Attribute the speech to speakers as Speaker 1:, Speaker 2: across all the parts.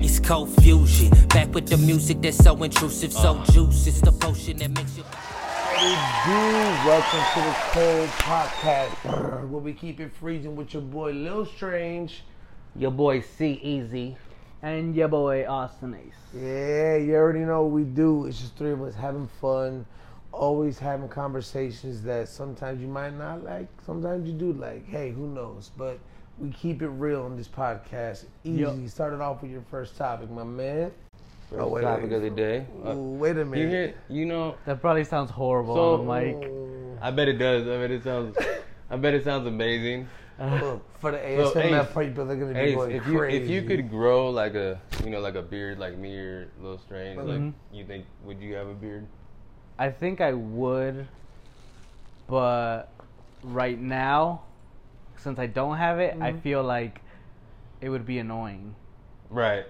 Speaker 1: East Coast fusion. Back with the music that's so intrusive, so juicy. It's the potion that makes you.
Speaker 2: Hey, dude, welcome to the Cold Podcast, where we keep it freezing with your boy Lil Strange, your boy C Easy.
Speaker 3: And your boy Austin Ace.
Speaker 2: Yeah, you already know what we do. It's just three of us having fun, always having conversations that sometimes you might not like, sometimes you do like. Hey, who knows? But we keep it real on this podcast. Easy.
Speaker 3: Yup.
Speaker 2: Start it off with your first topic, my man.
Speaker 4: First
Speaker 2: wait,
Speaker 4: topic
Speaker 2: wait.
Speaker 4: of the day. Uh,
Speaker 2: Ooh, wait a
Speaker 4: you
Speaker 2: minute.
Speaker 4: hear? You know,
Speaker 3: That probably sounds horrible
Speaker 4: So-
Speaker 3: on the mic.
Speaker 4: I bet it does. I bet it sounds. I bet it sounds amazing.
Speaker 2: Look, for the ASMR
Speaker 4: Ace,
Speaker 2: people, they're gonna be
Speaker 4: Hey,
Speaker 2: going
Speaker 4: if you
Speaker 2: crazy.
Speaker 4: if you could grow like a you know like a beard like me or Lil Strange, like you think would you have a beard?
Speaker 3: I think I would, but right now, since I don't have it, I feel like it would be annoying.
Speaker 4: Right.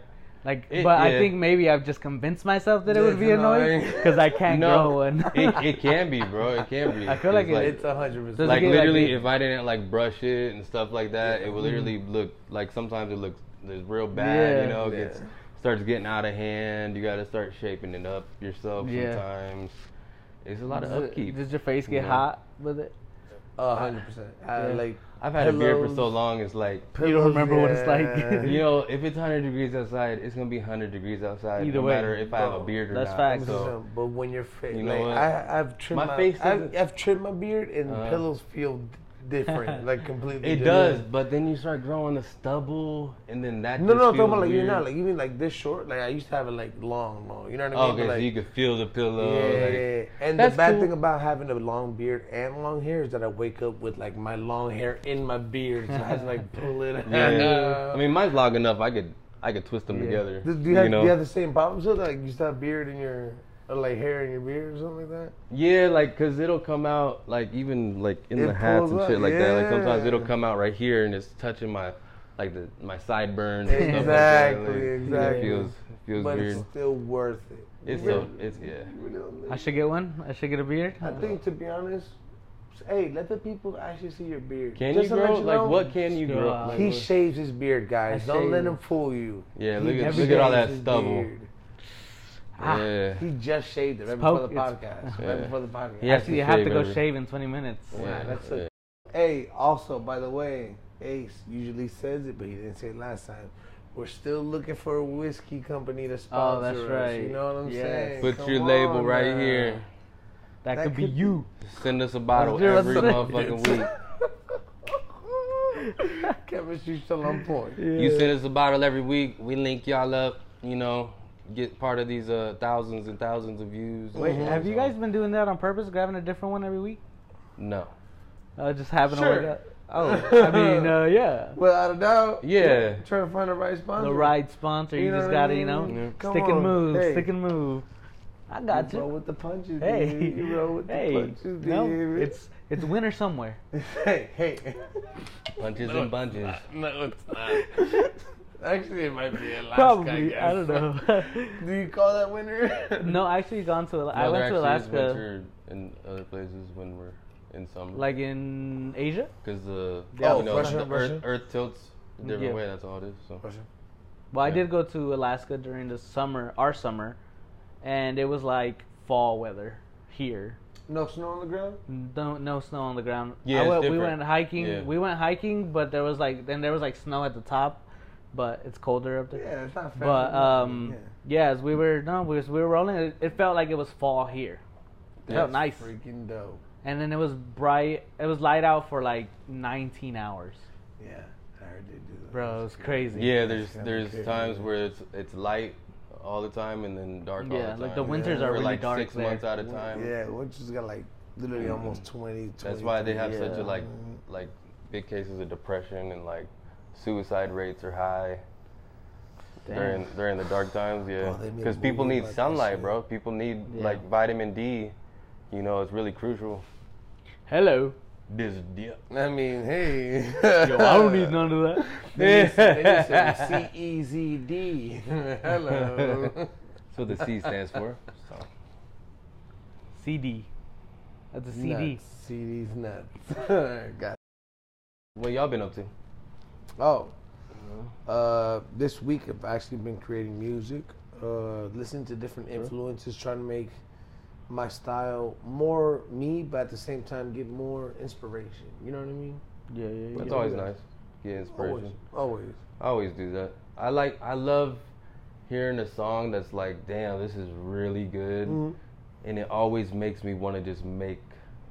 Speaker 3: Like,
Speaker 4: It-
Speaker 3: but I
Speaker 4: yeah.
Speaker 3: think maybe I've just convinced myself that it
Speaker 2: Yeah,
Speaker 3: would be
Speaker 2: it's
Speaker 3: annoying
Speaker 2: annoying.
Speaker 3: because I can't grow one.
Speaker 4: it, it can be, bro. It can be.
Speaker 3: I feel like
Speaker 4: It's
Speaker 3: it-
Speaker 2: it's a hundred percent.
Speaker 3: Does it
Speaker 4: like
Speaker 3: get, like,
Speaker 4: literally,
Speaker 3: big?
Speaker 4: if I didn't like brush it and stuff like that, it would literally look like sometimes it looks it's real bad.
Speaker 3: Yeah.
Speaker 4: you know, it
Speaker 2: Yeah.
Speaker 4: gets starts getting out of hand. You got to start shaping it up yourself
Speaker 3: Yeah.
Speaker 4: sometimes. It's a lot of
Speaker 3: Does it-
Speaker 4: upkeep.
Speaker 3: Does your face get
Speaker 4: Yeah.
Speaker 3: hot with it?
Speaker 2: A hundred percent. I
Speaker 3: Yeah.
Speaker 2: Like
Speaker 4: I've had a beard for so
Speaker 2: pillows.
Speaker 4: long. It's like
Speaker 3: You don't remember what it's like.
Speaker 2: Yeah.
Speaker 4: you know, if it's hundred degrees outside, it's gonna be hundred degrees outside.
Speaker 3: Either
Speaker 4: no
Speaker 3: way,
Speaker 4: matter if I have a
Speaker 2: bro,
Speaker 4: beard or
Speaker 3: that's
Speaker 4: not.
Speaker 3: facts.
Speaker 4: So,
Speaker 2: but when your face,
Speaker 4: You know
Speaker 2: like,
Speaker 4: what?
Speaker 2: I, I've trimmed my,
Speaker 4: My face
Speaker 2: I've,
Speaker 4: doesn't-
Speaker 2: I've trimmed my beard, and
Speaker 4: Uh.
Speaker 2: pillows feel different, like completely.
Speaker 4: it does,
Speaker 2: different.
Speaker 4: but then you start growing the stubble, and then that.
Speaker 2: No,
Speaker 4: just
Speaker 2: no, I'm talking
Speaker 4: feels
Speaker 2: about like you're
Speaker 4: weird.
Speaker 2: not like even like this short. Like I used to have it like long, long. You know what I
Speaker 4: Oh,
Speaker 2: mean?
Speaker 4: okay,
Speaker 2: But,
Speaker 4: so
Speaker 2: like,
Speaker 4: you can feel the pillow.
Speaker 2: yeah,
Speaker 4: like-
Speaker 2: yeah, yeah. and the
Speaker 4: That's
Speaker 2: bad
Speaker 4: cool.
Speaker 2: thing about having a long beard and long hair is that I wake up with like my long hair in my beard, so I have to like pull it.
Speaker 4: Yeah.
Speaker 2: out.
Speaker 4: I mean, mine's long enough. I could I could twist them together.
Speaker 2: Do, do you, have,
Speaker 4: know?
Speaker 2: do you have the same problem still? Like you still have beard in your, or like hair in your beard or something like that?
Speaker 4: Yeah, like cause it'll come out like even like in
Speaker 2: It
Speaker 4: the hats
Speaker 2: pulls
Speaker 4: and
Speaker 2: up,
Speaker 4: shit like that. Like sometimes
Speaker 2: yeah.
Speaker 4: it'll come out right here and it's touching my like the my sideburns. and stuff like that.
Speaker 2: Exactly,
Speaker 4: Like,
Speaker 2: exactly.
Speaker 4: It feels feels
Speaker 2: but
Speaker 4: weird.
Speaker 2: it's still worth it.
Speaker 4: It's
Speaker 2: Really,
Speaker 4: so it's yeah.
Speaker 2: really.
Speaker 3: I should get one. I should get a beard.
Speaker 2: I think to be honest, hey, let the people actually see your beard.
Speaker 4: Can
Speaker 2: Just to
Speaker 4: you
Speaker 2: let
Speaker 4: grow like
Speaker 2: know,
Speaker 4: what can you
Speaker 3: Still,
Speaker 4: grow?
Speaker 3: uh,
Speaker 4: Like,
Speaker 2: He
Speaker 4: what-
Speaker 2: shaves his beard, guys.
Speaker 3: I
Speaker 2: Don't let
Speaker 3: shave.
Speaker 2: him fool you.
Speaker 4: Yeah,
Speaker 2: He
Speaker 4: look at-
Speaker 2: just
Speaker 4: look at all
Speaker 2: shaves
Speaker 4: that
Speaker 2: his
Speaker 4: stubble.
Speaker 2: beard. Ah.
Speaker 4: yeah.
Speaker 2: He just shaved it right before
Speaker 3: poke-
Speaker 2: the
Speaker 3: it's-
Speaker 2: podcast. Right
Speaker 4: Yeah.
Speaker 2: before the podcast.
Speaker 4: He has
Speaker 3: Actually, you
Speaker 4: to
Speaker 3: have
Speaker 4: shave
Speaker 3: to go
Speaker 4: every-
Speaker 3: shave in 20 minutes.
Speaker 4: yeah,
Speaker 2: that's
Speaker 4: yeah.
Speaker 2: a- Hey, also by the way, Ace usually says it, but he didn't say it last time. We're still looking for a whiskey company to sponsor
Speaker 3: that's
Speaker 2: us. You
Speaker 3: right.
Speaker 2: know what I'm
Speaker 3: Yes.
Speaker 2: saying?
Speaker 4: Put
Speaker 2: Come
Speaker 4: your label
Speaker 2: on
Speaker 4: right
Speaker 2: now.
Speaker 4: here.
Speaker 3: That,
Speaker 2: That
Speaker 3: could be
Speaker 2: could be-
Speaker 3: you.
Speaker 4: Send us a bottle
Speaker 3: do it.
Speaker 4: every
Speaker 3: Let's-
Speaker 4: motherfucking week.
Speaker 2: Chemistry's still on point.
Speaker 4: You send us a bottle every week. We link y'all up. You know, get part of these uh, thousands and thousands of views.
Speaker 3: Wait,
Speaker 4: Mhm.
Speaker 3: have you
Speaker 4: So-
Speaker 3: guys been doing that on purpose, grabbing a different one every week?
Speaker 4: No.
Speaker 3: Uh, just having
Speaker 2: Sure.
Speaker 3: to wake up. Oh, I mean, uh, yeah.
Speaker 2: Without a doubt.
Speaker 4: Yeah.
Speaker 2: Trying to find the right sponsor.
Speaker 3: The right sponsor, you,
Speaker 2: You know
Speaker 3: just
Speaker 2: what I
Speaker 3: gotta, you know,
Speaker 2: mean? Yeah. Come
Speaker 3: stick
Speaker 2: on.
Speaker 3: and move,
Speaker 2: Hey.
Speaker 3: stick and move. I
Speaker 2: You
Speaker 3: got
Speaker 2: roll
Speaker 3: you.
Speaker 2: with the punches,
Speaker 3: Hey,
Speaker 2: dude. You roll with
Speaker 3: hey,
Speaker 2: the punches,
Speaker 3: no,
Speaker 2: dude.
Speaker 3: it's it's winter somewhere.
Speaker 2: hey, hey.
Speaker 4: Punches and bunches.
Speaker 2: no, it's not. Actually, it might be Alaska.
Speaker 3: Probably, I don't know.
Speaker 2: Do you call that winter?
Speaker 3: no, I actually gone to Ala- I
Speaker 4: No, there
Speaker 3: went to
Speaker 4: actually is
Speaker 3: Alaska,
Speaker 4: winter in other places when we're in summer.
Speaker 3: like in Asia.
Speaker 4: because the
Speaker 2: Yeah,
Speaker 4: you know,
Speaker 2: Russia,
Speaker 4: the
Speaker 2: Russia.
Speaker 4: Earth, earth tilts a different
Speaker 3: Yeah.
Speaker 4: way. That's all it is. So
Speaker 3: Well, I
Speaker 4: Yeah.
Speaker 3: did go to Alaska during the summer, our summer, and it was like fall weather here.
Speaker 2: No snow on the ground?
Speaker 3: No, no snow on the ground. I
Speaker 4: Yeah, it's
Speaker 3: went- we
Speaker 4: different.
Speaker 3: went hiking.
Speaker 4: Yeah.
Speaker 3: We went hiking, but there was like then there was like snow at the top, but it's colder up there.
Speaker 2: Yeah, it's not fair.
Speaker 3: But um, yeah. as we were no, we, was, we were rolling. It, it felt like it was fall here. It felt
Speaker 4: That's
Speaker 3: nice,
Speaker 2: Freaking dope.
Speaker 3: and then it was bright. It was light out for like 19 hours,
Speaker 2: Yeah, I heard they do that.
Speaker 3: bro. It was crazy.
Speaker 4: yeah, there's
Speaker 2: kinda
Speaker 4: there's
Speaker 2: crazy.
Speaker 4: times where it's it's light all the time and then dark all the
Speaker 3: Yeah,
Speaker 4: time.
Speaker 3: like the winters
Speaker 4: For
Speaker 3: are really
Speaker 4: like
Speaker 3: dark
Speaker 4: six
Speaker 3: there.
Speaker 4: months at a time.
Speaker 2: Yeah, winter's got like literally almost 20,
Speaker 4: That's why they have such
Speaker 3: Yeah.
Speaker 4: a like like big cases of depression and like suicide rates are high. During during the dark times, yeah,
Speaker 2: Bro, Oh, they made a
Speaker 4: because people
Speaker 2: movie
Speaker 4: need
Speaker 2: about that
Speaker 4: sunlight,
Speaker 2: shit.
Speaker 4: bro. People need
Speaker 3: Yeah.
Speaker 4: like vitamin D. You know, it's really crucial.
Speaker 3: Hello.
Speaker 4: This dip.
Speaker 2: I mean, hey.
Speaker 3: Yo, I don't need none of that.
Speaker 2: They need some- they need some C-E-Z-D. Hello.
Speaker 4: That's what the C stands for. So.
Speaker 3: CD. That's a CD.
Speaker 2: Nuts. CD's nuts. God.
Speaker 4: What y'all been up to?
Speaker 2: Oh, Uh, this week, I've actually been creating music, uh, listening to different influences, trying to make my style more me, but at the same time, get more inspiration. You know what I mean?
Speaker 3: Yeah, yeah,
Speaker 4: That's
Speaker 2: Yeah.
Speaker 4: always nice. Get inspiration.
Speaker 2: Always, always.
Speaker 4: I always do that. I like I love hearing a song that's like, damn, this is really good, and it always makes me want to just make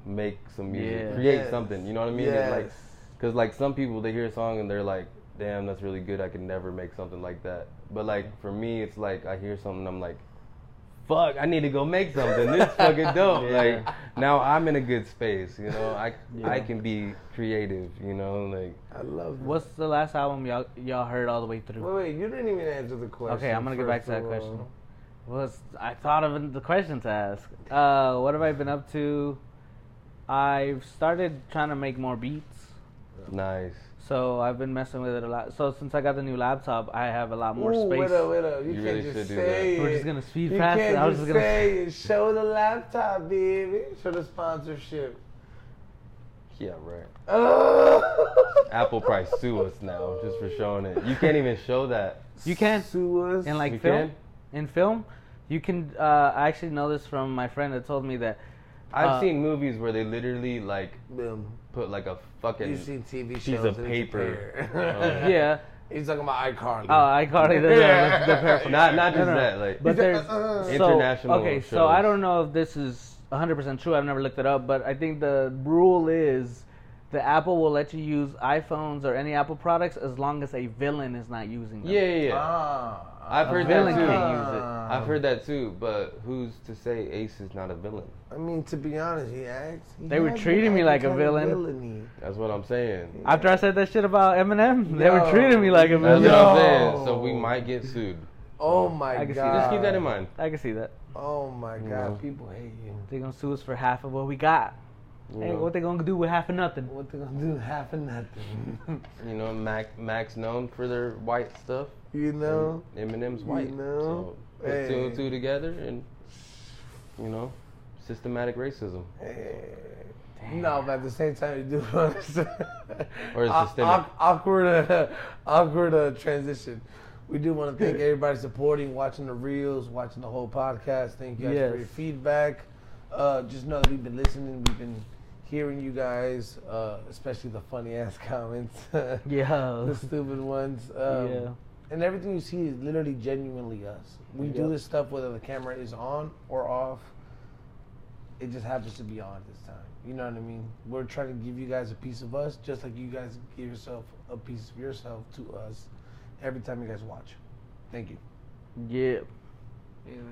Speaker 4: make some music,
Speaker 3: Yeah.
Speaker 4: create
Speaker 2: Yes.
Speaker 4: something. You know what I mean? It's Like,
Speaker 2: Yes.
Speaker 4: because like some people they hear a song and they're like, damn, that's really good. I could never make something like that. But like for me, it's like I hear something, I'm like. Fuck! I need to go make something. This is fucking dope.
Speaker 3: Yeah.
Speaker 4: Like now, I'm in a good space. You know, I I
Speaker 3: Yeah.
Speaker 4: can be creative. You know, like
Speaker 2: I love. What?
Speaker 3: What's the last album y'all y'all heard all the way through?
Speaker 2: Wait, wait, you didn't even answer the question.
Speaker 3: Okay, I'm gonna get back
Speaker 2: first
Speaker 3: to that
Speaker 2: of
Speaker 3: question.
Speaker 2: all.
Speaker 3: What's I thought of the question to ask. Uh, what have I been up to? I've started trying to make more beats,
Speaker 4: nice.
Speaker 3: so I've been messing with it a lot. So since I got the new laptop, I have a lot more
Speaker 2: Ooh,
Speaker 3: space.
Speaker 2: Wait up, wait up. You,
Speaker 4: You
Speaker 2: can't
Speaker 4: really
Speaker 2: just
Speaker 4: should do
Speaker 2: say
Speaker 3: that. We're
Speaker 2: it.
Speaker 3: just gonna speed
Speaker 2: you
Speaker 3: past
Speaker 2: can't
Speaker 3: it. I was
Speaker 2: just
Speaker 3: just gonna-
Speaker 2: say it. Show the laptop, baby. Show the sponsorship.
Speaker 4: Yeah, right.
Speaker 2: Oh.
Speaker 4: Apple probably sue us now just for showing it. You can't even show that.
Speaker 3: You can
Speaker 2: Sue us.
Speaker 3: in
Speaker 4: You
Speaker 3: like film.
Speaker 4: can?
Speaker 3: In film, you can. Uh, I actually know this from my friend that told me that.
Speaker 4: I've
Speaker 3: Uh,
Speaker 4: seen movies where they literally like
Speaker 2: Boom.
Speaker 4: put like a
Speaker 2: You've
Speaker 4: fucking
Speaker 2: seen TV shows.
Speaker 4: piece of
Speaker 2: and it's a
Speaker 4: paper.
Speaker 2: pear.
Speaker 4: Oh,
Speaker 3: Yeah.
Speaker 2: He's talking about iCarly.
Speaker 3: Oh, I caught it. The, the, the paraphernalia.
Speaker 4: not not
Speaker 3: No,
Speaker 4: just
Speaker 3: no, no.
Speaker 4: that like
Speaker 3: But
Speaker 2: Is it-
Speaker 3: there's
Speaker 2: uh-uh.
Speaker 3: so,
Speaker 4: International
Speaker 3: Okay, so I
Speaker 4: shows.
Speaker 3: don't know if this is 100% true. I've never looked it up, but I think the rule is the Apple will let you use iPhones or any Apple products as long as a villain is not using them.
Speaker 4: yeah yeah.
Speaker 3: Oh.
Speaker 4: yeah.
Speaker 2: Ah.
Speaker 4: I've heard
Speaker 3: villain
Speaker 4: that too.
Speaker 3: can't use it.
Speaker 4: I've heard that too. But who's to say Ace is not a villain?
Speaker 2: I mean, to be honest, he acts. he
Speaker 3: They were
Speaker 2: has
Speaker 3: treating
Speaker 2: been
Speaker 3: me like a
Speaker 2: acting kinda
Speaker 3: villain.
Speaker 2: villainy.
Speaker 4: That's what I'm saying.
Speaker 3: After I said that shit about Eminem, they were
Speaker 2: Yo.
Speaker 3: treating me like a
Speaker 4: That's
Speaker 3: villain.
Speaker 4: what I'm
Speaker 2: Yo.
Speaker 4: saying. So we might get sued.
Speaker 2: Oh my
Speaker 3: I can see
Speaker 2: god.
Speaker 3: that.
Speaker 4: Just keep that in mind.
Speaker 3: I can see that.
Speaker 2: Oh my god, people hate you.
Speaker 3: They're going to sue us for half of what we got.
Speaker 4: You
Speaker 3: Hey,
Speaker 4: know?
Speaker 3: what they going to do with half of nothing?
Speaker 2: What they gonna do? Half of nothing.
Speaker 4: You know, Mac Mac's known for their white stuff.
Speaker 2: you know?
Speaker 4: Eminem's
Speaker 2: You
Speaker 4: white.
Speaker 2: know?
Speaker 4: So put two and
Speaker 2: Hey.
Speaker 4: two together and you know, systematic racism.
Speaker 2: Eh, No, but at the same time, you do understand.
Speaker 4: Or is
Speaker 2: Aw-
Speaker 4: systemic?
Speaker 2: aw- awkward, uh, awkward uh, transition. We do want to thank everybody supporting, watching the reels, watching the whole podcast. Thank you guys for your
Speaker 3: Yes.
Speaker 2: feedback. Uh, just know that we've been listening, we've been hearing you guys, uh, especially the funny ass comments, the
Speaker 3: Yeah.
Speaker 2: stupid ones. Um,
Speaker 3: yeah.
Speaker 2: And everything you see is literally genuinely us. We do
Speaker 3: Yep.
Speaker 2: this stuff whether the camera is on or off. It just happens to be on at this time. You know what I mean? We're trying to give you guys a piece of us, just like you guys give yourself a piece of yourself to us every time you guys watch. Thank you.
Speaker 3: Yeah.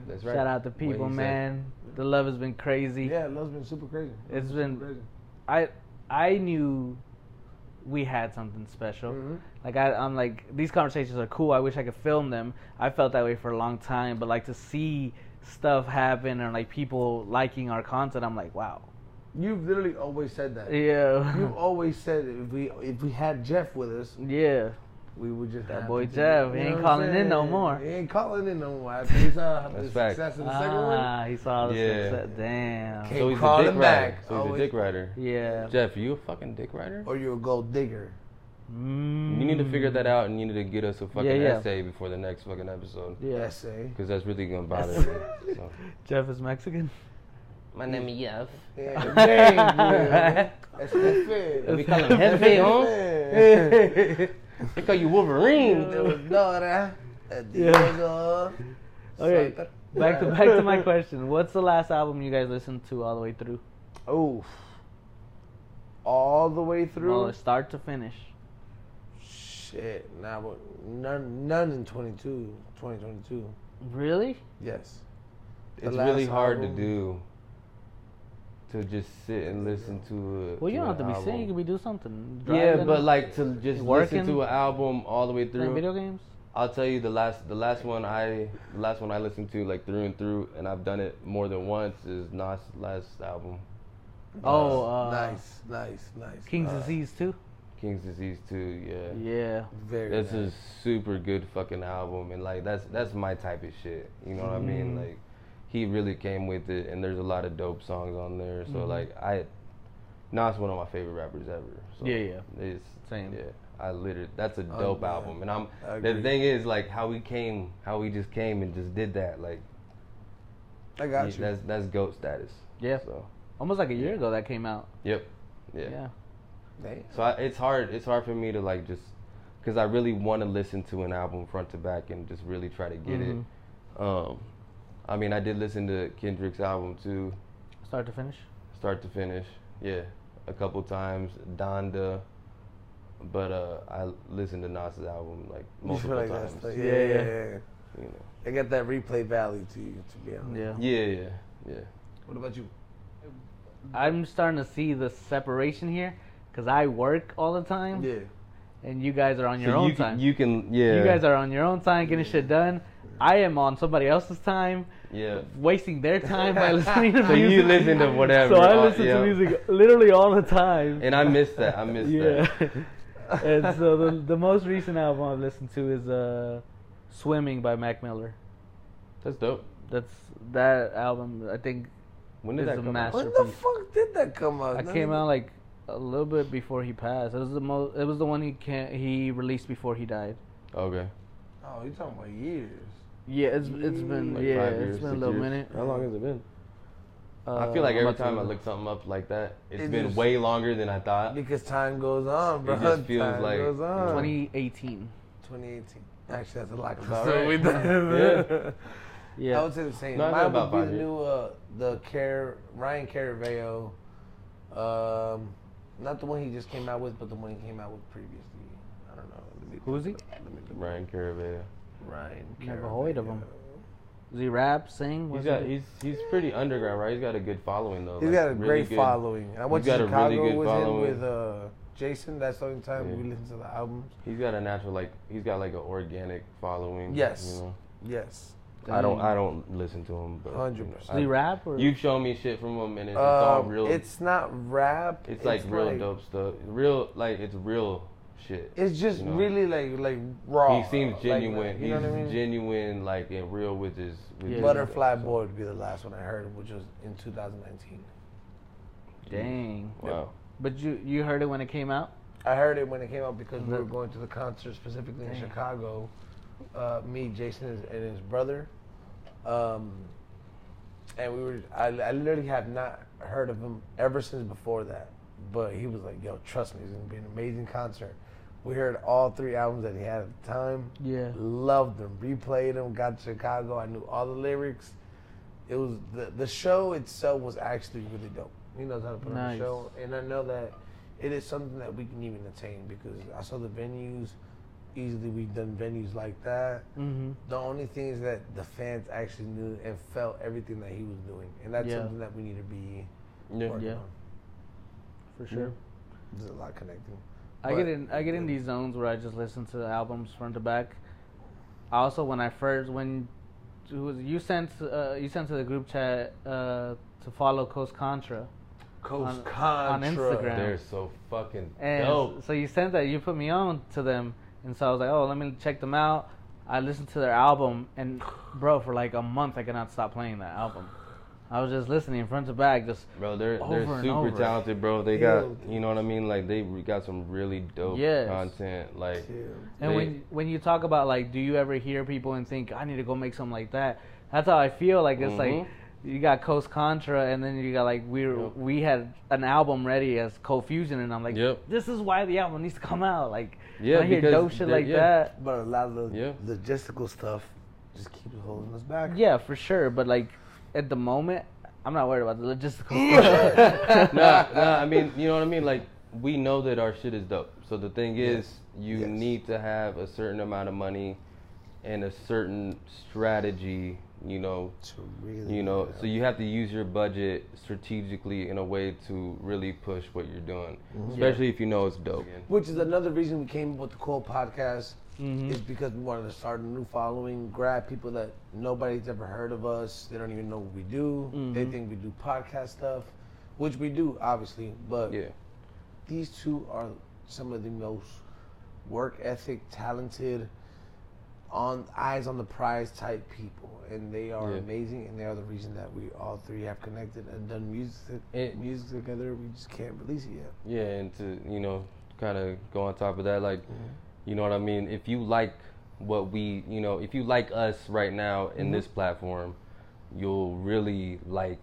Speaker 4: That's right.
Speaker 3: Shout out to
Speaker 4: What he
Speaker 3: people,
Speaker 4: said.
Speaker 3: man. The love has been crazy.
Speaker 2: Yeah, love's been super crazy.
Speaker 3: It's been-
Speaker 2: crazy.
Speaker 3: I I knew we had something special.
Speaker 2: Mhm.
Speaker 3: Like I, I'm like these conversations are cool. I wish I could film them. I felt that way for a long time, but like to see stuff happen and like people liking our content, I'm like, wow.
Speaker 2: You've literally always said that.
Speaker 3: Yeah,
Speaker 2: You've always said it. if we if we had Jeff with us,
Speaker 3: yeah.
Speaker 2: we would just
Speaker 3: That
Speaker 2: have
Speaker 3: boy
Speaker 2: to do
Speaker 3: Jeff,
Speaker 2: it.
Speaker 3: he
Speaker 2: You
Speaker 3: ain't
Speaker 2: know what I'm
Speaker 3: calling in no
Speaker 2: saying?
Speaker 3: more.
Speaker 2: He ain't calling in no more. After he saw the
Speaker 4: That's fact.
Speaker 2: success of the second one.
Speaker 3: Ah, he saw the
Speaker 4: Yeah.
Speaker 3: success. Damn.
Speaker 2: Okay.
Speaker 4: So he's
Speaker 2: Call
Speaker 4: a dick
Speaker 2: him
Speaker 4: rider.
Speaker 2: back.
Speaker 4: So he's
Speaker 3: Oh,
Speaker 2: Always-
Speaker 4: a dick rider.
Speaker 3: Yeah.
Speaker 4: Jeff, you a fucking dick rider?
Speaker 2: Or you're a gold digger.
Speaker 3: Mm.
Speaker 4: You need to figure that out and you need to get us a fucking
Speaker 3: Yeah, yeah.
Speaker 4: essay before the next fucking episode.
Speaker 3: Yeah.
Speaker 2: Essay.
Speaker 4: Because that's really gonna bother me. So.
Speaker 3: Jeff is Mexican.
Speaker 4: My name is Jeff.
Speaker 2: Yeah, dang, you. That's the
Speaker 4: We
Speaker 2: fit.
Speaker 4: call him Jefe, huh?
Speaker 2: Yeah.
Speaker 4: They call you Wolverine.
Speaker 2: There was Dora, a Diego,
Speaker 3: Okay.
Speaker 2: Sucker.
Speaker 3: Back to back to my question. What's the last album you guys listened to all the way through?
Speaker 2: Oof. All the way
Speaker 3: Well,
Speaker 2: through.
Speaker 3: start to finish.
Speaker 2: Shit, nah, but none, none in 22, 2022.
Speaker 3: Really?
Speaker 2: Yes. The
Speaker 4: It's really
Speaker 2: last
Speaker 4: hard
Speaker 2: album.
Speaker 4: to do. To just sit and listen to it.
Speaker 3: Well, you don't have to be singing. You can be doing something.
Speaker 4: Yeah,
Speaker 3: Driving,
Speaker 4: but like to just
Speaker 3: Working.
Speaker 4: listen to an album all the way
Speaker 3: playing
Speaker 4: through.
Speaker 3: video games.
Speaker 4: I'll tell you the last the last one I the last one I listened to like through and through, and I've done it more than once is Nas' last album,
Speaker 3: Oh, uh,
Speaker 2: nice, nice, nice. Uh,
Speaker 3: King's
Speaker 2: nice.
Speaker 3: Disease too.
Speaker 4: King's Disease Two. Yeah,
Speaker 3: Yeah.
Speaker 2: Very
Speaker 4: that's
Speaker 2: nice.
Speaker 4: a super good fucking album, and like that's that's my type of shit. You know what I mean? Like he really came with it, and there's a lot of dope songs on there. So like I, Nas one of my favorite rappers ever. So
Speaker 3: Yeah, yeah.
Speaker 4: It's
Speaker 3: Same.
Speaker 4: Yeah, I literally that's a dope
Speaker 2: man.
Speaker 4: album. And I'm
Speaker 2: I
Speaker 4: the
Speaker 2: agree.
Speaker 4: thing is like how we came, how we just came and just did that. Like
Speaker 2: I got you.
Speaker 4: that's that's goat status.
Speaker 3: Yeah.
Speaker 4: So
Speaker 3: Almost like a year ago that came out.
Speaker 4: yep. Yeah.
Speaker 3: Yeah.
Speaker 2: Damn.
Speaker 4: So I, it's hard. It's hard for me to like just because I really want to listen to an album front to back and just really try to get
Speaker 3: Mm-hmm.
Speaker 4: it. Um, I mean, I did listen to Kendrick's album too,
Speaker 3: Start to finish.
Speaker 4: start to finish. Yeah, a couple times. Donda. But uh, I listened to Nas's album like
Speaker 2: You feel
Speaker 4: multiple
Speaker 2: like
Speaker 4: times.
Speaker 2: that's like,
Speaker 4: you
Speaker 2: yeah,
Speaker 3: Yeah,
Speaker 2: yeah,
Speaker 3: yeah.
Speaker 2: yeah.
Speaker 4: know.
Speaker 2: They got that replay value to you, to be honest.
Speaker 3: Yeah.
Speaker 4: Yeah, yeah, yeah.
Speaker 2: What about you?
Speaker 3: I'm starting to see the separation here because I work all the time
Speaker 2: Yeah.
Speaker 3: and you guys are on your
Speaker 4: So
Speaker 3: own
Speaker 4: you
Speaker 3: time.
Speaker 4: Can, you can. Yeah.
Speaker 3: You guys are on your own time getting shit done. I am on somebody else's time,
Speaker 4: Yeah.
Speaker 3: wasting their time by listening to
Speaker 4: So
Speaker 3: music.
Speaker 4: you listen to whatever.
Speaker 3: So I
Speaker 4: uh,
Speaker 3: listen
Speaker 4: yeah.
Speaker 3: to music literally all the time.
Speaker 4: And I miss that. I miss
Speaker 3: yeah.
Speaker 4: that.
Speaker 3: and so the, the most recent album I've listened to is uh, "Swimming" by Mac Miller.
Speaker 4: That's dope.
Speaker 3: That's that album. I think
Speaker 4: When did
Speaker 3: It's
Speaker 4: that
Speaker 3: a
Speaker 4: come out?
Speaker 3: massive-
Speaker 2: When the fuck did that come out?
Speaker 3: I
Speaker 2: None
Speaker 3: came
Speaker 2: of-
Speaker 3: out like a little bit before he passed. It was the most. It was the one he can he released before he died.
Speaker 4: Okay.
Speaker 2: Oh, you're talking about years.
Speaker 3: Yeah, it's it's been
Speaker 4: Like
Speaker 3: yeah,
Speaker 4: five
Speaker 3: it's
Speaker 4: years,
Speaker 3: been a
Speaker 4: six
Speaker 3: little
Speaker 4: years.
Speaker 3: minute.
Speaker 4: How long has it been?
Speaker 3: Uh,
Speaker 4: I feel like
Speaker 3: I'm
Speaker 4: every
Speaker 3: about to-
Speaker 4: time I look something up like that, it's
Speaker 2: It
Speaker 4: been
Speaker 2: just-
Speaker 4: way longer than I thought.
Speaker 2: Because time goes on, bro.
Speaker 4: just feels
Speaker 2: time
Speaker 4: like
Speaker 2: goes on.
Speaker 3: 2018.
Speaker 2: 2018. Actually, that's a lot.
Speaker 4: about
Speaker 2: So
Speaker 4: right.
Speaker 2: we done. I
Speaker 3: Yeah,
Speaker 2: would say the same.
Speaker 4: No, it's
Speaker 2: Mine
Speaker 4: been about
Speaker 2: would be
Speaker 4: five
Speaker 2: the
Speaker 4: years.
Speaker 2: new uh, the Car- Ryan Caraveo. Um, not the one he just came out with, but the one he came out with previously. I don't know. Let me-
Speaker 3: Who's he?
Speaker 2: Let me, let me-
Speaker 4: Ryan Caravella.
Speaker 2: Ryan.
Speaker 3: Never heard of him.
Speaker 2: Caraveo.
Speaker 3: does he rap, sing?
Speaker 4: He's
Speaker 3: What's he
Speaker 4: got
Speaker 3: do?
Speaker 4: he's he's pretty underground, right? He's got a good following though.
Speaker 2: He's
Speaker 4: like,
Speaker 2: got a
Speaker 4: really
Speaker 2: great
Speaker 4: good-
Speaker 2: following. I went
Speaker 4: got
Speaker 2: to
Speaker 4: a really
Speaker 2: Chicago
Speaker 4: good
Speaker 2: with
Speaker 4: following.
Speaker 2: him with uh, Jason. That's the only time
Speaker 4: Yeah.
Speaker 2: we listened to the albums.
Speaker 4: He's got a natural like he's got like an organic following.
Speaker 2: Yes.
Speaker 4: You know?
Speaker 2: Yes.
Speaker 4: I don't I don't listen to him, but you know,
Speaker 2: 100%.
Speaker 3: Does he
Speaker 4: I-
Speaker 3: rap or
Speaker 4: You've shown me shit from him, and it's, it's all
Speaker 2: Um,
Speaker 4: real.
Speaker 2: It's not rap.
Speaker 4: it's, like real dope stuff. Real like it's real shit.
Speaker 2: It's just
Speaker 4: you know?
Speaker 2: really like like raw.
Speaker 4: He seems
Speaker 2: like,
Speaker 4: genuine.
Speaker 2: you
Speaker 4: he's
Speaker 2: know what I mean?
Speaker 4: genuine, like and real with his. With
Speaker 3: Yeah.
Speaker 4: his-
Speaker 2: Butterfly Boy would be the last one I heard, which was in 2019.
Speaker 3: dang?
Speaker 4: Wow.
Speaker 3: But you you heard it when it came out.
Speaker 2: I heard it when it came out because we
Speaker 3: The-
Speaker 2: were going to the concert specifically in
Speaker 3: Dang.
Speaker 2: Chicago. Uh, me, Jason, and his- and his brother. Um, and we were. I, I literally have not heard of him ever since before that. But he was like, "Yo, trust me, it's gonna be an amazing concert." We heard all three albums that he had at the time.
Speaker 3: Yeah.
Speaker 2: Loved them. Replayed them. Got to Chicago. I knew all the lyrics. It was the the show itself was actually really dope. He knows how to put on
Speaker 3: Nice.
Speaker 2: a show, and I know that it is something that we can even attain because I saw the venues. Easily, we've done venues like that.
Speaker 3: Mm-hmm.
Speaker 2: The only thing is that the fans actually knew and felt everything that he was doing, and that's
Speaker 3: Yeah.
Speaker 2: something that we need to be
Speaker 4: Yeah.
Speaker 2: working
Speaker 3: Yeah.
Speaker 2: on.
Speaker 3: For sure.
Speaker 2: There's a lot connecting.
Speaker 3: I get
Speaker 2: But-
Speaker 3: in I get in these zones where I just listen to albums front to back. I also when I first when it was you sent uh, you sent to the group chat uh, to follow Coast Contra
Speaker 2: Coast
Speaker 3: On-
Speaker 2: Contra.
Speaker 3: on Instagram.
Speaker 4: They're so fucking
Speaker 3: and
Speaker 4: dope.
Speaker 3: so you sent that you put me on to them and so I was like oh let me check them out. I listened to their album and bro for like a month I could not stop playing that album. I was just listening front to back just
Speaker 4: Bro, they're
Speaker 3: Over
Speaker 4: they're
Speaker 3: and
Speaker 4: super
Speaker 3: over.
Speaker 4: talented, bro. They
Speaker 2: Hell,
Speaker 4: got you know what I mean. Like they re- got some really dope
Speaker 3: Yes.
Speaker 4: content. Like
Speaker 2: Yeah.
Speaker 3: And
Speaker 4: They-
Speaker 3: when when you talk about like, do you ever hear people and think I need to go make something like that? That's how I feel. Like it's
Speaker 4: Mhm.
Speaker 3: like you got Coast Contra, and then you got like we are
Speaker 4: Yep.
Speaker 3: we had an album ready as Cold Fusion, and I'm like,
Speaker 4: Yep.
Speaker 3: this is why the album needs to come out. Like
Speaker 4: Yeah,
Speaker 3: when I hear
Speaker 4: because
Speaker 3: dope shit
Speaker 4: they're-
Speaker 3: like
Speaker 4: yeah.
Speaker 3: that.
Speaker 2: But a lot of the
Speaker 4: Yeah.
Speaker 2: logistical stuff just keeps holding us back.
Speaker 3: Yeah, for sure. But like at the moment, I'm not worried about the logistical stuff.
Speaker 4: nah, nah. I mean, you know what I mean. Like we know that our shit is dope. So the thing is,
Speaker 2: Yes.
Speaker 4: you
Speaker 2: Yes.
Speaker 4: need to have a certain amount of money and a certain strategy. You know,
Speaker 2: To really
Speaker 4: you know.
Speaker 2: get
Speaker 4: So you have to use your budget strategically in a way to really push what you're doing,
Speaker 2: Mm-hmm.
Speaker 4: especially if you know it's dope.
Speaker 2: Which is another reason we came up with the Cool Podcast.
Speaker 3: Mhm.
Speaker 2: Is because we wanted to start a new following, grab people that nobody's ever heard of us. They don't even know what we do. They think we do podcast stuff, which we do, obviously. But
Speaker 4: Yeah.
Speaker 2: these two are some of the most work ethic, talented, on eyes on the prize type people, and they are
Speaker 4: Yeah.
Speaker 2: amazing. And they are the reason that we all three have connected and done music
Speaker 4: It-
Speaker 2: music together. We just can't release it yet.
Speaker 4: Yeah, and to you know, kind of go on top of that. Like, you know what I mean? If you like what we, you know, if you like us right now in this platform, you'll really like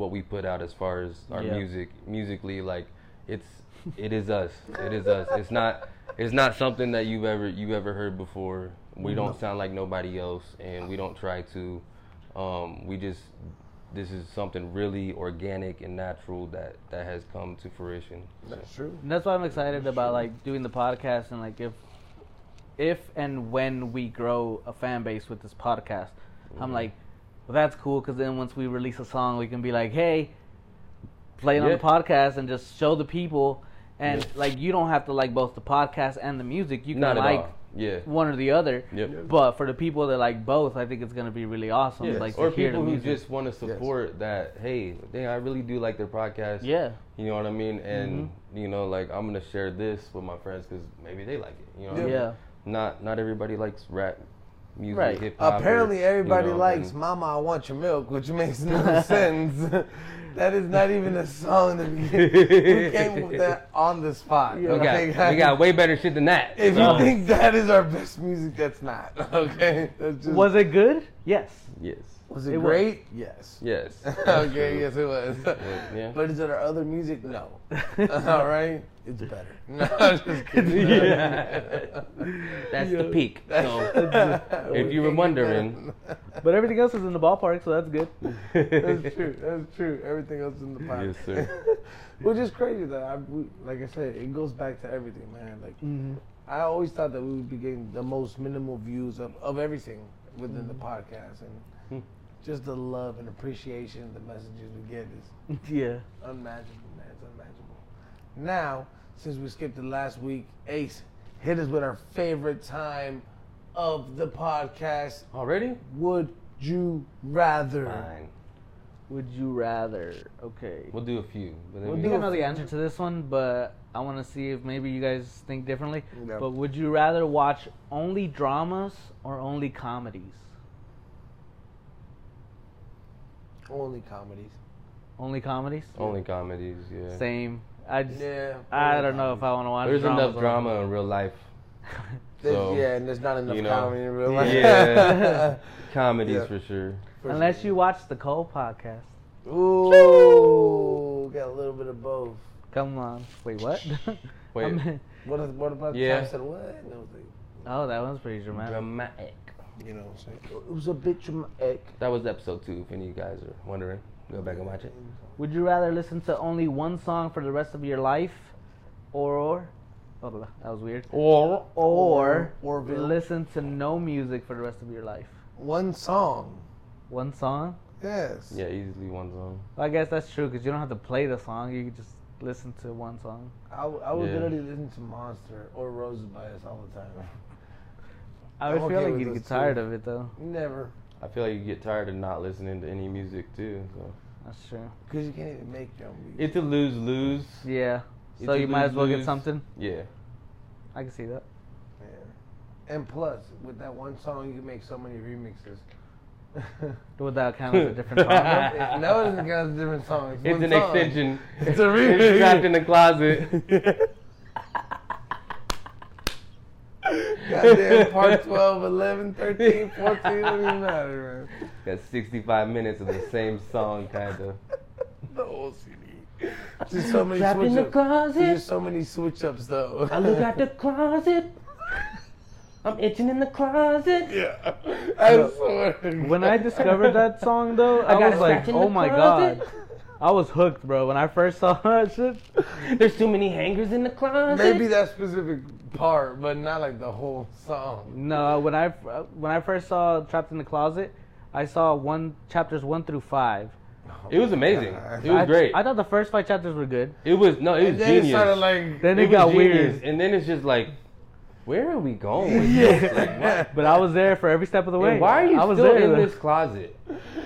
Speaker 4: what we put out as far as our
Speaker 3: Yeah.
Speaker 4: music. Musically, like, it's it is us. It is us. It's not it's not something that you've ever you ever heard before. We don't sound like nobody else, and we don't try to. Um, we just this is something really organic and natural that that has come to fruition. So-
Speaker 2: That's true.
Speaker 3: And that's why I'm excited about like doing the podcast and like if if and when we grow a fan base with this podcast,
Speaker 4: Mm-hmm.
Speaker 3: I'm like, well, that's cool because then once we release a song, we can be like, hey, play it on the
Speaker 4: Yeah.
Speaker 3: podcast and just show the people. And
Speaker 4: Yeah.
Speaker 3: like you don't have to like both the podcast and the music. You can
Speaker 4: Not at
Speaker 3: like
Speaker 4: all. Yeah.
Speaker 3: one or the other.
Speaker 4: Yep.
Speaker 3: But for the people that like both, I think it's gonna be really awesome.
Speaker 4: Yes.
Speaker 3: Like
Speaker 4: or
Speaker 3: to hear the
Speaker 4: people who
Speaker 3: music.
Speaker 4: just want to support that. Hey, dang, I really do like their podcast.
Speaker 3: yeah. Mm-hmm.
Speaker 4: You know what I mean? And you know, like I'm gonna share this with my friends because maybe they like it. You know? what I
Speaker 3: Yeah.
Speaker 4: mean? Not not everybody likes rap music.
Speaker 3: Right.
Speaker 4: hip hop.
Speaker 2: Apparently, everybody likes
Speaker 4: And,
Speaker 2: "Mama, I Want Your Milk," which makes no sense. that is not even a song that we, we came up with that on the spot.
Speaker 4: we got we got way better shit than that.
Speaker 2: If
Speaker 4: So-
Speaker 2: you think that is our best music, that's not. Okay, that's just,
Speaker 3: Was it good? Yes.
Speaker 4: yes,
Speaker 2: was it
Speaker 3: it was-
Speaker 2: great? Yes.
Speaker 4: yes. that's
Speaker 2: okay,
Speaker 4: true.
Speaker 2: yes, it was.
Speaker 4: yeah.
Speaker 2: But is it our other music? No. All right, it's better. No, I'm just kidding.
Speaker 4: That's the peak. So if you were wondering,
Speaker 3: But everything else is in the ballpark, so that's good.
Speaker 2: That's true. That's true. Everything else is in the pot.
Speaker 4: yes, sir.
Speaker 2: Which is crazy that I, we, like I said, it goes back to everything, man. Like
Speaker 4: Mm-hmm.
Speaker 2: I always thought that we would be getting the most minimal views of, of everything within
Speaker 4: Mm-hmm.
Speaker 2: the podcast, and
Speaker 4: Hmm.
Speaker 2: just the love and appreciation, the messages we get is
Speaker 3: Yeah.
Speaker 2: unmanageable, man. It's unmanageable. Now, since we skipped it last week, Ace hit us with our favorite time of the podcast.
Speaker 4: Already?
Speaker 2: Would you rather?
Speaker 4: Fine.
Speaker 3: Would you rather? Okay.
Speaker 4: We'll do a few. But then
Speaker 3: I
Speaker 4: we-
Speaker 3: think I know the answer to this one, but I want to see if maybe you guys think differently.
Speaker 2: Yeah.
Speaker 3: But would you rather watch only dramas or only comedies?
Speaker 2: Only comedies.
Speaker 3: Only comedies?
Speaker 4: Only comedies, yeah.
Speaker 3: Same. I just,
Speaker 2: Yeah.
Speaker 3: I don't know if I want to watch.
Speaker 4: There's
Speaker 3: dramas
Speaker 4: enough
Speaker 3: or-
Speaker 4: drama in real life.
Speaker 2: There's-
Speaker 4: So,
Speaker 2: yeah, and there's not enough
Speaker 4: you know.
Speaker 2: comedy in real life.
Speaker 4: Yeah. Comedies
Speaker 2: Yeah.
Speaker 4: for sure.
Speaker 3: Unless you watch the Cole podcast.
Speaker 2: Ooh, got a little bit of both.
Speaker 3: Come on. Wait, what?
Speaker 4: Wait.
Speaker 3: I'm-
Speaker 2: What, is, what about
Speaker 4: Yeah.
Speaker 2: the time I said what? And I was like,
Speaker 3: oh, that one's pretty dramatic.
Speaker 4: Dramatic.
Speaker 2: you know what I'm saying? It was a bit dramatic.
Speaker 4: That was episode two. If any of you guys are wondering, go back and watch it.
Speaker 3: Would you rather listen to only one song for the rest of your life, or, oh, that was weird,
Speaker 4: Or
Speaker 2: Oh.
Speaker 3: or,
Speaker 2: Or- Orville.
Speaker 3: listen to no music for the rest of your life?
Speaker 2: One song.
Speaker 3: One song?
Speaker 2: Yes.
Speaker 4: yeah, easily one song.
Speaker 3: I guess that's true because you don't have to play the song. You can just listen to one song.
Speaker 2: I, w- I would
Speaker 4: Yeah.
Speaker 2: literally listen to Monster or Roses by Us all the time.
Speaker 3: I
Speaker 2: I'm
Speaker 3: would feel
Speaker 2: okay
Speaker 3: like
Speaker 2: with
Speaker 3: you'd
Speaker 2: those
Speaker 3: get tired
Speaker 2: two.
Speaker 3: of it though.
Speaker 2: Never.
Speaker 4: I feel like you get tired of not listening to any music too. So
Speaker 3: That's true.
Speaker 2: Because you can't even make your own music.
Speaker 4: it's a lose lose.
Speaker 3: Yeah.
Speaker 4: It's
Speaker 3: So
Speaker 4: a
Speaker 3: you might as well get
Speaker 4: lose-lose.
Speaker 3: something.
Speaker 4: Yeah,
Speaker 3: I can see that.
Speaker 2: Yeah. And plus, with that one song, you can make so many remixes.
Speaker 3: Would that count as a different genre?
Speaker 2: no, it doesn't count as different songs.
Speaker 4: it's
Speaker 2: one
Speaker 4: an
Speaker 2: song.
Speaker 4: extension.
Speaker 2: It's a remix.
Speaker 4: trapped in the closet.
Speaker 2: Goddamn part 12, 11, 13, 14, don't even matter, man.
Speaker 4: Got 65 minutes of the same song, kind of.
Speaker 2: The whole CD. Just so many
Speaker 3: Trapped in
Speaker 2: switch
Speaker 3: the
Speaker 2: ups.
Speaker 3: closet.
Speaker 2: There's just so many switch ups, though.
Speaker 3: I look out the closet. I'm itching in the closet.
Speaker 2: yeah. I
Speaker 3: No.
Speaker 2: swear.
Speaker 3: When I discovered that song, though, I,
Speaker 4: got
Speaker 3: was like,
Speaker 4: scratch in
Speaker 3: "Oh
Speaker 4: the
Speaker 3: my
Speaker 4: closet."
Speaker 3: god!" I was hooked, bro. When I first saw that shit,
Speaker 4: There's too many hangers in the closet.
Speaker 2: Maybe that specific part, but not like the whole song.
Speaker 3: no. When I when I first saw "Trapped in the Closet," I saw one chapters one through five.
Speaker 4: It was amazing. It was
Speaker 3: I,
Speaker 4: great.
Speaker 3: I thought the first five chapters were good.
Speaker 4: it was no, it was
Speaker 2: And then
Speaker 4: genius.
Speaker 2: it started like.
Speaker 3: Then it,
Speaker 4: was
Speaker 3: got
Speaker 4: genius,
Speaker 3: weird.
Speaker 4: and then it's just like, where are we going? with this? Like, why,
Speaker 3: But I was there for every step of the way.
Speaker 4: and why are you
Speaker 3: I was
Speaker 4: still
Speaker 3: there.
Speaker 4: in
Speaker 3: though.
Speaker 4: this closet?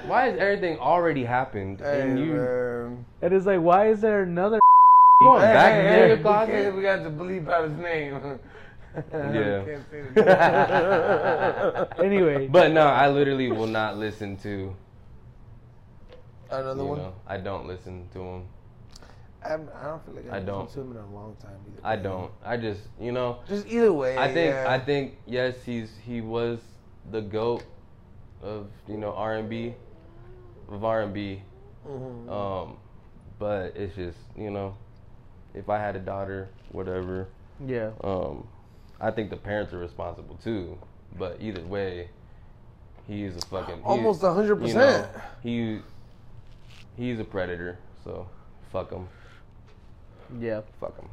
Speaker 4: Why has everything already happened and
Speaker 2: Hey,
Speaker 4: you
Speaker 2: man.
Speaker 3: And it's like, why is there another?
Speaker 4: going
Speaker 2: Hey,
Speaker 4: back
Speaker 2: hey, hey,
Speaker 4: there in the
Speaker 2: we can't-
Speaker 4: closet?
Speaker 2: We got to bleep out his name.
Speaker 4: Yeah.
Speaker 2: Can't say the name.
Speaker 3: anyway,
Speaker 4: But no, I literally will not listen to.
Speaker 2: Another
Speaker 4: you
Speaker 2: one.
Speaker 4: know, I don't listen to them.
Speaker 2: haven't- I don't feel like
Speaker 4: I
Speaker 2: I,
Speaker 4: don't.
Speaker 2: listened to him in a long time. Either.
Speaker 4: I don't. I just you know.
Speaker 2: Just either way.
Speaker 4: I think
Speaker 2: yeah.
Speaker 4: I think yes, he's he was the goat of you know R and B of R and B.
Speaker 2: Mhm.
Speaker 4: Um, but it's just you know, if I had a daughter, whatever.
Speaker 3: Yeah.
Speaker 4: Um, I think the parents are responsible too. But either way, he is a fucking he is-
Speaker 2: Almost a hundred
Speaker 4: you know,
Speaker 2: percent.
Speaker 4: He he's a predator. So fuck him,
Speaker 3: Yeah.
Speaker 4: fuck him.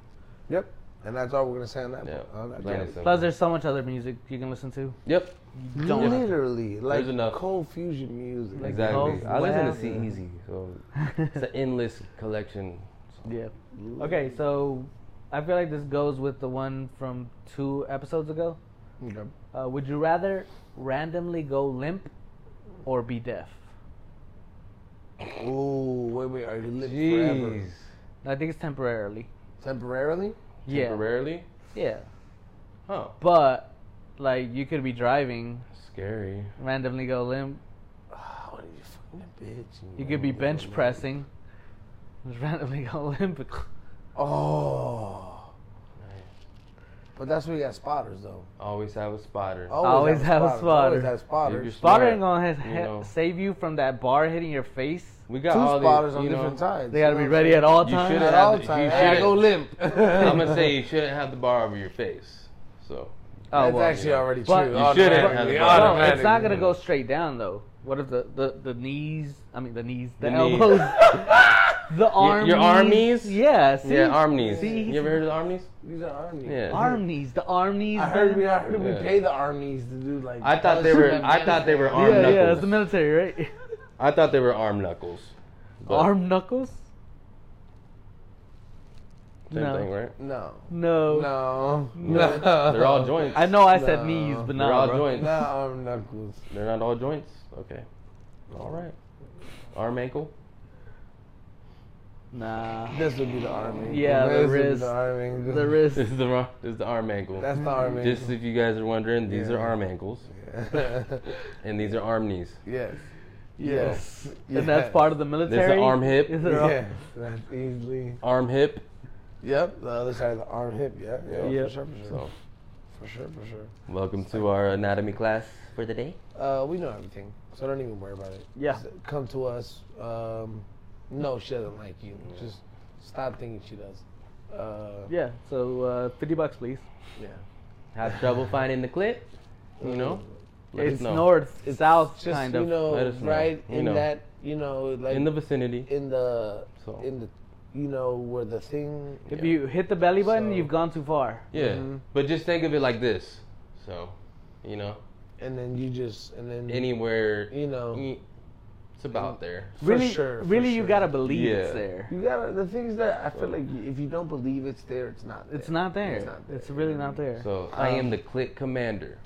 Speaker 2: Yep. And that's all we're gonna say on that.
Speaker 4: Yeah.
Speaker 2: On that
Speaker 4: plain and
Speaker 2: topic.
Speaker 4: simple.
Speaker 3: Plus, there's so much other music you can listen to.
Speaker 4: Yep.
Speaker 3: You don't have to.
Speaker 2: Literally, like
Speaker 4: There's enough.
Speaker 2: cold fusion music.
Speaker 3: Like
Speaker 4: Exactly.
Speaker 3: golf,
Speaker 4: I listen
Speaker 3: whatever.
Speaker 4: to See Easy, so it's an endless collection. So,
Speaker 3: Yeah. Okay, so I feel like this goes with the one from two episodes ago.
Speaker 2: Okay.
Speaker 3: Uh, would you rather randomly go limp or be deaf?
Speaker 2: Ooh, wait, wait. Are you lit forever?
Speaker 4: Jeez.
Speaker 3: I think it's temporarily.
Speaker 2: Temporarily?
Speaker 3: Yeah.
Speaker 4: Temporarily?
Speaker 3: Yeah.
Speaker 4: Huh.
Speaker 3: But like you could be driving,
Speaker 4: Scary.
Speaker 3: randomly go limp.
Speaker 2: Oh, you fucking bitch.
Speaker 3: You could be bench pressing, just randomly go limp.
Speaker 2: Oh. But that's where you got spotters though.
Speaker 4: Always have a spotter.
Speaker 3: Always have a
Speaker 2: Always
Speaker 3: spotter.
Speaker 2: have
Speaker 4: If
Speaker 2: spotters.
Speaker 4: you're
Speaker 3: Spottering
Speaker 4: Smart,
Speaker 3: on his
Speaker 4: you
Speaker 3: he-
Speaker 4: know.
Speaker 3: save you from that bar hitting your face.
Speaker 4: We
Speaker 2: Two
Speaker 4: got all
Speaker 2: spotters
Speaker 4: these,
Speaker 2: on
Speaker 4: you know,
Speaker 2: different sides.
Speaker 3: They gotta
Speaker 2: you know
Speaker 3: be
Speaker 2: what I'm
Speaker 3: ready at all
Speaker 4: You
Speaker 3: times.
Speaker 4: should've
Speaker 2: saying?
Speaker 4: had
Speaker 2: at all
Speaker 4: it. You
Speaker 2: times.
Speaker 4: should.
Speaker 2: Hey, I go limp.
Speaker 4: I'm gonna say you shouldn't have the bar over your face. So
Speaker 3: Oh,
Speaker 2: That's
Speaker 3: well,
Speaker 2: actually
Speaker 4: yeah.
Speaker 2: already
Speaker 3: But-
Speaker 2: true.
Speaker 3: You
Speaker 4: shouldn't have
Speaker 2: Automatically,
Speaker 4: the
Speaker 3: Well,
Speaker 4: bottom.
Speaker 3: no, it's not
Speaker 2: automatically.
Speaker 3: gonna go straight down though. What if the the, the knees? I mean the knees, the,
Speaker 4: The knees.
Speaker 3: elbows, the arm.
Speaker 4: your arm knees?
Speaker 3: Yeah. See?
Speaker 4: yeah, arm knees.
Speaker 3: See?
Speaker 4: You ever heard of the arm knees?
Speaker 2: These are army.
Speaker 4: Yeah.
Speaker 3: Arm knees. The arm knees.
Speaker 2: I heard
Speaker 3: man.
Speaker 2: we, I heard we
Speaker 4: Yeah.
Speaker 2: pay the armies to do like.
Speaker 4: I thought they were. I thought they were arm
Speaker 3: yeah, yeah. It's
Speaker 4: knuckles.
Speaker 3: the military, right?
Speaker 4: I thought they were arm knuckles. But
Speaker 3: arm knuckles.
Speaker 4: Same
Speaker 3: no.
Speaker 4: thing, right?
Speaker 2: No.
Speaker 3: No.
Speaker 2: No.
Speaker 4: No. They're all joints.
Speaker 3: I know I said
Speaker 2: No.
Speaker 3: knees, but
Speaker 4: They're all
Speaker 3: not.
Speaker 4: joints.
Speaker 2: No arm knuckles.
Speaker 4: They're not all joints. Okay. All right. Arm ankle.
Speaker 3: Nah.
Speaker 2: This would be the army.
Speaker 3: Yeah, the
Speaker 2: this Would be
Speaker 3: wrist.
Speaker 2: the army.
Speaker 3: The wrist.
Speaker 4: This is the wrong, this is the arm ankle.
Speaker 2: That's the army.
Speaker 4: Just if you guys are wondering, these
Speaker 2: Yeah.
Speaker 4: are arm ankles and these are arm knees.
Speaker 2: yes. Yes.
Speaker 3: And that's part of the military.
Speaker 4: arm hip.
Speaker 3: Is it all-
Speaker 2: Yes, that's easily.
Speaker 4: Arm hip.
Speaker 2: Yep, the other side of the arm hip. Yeah, yeah,
Speaker 3: Yep.
Speaker 2: for sure, for sure,
Speaker 4: So,
Speaker 2: for sure, for sure.
Speaker 4: welcome to our anatomy class for the day.
Speaker 2: Uh, we know everything, so don't even worry about it.
Speaker 3: Yeah.
Speaker 2: Just come to us. Um, no, she doesn't like you. Just stop thinking she does. Uh,
Speaker 3: Yeah. So uh, fifty bucks, please.
Speaker 2: yeah.
Speaker 4: Have trouble finding the clip? You know? Let us
Speaker 3: it's
Speaker 4: know.
Speaker 3: north, south,
Speaker 2: Just
Speaker 3: kind
Speaker 2: you
Speaker 3: of.
Speaker 2: know,
Speaker 4: Let us know.
Speaker 2: right
Speaker 4: You
Speaker 2: in
Speaker 4: know.
Speaker 2: that, you know, like
Speaker 4: In the vicinity.
Speaker 2: in the
Speaker 4: So.
Speaker 2: in the you know where the thing
Speaker 3: If
Speaker 4: Yeah.
Speaker 3: you hit the belly button,
Speaker 2: So-
Speaker 3: you've gone too far.
Speaker 4: Yeah.
Speaker 2: Mhm.
Speaker 4: But just think of it like this. So, you know,
Speaker 2: and then you just and then
Speaker 4: anywhere,
Speaker 2: Mm-hmm. you know
Speaker 4: eh, it's about there.
Speaker 2: for
Speaker 3: really,
Speaker 2: sure, for
Speaker 3: really, you
Speaker 2: sure.
Speaker 3: gotta believe it's
Speaker 4: Yeah.
Speaker 3: there.
Speaker 2: you gotta the thing is that I feel like if you don't believe it's there, it's not. There.
Speaker 3: It's not there. It's,
Speaker 2: It's not there.
Speaker 3: really not
Speaker 2: Mm-hmm.
Speaker 3: there. Um,
Speaker 4: So, I
Speaker 2: Um.
Speaker 4: am the click commander.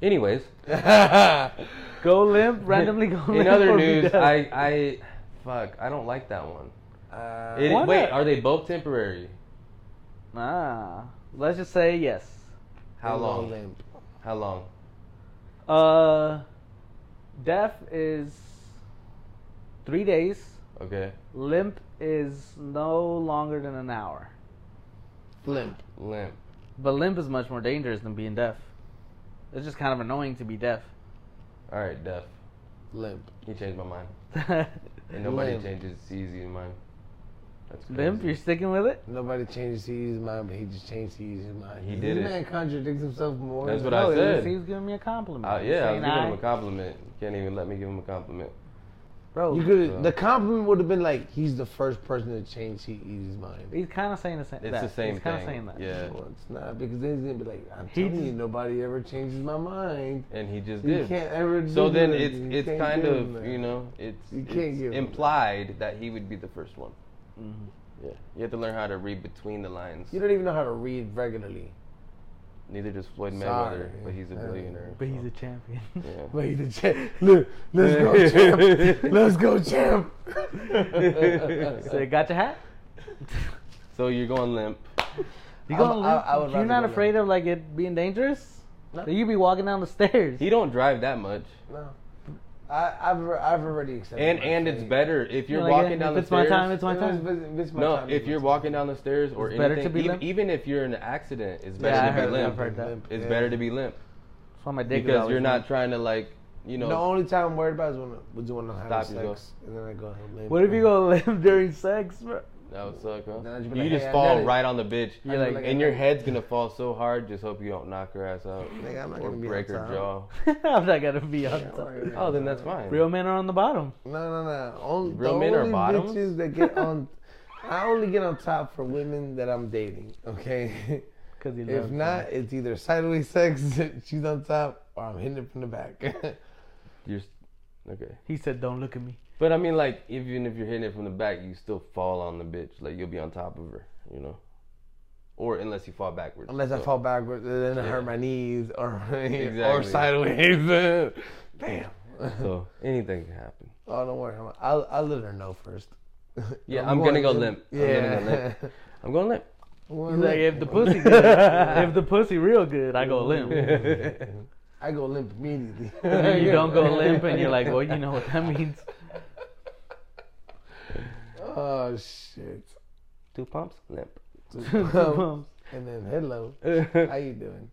Speaker 4: Anyways,
Speaker 3: go limp, randomly go limp.
Speaker 4: in other
Speaker 3: or be
Speaker 4: news,
Speaker 3: dead.
Speaker 4: I, I, fuck, I don't like that one.
Speaker 2: Uh,
Speaker 4: It-
Speaker 3: Why
Speaker 4: wait,
Speaker 3: not?
Speaker 4: are they both temporary?
Speaker 3: ah, let's just say yes.
Speaker 4: How
Speaker 2: no
Speaker 4: long?
Speaker 2: limp.
Speaker 4: How long?
Speaker 3: Uh, deaf is three days.
Speaker 4: Okay.
Speaker 3: Limp is no longer than an hour.
Speaker 2: Limp.
Speaker 4: Limp.
Speaker 3: But limp is much more dangerous than being deaf. It's just kind of annoying to be deaf.
Speaker 4: All right, deaf.
Speaker 2: Limp.
Speaker 4: You changed my mind. And nobody
Speaker 2: Limp.
Speaker 4: changes easy in mine. That's crazy.
Speaker 3: limp, you're sticking with it.
Speaker 2: Nobody changes to use his mind, but he just changed to use his mind.
Speaker 4: He did
Speaker 2: this
Speaker 4: it.
Speaker 2: man contradicts himself more.
Speaker 4: That's
Speaker 2: than-
Speaker 4: what I
Speaker 3: No, it was-
Speaker 4: said.
Speaker 3: He was Oh, giving me a compliment.
Speaker 4: Uh,
Speaker 3: He was
Speaker 4: yeah, I was
Speaker 3: saying,
Speaker 4: giving him
Speaker 3: "Nah,
Speaker 4: a compliment. Can't even let me give him a compliment.
Speaker 3: Bro,
Speaker 2: You could. The compliment would have been like, he's the first person to change he eats his mind.
Speaker 3: he's kind of saying the same.
Speaker 4: It's
Speaker 3: that.
Speaker 4: the same
Speaker 3: he's kind of saying
Speaker 4: thing.
Speaker 3: that.
Speaker 4: Yeah,
Speaker 2: Well, it's not because then he's gonna be like, I'm
Speaker 3: He
Speaker 2: telling
Speaker 3: just-
Speaker 2: you, nobody ever changes my mind.
Speaker 4: and he just
Speaker 2: You
Speaker 4: did.
Speaker 2: can't ever. Do
Speaker 4: So then
Speaker 2: that.
Speaker 4: it's
Speaker 2: You
Speaker 4: it's
Speaker 2: can't
Speaker 4: kind
Speaker 2: give
Speaker 4: of
Speaker 2: him that.
Speaker 4: you know it's,
Speaker 2: You can't
Speaker 4: it's
Speaker 2: give him that. Mm-hmm.
Speaker 4: implied that he would be the first one.
Speaker 3: Mhm.
Speaker 4: Yeah, you have to learn how to read between the lines.
Speaker 2: You don't even know how to read regularly.
Speaker 4: Neither does Floyd
Speaker 2: Sorry.
Speaker 4: Mayweather, but he's a
Speaker 2: Yeah.
Speaker 4: billionaire.
Speaker 3: But he's
Speaker 4: so,
Speaker 3: a champion.
Speaker 4: yeah.
Speaker 2: Wait, the champ. Look, let's go, champ. Let's go, champ.
Speaker 3: so, got your hat?
Speaker 4: So you're going limp.
Speaker 3: You
Speaker 2: I-
Speaker 3: going
Speaker 2: I-
Speaker 3: limp?
Speaker 2: I would
Speaker 3: You're
Speaker 2: rather
Speaker 3: not
Speaker 2: go
Speaker 3: afraid of like it being dangerous?
Speaker 2: No.
Speaker 3: You be walking down the stairs.
Speaker 4: He don't drive that much.
Speaker 2: No. I, I've re- I've already accepted.
Speaker 4: And
Speaker 2: my
Speaker 4: and it's
Speaker 2: fate.
Speaker 4: better if you're
Speaker 3: You're like,
Speaker 4: walking
Speaker 3: if
Speaker 4: down the
Speaker 3: it's my
Speaker 4: stairs.
Speaker 3: time, it's my
Speaker 2: If it's-
Speaker 3: time.
Speaker 2: if it's my
Speaker 4: no,
Speaker 2: time,
Speaker 4: if
Speaker 2: it's
Speaker 4: you're
Speaker 2: my
Speaker 4: walking down the stairs or
Speaker 3: It's
Speaker 4: anything,
Speaker 3: better to be
Speaker 4: even,
Speaker 3: limp.
Speaker 4: even if you're in an accident, it's better
Speaker 3: Yeah, I
Speaker 4: to be
Speaker 3: heard that,
Speaker 4: limp.
Speaker 3: I've heard that.
Speaker 2: Limp,
Speaker 4: It's
Speaker 2: yeah.
Speaker 4: better to be limp
Speaker 3: That's why my dick is
Speaker 4: because
Speaker 3: always
Speaker 4: you're
Speaker 3: limp.
Speaker 4: not trying to like you know.
Speaker 2: the only time I'm worried about is when was when I'm having
Speaker 4: Stop
Speaker 2: sex,
Speaker 4: yourself.
Speaker 2: and then I go. and limp.
Speaker 3: What if you go limp during sex, bro?
Speaker 4: That would suck, huh?
Speaker 2: Nah, just be
Speaker 4: you
Speaker 2: like,
Speaker 4: just
Speaker 2: "Hey, I
Speaker 4: fall
Speaker 2: got it."
Speaker 4: right on the bitch.
Speaker 3: You're
Speaker 2: I'd be
Speaker 3: like-
Speaker 4: and your head's gonna fall so hard. Just hope you don't knock her ass out
Speaker 2: Nigga, I'm not
Speaker 4: or
Speaker 2: gonna be on
Speaker 4: break her
Speaker 2: top.
Speaker 4: jaw.
Speaker 3: I'm not gonna be on
Speaker 2: Yeah,
Speaker 3: top.
Speaker 2: right, right.
Speaker 4: Oh, then that's fine.
Speaker 3: Real men are on the bottom.
Speaker 2: No, no, no. Only,
Speaker 4: Real
Speaker 2: the
Speaker 4: men are
Speaker 2: only
Speaker 4: bottoms?
Speaker 2: bitches that get on. I only get on top for women that I'm dating. Okay.
Speaker 3: Cause he
Speaker 2: If
Speaker 3: loves me.
Speaker 2: not, it's either sideways sex, she's on top, or I'm hitting her from the back.
Speaker 4: You're s- okay.
Speaker 3: he said, "Don't look at me."
Speaker 4: But I mean, like, even if you're hitting it from the back, you still fall on the bitch. Like, you'll be on top of her, you know. Or unless you fall backwards.
Speaker 2: Unless I
Speaker 4: So,
Speaker 2: fall backwards, then I
Speaker 4: Yeah.
Speaker 2: hurt my knees or or
Speaker 4: Exactly.
Speaker 2: sideways. Bam.
Speaker 4: So anything can happen.
Speaker 2: Oh, don't worry. I'm- I'll I'll let her know first.
Speaker 4: Yeah, I'm, gonna
Speaker 2: going
Speaker 4: go
Speaker 2: limp.
Speaker 4: limp. I'm gonna go
Speaker 2: Yeah.
Speaker 4: limp. I'm going limp.
Speaker 2: I'm going
Speaker 3: He's like,
Speaker 2: limp.
Speaker 3: if the pussy, good, if the pussy real good, I go limp.
Speaker 2: I go limp immediately.
Speaker 3: And then you don't go limp, and you're like, well, you know what that means.
Speaker 2: Oh shit.
Speaker 4: Two pumps, limp.
Speaker 2: and then hello, how
Speaker 4: I,
Speaker 2: you doing?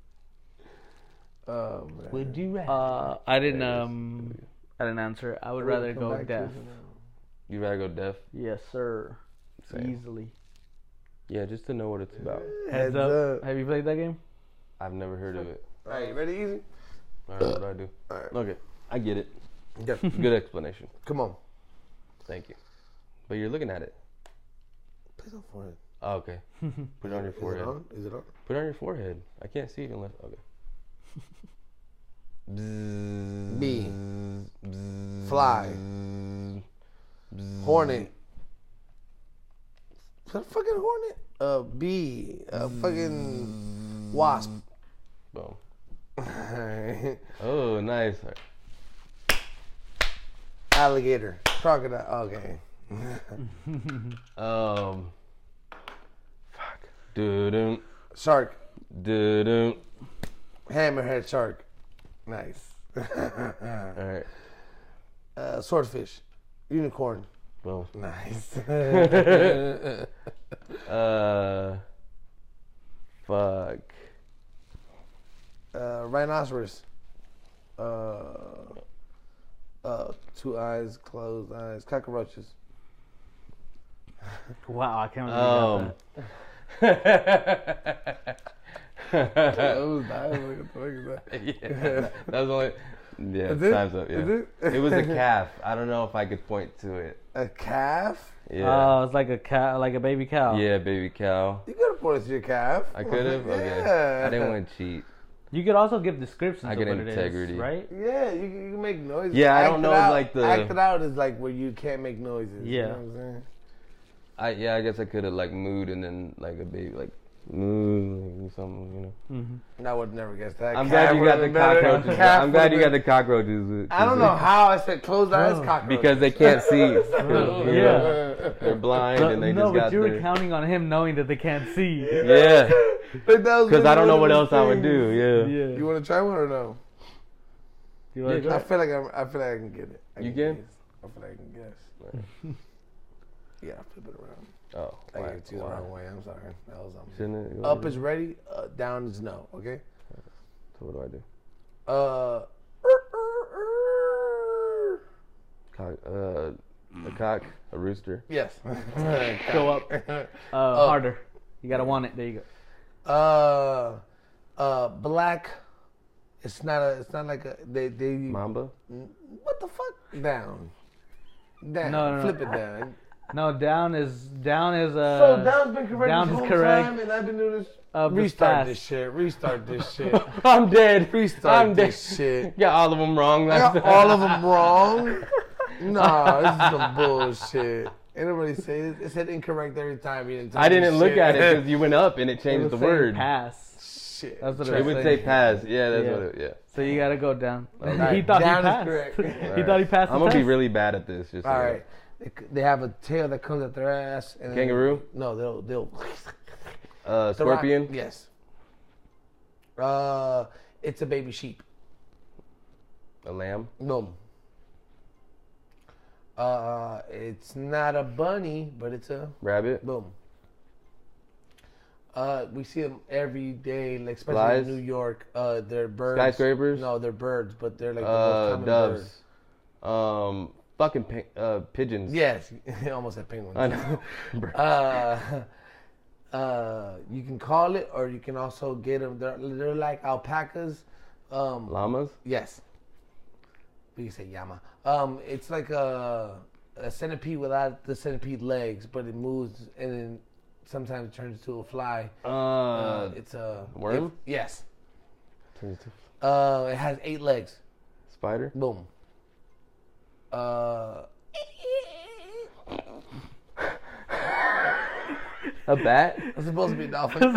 Speaker 2: Oh man.
Speaker 4: Would you rather?
Speaker 3: Uh, I didn't.
Speaker 4: There it is.
Speaker 3: Um, I didn't answer. I would
Speaker 2: We'll
Speaker 3: rather
Speaker 2: come
Speaker 3: go
Speaker 2: back to
Speaker 3: deaf.
Speaker 2: it.
Speaker 4: you rather go deaf?
Speaker 3: Yes, sir.
Speaker 4: Same.
Speaker 3: Easily.
Speaker 4: Yeah, just to know what it's about.
Speaker 3: Heads up. Have you played that game?
Speaker 4: I've never heard of it.
Speaker 2: All right, ready, easy.
Speaker 4: All right, what do I do?
Speaker 2: Alright.
Speaker 4: Okay, I get it.
Speaker 2: Yep.
Speaker 4: Good explanation.
Speaker 2: Come on.
Speaker 4: Thank you. But you're looking at it.
Speaker 2: Please don't forehead.
Speaker 4: Oh, okay. Put it on your
Speaker 2: Is it
Speaker 4: forehead.
Speaker 2: on? Is it on?
Speaker 4: Put it on your forehead. I can't see it unless okay. Bzzz,
Speaker 2: B.
Speaker 4: bzzz,
Speaker 2: Fly.
Speaker 4: bzzz, bzzz.
Speaker 2: Hornet. Is that a fucking hornet? A bee. A fucking wasp.
Speaker 4: Boom.
Speaker 2: Alright.
Speaker 4: Oh, nice. All right.
Speaker 2: Alligator. Crocodile. Okay.
Speaker 4: Um. Fuck. Doo-doo.
Speaker 2: Shark.
Speaker 4: Doo-doo.
Speaker 2: Hammerhead shark. Nice.
Speaker 4: All right.
Speaker 2: Uh, swordfish. Unicorn.
Speaker 4: Boom.
Speaker 2: Nice.
Speaker 4: Uh. Fuck.
Speaker 2: uh, rhinoceros. Uh, uh, two eyes, closed eyes, cockroaches.
Speaker 3: Wow, I can't believe you
Speaker 4: Um.
Speaker 3: got
Speaker 4: yeah,
Speaker 2: Closed eyes. What the fuck is that?
Speaker 4: that was only. Yeah,
Speaker 2: Is it?
Speaker 4: time's up. Yeah.
Speaker 2: Is it?
Speaker 4: it was a calf. I don't know if I could point to it.
Speaker 2: A calf?
Speaker 3: that.
Speaker 4: Yeah.
Speaker 3: Oh, it's like a cow, like a baby
Speaker 2: Oh.
Speaker 3: cow.
Speaker 4: yeah, baby cow.
Speaker 2: You could have pointed to your calf.
Speaker 4: I could have.
Speaker 2: yeah.
Speaker 4: Okay. I didn't want to cheat.
Speaker 3: You could also give descriptions
Speaker 4: I
Speaker 3: of
Speaker 4: get
Speaker 3: what it
Speaker 4: integrity.
Speaker 3: is, right?
Speaker 2: Yeah, you, can- you can make noises.
Speaker 4: Yeah, I
Speaker 2: Act
Speaker 4: don't
Speaker 2: it
Speaker 4: know,
Speaker 2: out-
Speaker 4: like, the-
Speaker 2: act it out is like where you can't make noises. You
Speaker 3: Yeah.
Speaker 2: know what I'm saying?
Speaker 4: I yeah, I guess I could have like mooed and then like a baby like moo like, something. You know.
Speaker 2: And I would never guess that.
Speaker 4: I'm
Speaker 2: Calf
Speaker 4: glad you
Speaker 2: would've
Speaker 4: got the
Speaker 2: been better.
Speaker 4: cockroaches.
Speaker 2: Calf
Speaker 4: I'm glad you
Speaker 2: would've
Speaker 4: got the cockroaches. uh, Oh,
Speaker 2: been- I don't know how I said closed eyes
Speaker 3: Bro.
Speaker 2: cockroaches.
Speaker 4: because they can't see.
Speaker 3: Yeah.
Speaker 4: They're blind and they
Speaker 3: no,
Speaker 4: just
Speaker 3: but
Speaker 4: got
Speaker 3: you were
Speaker 4: their-
Speaker 3: counting on him knowing that they can't see.
Speaker 4: Yeah,
Speaker 2: But that was
Speaker 4: because I don't know what
Speaker 2: one of
Speaker 4: else I would
Speaker 2: those
Speaker 4: do.
Speaker 2: things.
Speaker 4: Yeah.
Speaker 2: You
Speaker 3: You,
Speaker 2: want to try one or no?
Speaker 3: wanna
Speaker 4: Yeah, go
Speaker 3: try?
Speaker 2: I feel like I'm, I feel like I can get it. I
Speaker 4: You can?
Speaker 2: guess. I feel like I can guess. yeah, I flip it around.
Speaker 4: Oh,
Speaker 2: I
Speaker 4: why-
Speaker 2: gave it to you the
Speaker 4: why?
Speaker 2: wrong way. I'm sorry. That was on me.
Speaker 4: Shouldn't it go
Speaker 2: Up
Speaker 4: like
Speaker 2: is ready. Uh, down is no. Okay.
Speaker 4: that? So what do I do?
Speaker 2: Uh.
Speaker 4: Cock, uh, a cock, a rooster.
Speaker 2: Yes.
Speaker 3: Go up
Speaker 2: uh.
Speaker 3: uh,
Speaker 4: Oh.
Speaker 3: harder. You gotta want it. There you go.
Speaker 2: Uh. Black. It's not a. It's not like a. They. They.
Speaker 4: Mamba.
Speaker 2: What the fuck? Down. Down.
Speaker 3: No, no, no.
Speaker 2: Flip it down.
Speaker 3: No, down is down is uh.
Speaker 2: So down's been correct
Speaker 3: down
Speaker 2: this
Speaker 3: is
Speaker 2: whole
Speaker 3: correct. Uh,
Speaker 2: time, and I've been doing this.
Speaker 3: Up is
Speaker 2: Restart
Speaker 3: fast.
Speaker 2: this shit. Restart this shit.
Speaker 4: I'm dead.
Speaker 2: Restart
Speaker 4: I'm dead.
Speaker 2: this shit.
Speaker 4: Got all of them wrong
Speaker 2: I
Speaker 4: last
Speaker 2: got
Speaker 4: time.
Speaker 2: all of them wrong. Nah, this is some bullshit. Anybody say this? It said incorrect every time. You didn't. Tell
Speaker 4: I
Speaker 2: me
Speaker 4: didn't look
Speaker 2: shit.
Speaker 4: at it because you went up and it
Speaker 3: It
Speaker 4: changed
Speaker 3: was
Speaker 4: the
Speaker 3: saying
Speaker 4: word.
Speaker 3: Pass.
Speaker 2: shit.
Speaker 3: That's what
Speaker 4: It
Speaker 3: it
Speaker 4: would
Speaker 3: was
Speaker 4: say
Speaker 3: saying.
Speaker 4: pass. Yeah, that's
Speaker 3: Yeah.
Speaker 4: what. It, yeah.
Speaker 3: So you gotta go down. He
Speaker 2: Alright,
Speaker 3: thought
Speaker 2: down is
Speaker 3: he passed.
Speaker 2: correct.
Speaker 3: he thought he passed. the
Speaker 4: I'm gonna be
Speaker 3: test.
Speaker 4: really bad at this. Just so
Speaker 2: All
Speaker 4: you know.
Speaker 2: right. They- They have a tail that comes up their ass. And
Speaker 4: Kangaroo?
Speaker 2: no, they'll they'll.
Speaker 4: Uh,
Speaker 2: The rock-
Speaker 4: scorpion.
Speaker 2: yes. Uh, it's a baby sheep.
Speaker 4: A lamb.
Speaker 2: No. Uh, it's not a bunny, but it's a
Speaker 4: Rabbit.
Speaker 2: boom. Uh, we see them every day, like especially
Speaker 4: Flies?
Speaker 2: in New York. Uh, they're birds.
Speaker 4: Skyscrapers?
Speaker 2: No, they're birds, but they're like the most
Speaker 4: Uh,
Speaker 2: common
Speaker 4: doves.
Speaker 2: bird.
Speaker 4: Um, fucking pin- uh, pigeons.
Speaker 2: Yes, almost had penguins.
Speaker 4: I know. Bruh.
Speaker 2: uh, uh, you can call it, or you can also get them. They're, they're like alpacas. Um,
Speaker 4: Llamas.
Speaker 2: yes, we can say llama. Um, it's like a, a centipede without the centipede legs, but it moves and then sometimes turns into a fly.
Speaker 4: Uh,
Speaker 2: Uh, it's a
Speaker 4: worm?
Speaker 2: it- yes,
Speaker 4: turns to
Speaker 2: uh, it has eight legs.
Speaker 4: spider.
Speaker 2: Boom. Uh,
Speaker 4: A bat.
Speaker 2: it's supposed to be a dolphin.
Speaker 3: oh,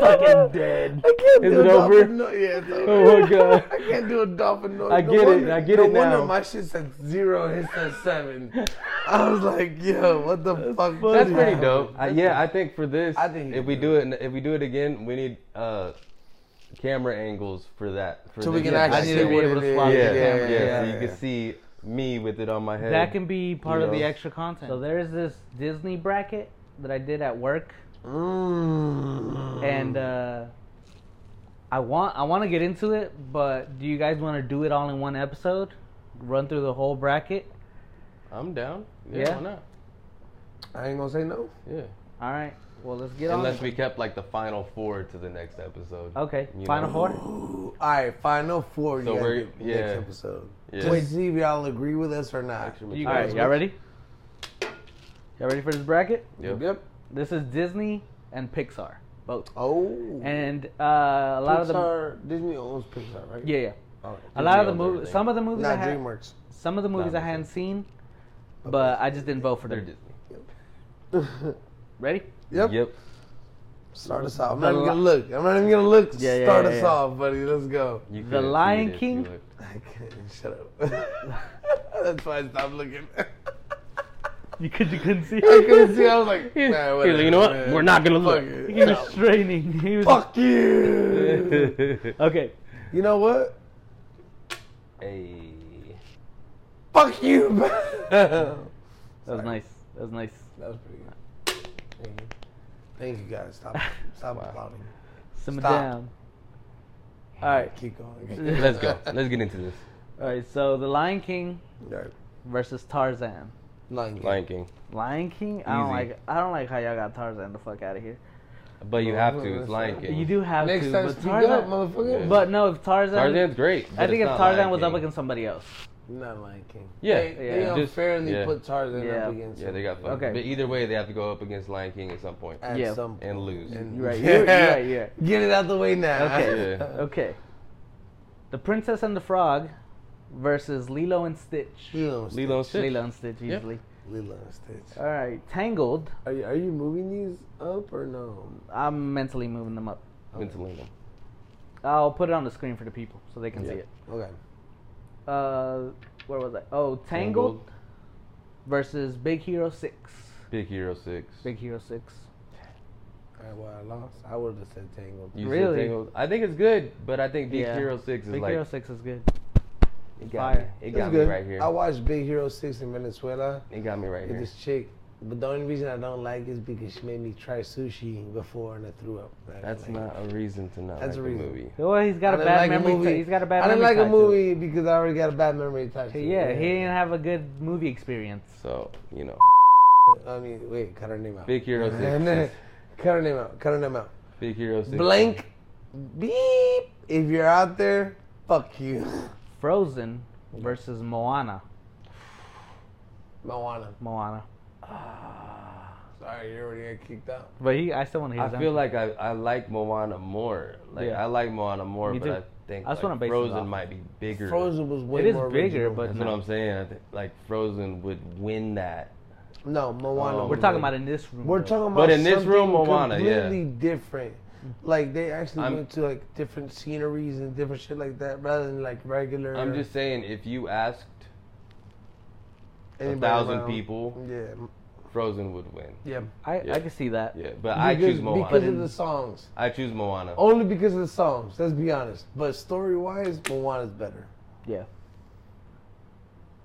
Speaker 3: fucking dead.
Speaker 2: I can't
Speaker 4: Is
Speaker 2: do a
Speaker 4: it over?
Speaker 2: dolphin No- yeah, it's over.
Speaker 4: Oh my god.
Speaker 2: I can't do a dolphin noise.
Speaker 4: I
Speaker 2: No
Speaker 4: get it,
Speaker 2: wonder-
Speaker 4: I get
Speaker 2: no
Speaker 4: it
Speaker 2: wonder
Speaker 4: now.
Speaker 2: my shit said zero, his said seven. I was like, yo, what the fuck?
Speaker 4: That's
Speaker 2: just
Speaker 4: pretty
Speaker 2: happened?
Speaker 4: dope. I,
Speaker 2: That's
Speaker 4: yeah, I think for this,
Speaker 2: I think you
Speaker 4: if we
Speaker 2: do
Speaker 4: do it, if we do it again, we need uh, camera angles for that. For
Speaker 2: So
Speaker 4: the-
Speaker 2: we can
Speaker 4: yeah,
Speaker 2: actually
Speaker 3: I
Speaker 2: see
Speaker 3: need to be
Speaker 2: what
Speaker 3: able
Speaker 2: it
Speaker 3: to
Speaker 2: is.
Speaker 3: swap
Speaker 4: Yeah,
Speaker 3: the
Speaker 4: yeah,
Speaker 3: camera.
Speaker 4: yeah,
Speaker 2: yeah,
Speaker 4: So you
Speaker 2: yeah.
Speaker 4: can see me with it on my head.
Speaker 3: That can be part of the
Speaker 4: Yeah.
Speaker 3: extra content. So there is this Disney bracket that I did at work,
Speaker 2: Mm.
Speaker 3: and uh, I want I want to get into it, but do you guys want to do it all in one episode? Run through the whole bracket.
Speaker 4: I'm down. Yeah,
Speaker 3: Yeah.
Speaker 4: why not?
Speaker 2: I ain't gonna say no.
Speaker 4: Yeah.
Speaker 3: All right. Well, let's get
Speaker 4: Unless
Speaker 3: on.
Speaker 4: we kept like the final four to the next episode.
Speaker 3: okay.
Speaker 4: You
Speaker 3: Final
Speaker 4: know.
Speaker 3: four.
Speaker 2: All right, final four.
Speaker 4: So
Speaker 2: you
Speaker 4: we're-
Speaker 2: guys get
Speaker 4: yeah.
Speaker 2: next episode.
Speaker 4: Yeah.
Speaker 2: Wait, see if y'all agree with us or not.
Speaker 4: Extra
Speaker 3: You
Speaker 4: material.
Speaker 3: all right. Y'all ready? Y'all ready for this bracket?
Speaker 4: Yep.
Speaker 3: This is Disney and Pixar both,
Speaker 2: Oh,
Speaker 3: and uh, a lot of the
Speaker 2: Pixar, Disney owns Pixar, right?
Speaker 3: yeah yeah.
Speaker 2: All
Speaker 3: A
Speaker 2: right.
Speaker 3: lot of the
Speaker 4: owns
Speaker 3: movies.
Speaker 4: everything.
Speaker 3: Some of the movies I
Speaker 2: Not
Speaker 3: had.
Speaker 2: DreamWorks.
Speaker 3: Some of the movies I
Speaker 4: Not
Speaker 3: hadn't seen, but I just didn't vote for
Speaker 4: They're
Speaker 3: them.
Speaker 4: Disney.
Speaker 3: Ready?
Speaker 2: Yep.
Speaker 4: Yep.
Speaker 2: Start us off. I'm not
Speaker 3: The
Speaker 2: even
Speaker 3: li-
Speaker 2: gonna look. I'm not even gonna look.
Speaker 3: Yeah, yeah,
Speaker 2: Start
Speaker 3: yeah,
Speaker 2: us
Speaker 3: yeah.
Speaker 2: off, buddy. Let's go.
Speaker 4: You
Speaker 3: The
Speaker 4: couldn't see
Speaker 3: Lion
Speaker 4: it if
Speaker 3: King?
Speaker 4: you looked.
Speaker 2: I couldn't shut up. That's why I stopped looking. I
Speaker 3: You could you couldn't see.
Speaker 2: couldn't see. I was like, nah,
Speaker 3: He's- he's
Speaker 4: like,
Speaker 2: whatever,
Speaker 4: you know what?
Speaker 2: man.
Speaker 4: We're not gonna look.
Speaker 2: Fuck it.
Speaker 3: He was
Speaker 2: No.
Speaker 3: straining. He was
Speaker 2: Fuck you.
Speaker 3: okay.
Speaker 2: you know what?
Speaker 4: hey.
Speaker 2: Fuck you. that
Speaker 3: That was nice. That was nice.
Speaker 2: That was pretty good. Thank you. Thank you guys. Stop. Stop applauding.
Speaker 3: Simmer
Speaker 2: Stop.
Speaker 3: down. All right.
Speaker 2: Keep going.
Speaker 4: Let's go. Let's get into this.
Speaker 3: All right. So the Lion King
Speaker 2: All right.
Speaker 3: versus Tarzan.
Speaker 2: Lion King.
Speaker 4: Lion King.
Speaker 3: Lion King. I don't
Speaker 4: Easy.
Speaker 3: like. I don't like how y'all got Tarzan the fuck out of here.
Speaker 4: But you have to.
Speaker 2: that's
Speaker 4: It's Lion
Speaker 2: right.
Speaker 4: King.
Speaker 3: You do have
Speaker 2: Next
Speaker 3: to.
Speaker 2: time,
Speaker 3: but
Speaker 2: speak
Speaker 3: Tarzan,
Speaker 2: up, motherfucker.
Speaker 3: But no, if Tarzan.
Speaker 4: Tarzan's great.
Speaker 3: I
Speaker 4: but
Speaker 3: think
Speaker 4: it's
Speaker 3: if
Speaker 4: not
Speaker 3: Tarzan
Speaker 4: Lion
Speaker 3: was up
Speaker 4: King.
Speaker 3: against somebody else.
Speaker 2: Not Lion King.
Speaker 4: Yeah,
Speaker 2: They,
Speaker 3: yeah.
Speaker 2: they
Speaker 4: Just-
Speaker 2: unfairly
Speaker 4: yeah.
Speaker 2: put Tarzan
Speaker 3: Yeah.
Speaker 2: up against.
Speaker 4: Yeah, they got fucked.
Speaker 3: Okay.
Speaker 4: But either way, they have to go up against Lion King at some point
Speaker 2: At
Speaker 3: Yeah.
Speaker 2: some point.
Speaker 4: and lose.
Speaker 2: And-
Speaker 3: You're right. You're, you're right. You're right.
Speaker 2: Get it out the way now.
Speaker 3: Okay.
Speaker 4: Yeah.
Speaker 3: Okay. The Princess and the Frog versus Lilo and Stitch.
Speaker 2: Lilo and
Speaker 4: Lilo and
Speaker 2: Stitch.
Speaker 4: Stitch.
Speaker 3: Lilo and Stitch
Speaker 4: Yeah.
Speaker 3: easily.
Speaker 2: Lilo and Stitch.
Speaker 3: All right, Tangled.
Speaker 2: Are you, are you moving these up or no?
Speaker 3: I'm mentally moving them up.
Speaker 4: Went to Lilo.
Speaker 3: I'll put it on the screen for the people so they can see
Speaker 4: Yeah.
Speaker 3: it.
Speaker 2: Okay.
Speaker 3: Uh, where was I? Oh, Tangled,
Speaker 4: Tangled.
Speaker 3: versus Big Hero Six.
Speaker 4: Big Hero Six.
Speaker 3: Big Hero Six.
Speaker 2: All right, well, I lost. I would have said Tangled.
Speaker 4: You said
Speaker 3: Really?
Speaker 4: Tangled. I think it's good, but I think Big
Speaker 3: Yeah.
Speaker 4: Hero Six is
Speaker 3: Big
Speaker 4: like
Speaker 3: Hero Six is good.
Speaker 4: it got
Speaker 3: fire.
Speaker 4: me. It
Speaker 2: It's
Speaker 4: got me
Speaker 2: good.
Speaker 4: right here.
Speaker 2: I watched Big Hero 6 in Venezuela
Speaker 4: It got me right
Speaker 2: with
Speaker 4: here.
Speaker 2: this chick. But the only reason I don't like is because she made me try sushi before and I threw up. I didn't
Speaker 4: That's
Speaker 2: like it.
Speaker 4: not a reason to not
Speaker 2: That's
Speaker 4: like
Speaker 2: a
Speaker 4: a
Speaker 2: reason.
Speaker 4: movie.
Speaker 3: Well, he's got
Speaker 2: I
Speaker 3: a
Speaker 2: didn't
Speaker 3: bad
Speaker 2: like
Speaker 3: memory.
Speaker 2: movie.
Speaker 3: t- he's got a bad.
Speaker 2: I didn't
Speaker 3: memory
Speaker 2: like a
Speaker 3: tied to it.
Speaker 2: movie because I already got a bad memory attached to it.
Speaker 3: Yeah, he didn't have a good movie experience.
Speaker 4: So you know,
Speaker 2: I mean, wait, cut her name out.
Speaker 4: Big Hero Six.
Speaker 2: cut
Speaker 4: is-
Speaker 2: her name out. Cut her name out.
Speaker 4: Big Hero Six.
Speaker 2: Blank. Beep. If you're out there, fuck you.
Speaker 3: Frozen versus Moana.
Speaker 2: Moana.
Speaker 3: Moana.
Speaker 2: Sorry, you already got kicked out.
Speaker 3: But he, I still want to hear.
Speaker 4: I
Speaker 3: his
Speaker 4: feel
Speaker 3: answer.
Speaker 4: like I, I like Moana more. Like
Speaker 3: Yeah.
Speaker 4: I like Moana more,
Speaker 3: Me
Speaker 4: but
Speaker 3: too.
Speaker 4: I think
Speaker 3: I just
Speaker 4: like,
Speaker 3: wanna base it off
Speaker 4: Frozen
Speaker 3: of-
Speaker 4: might be bigger.
Speaker 2: Frozen was way
Speaker 3: It is
Speaker 2: more
Speaker 3: bigger,
Speaker 2: original.
Speaker 3: but-
Speaker 4: That's what I'm saying. I think like Frozen would win that.
Speaker 2: no, Moana.
Speaker 4: Um,
Speaker 3: we're
Speaker 2: was
Speaker 3: talking
Speaker 2: way-
Speaker 3: about in this room.
Speaker 2: We're
Speaker 3: though.
Speaker 2: talking about.
Speaker 4: But in this room,
Speaker 2: something
Speaker 4: Moana, yeah.
Speaker 2: completely different. Like they actually
Speaker 4: I'm-
Speaker 2: went to like different sceneries and different shit like that, rather than like regular.
Speaker 4: I'm just saying, if you asked a
Speaker 2: anybody
Speaker 4: thousand
Speaker 2: around.
Speaker 4: people,
Speaker 2: Yeah,
Speaker 4: Frozen would win.
Speaker 2: yeah.
Speaker 3: I,
Speaker 4: Yeah.
Speaker 3: I can see that.
Speaker 4: Yeah, but I choose Moana.
Speaker 2: because of the songs.
Speaker 4: I choose Moana.
Speaker 3: Oh,
Speaker 2: Only because of the songs. Let's be honest. But story wise, Moana's better.
Speaker 3: Yeah.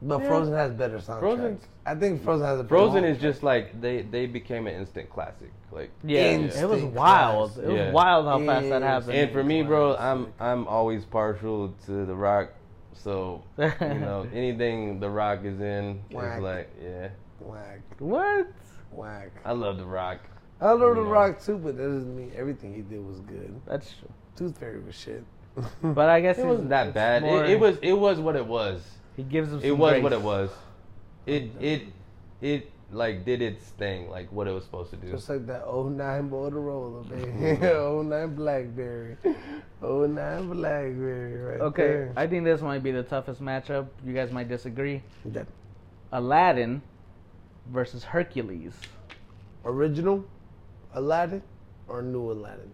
Speaker 2: But
Speaker 4: Yeah.
Speaker 2: Frozen has better soundtracks.
Speaker 4: Frozen-
Speaker 2: I think Frozen has a
Speaker 3: oh.
Speaker 4: Frozen is just like they they became an instant classic. Like
Speaker 3: Yeah, it was
Speaker 2: Instinct
Speaker 3: wild.
Speaker 2: class.
Speaker 3: It was
Speaker 4: Yeah.
Speaker 3: wild how fast that happened.
Speaker 4: and for me, bro, I'm I'm always partial to The Rock, so you know anything The Rock is in,
Speaker 2: Whack.
Speaker 4: it's like yeah,
Speaker 2: whack,
Speaker 3: what?
Speaker 2: whack.
Speaker 4: I love The Rock.
Speaker 2: I love The
Speaker 4: Yeah.
Speaker 2: Rock too, but that doesn't mean everything he did was good.
Speaker 3: That's true.
Speaker 2: Tooth Fairy was shit.
Speaker 3: But I guess
Speaker 4: It
Speaker 3: it's-
Speaker 4: wasn't that
Speaker 3: it's
Speaker 4: bad.
Speaker 3: more-
Speaker 4: It, it was it was what it was.
Speaker 3: He gives him.
Speaker 4: It
Speaker 3: some
Speaker 4: was
Speaker 3: grace.
Speaker 4: what it was. It it it like did its thing, like what it was supposed to do.
Speaker 2: Just like that 09 Motorola, baby. 09 Blackberry. 09 Blackberry, right?
Speaker 3: Okay,
Speaker 2: there.
Speaker 3: I think this might be the toughest matchup. You guys might disagree.
Speaker 2: That
Speaker 3: Aladdin versus Hercules,
Speaker 2: original Aladdin or new Aladdin?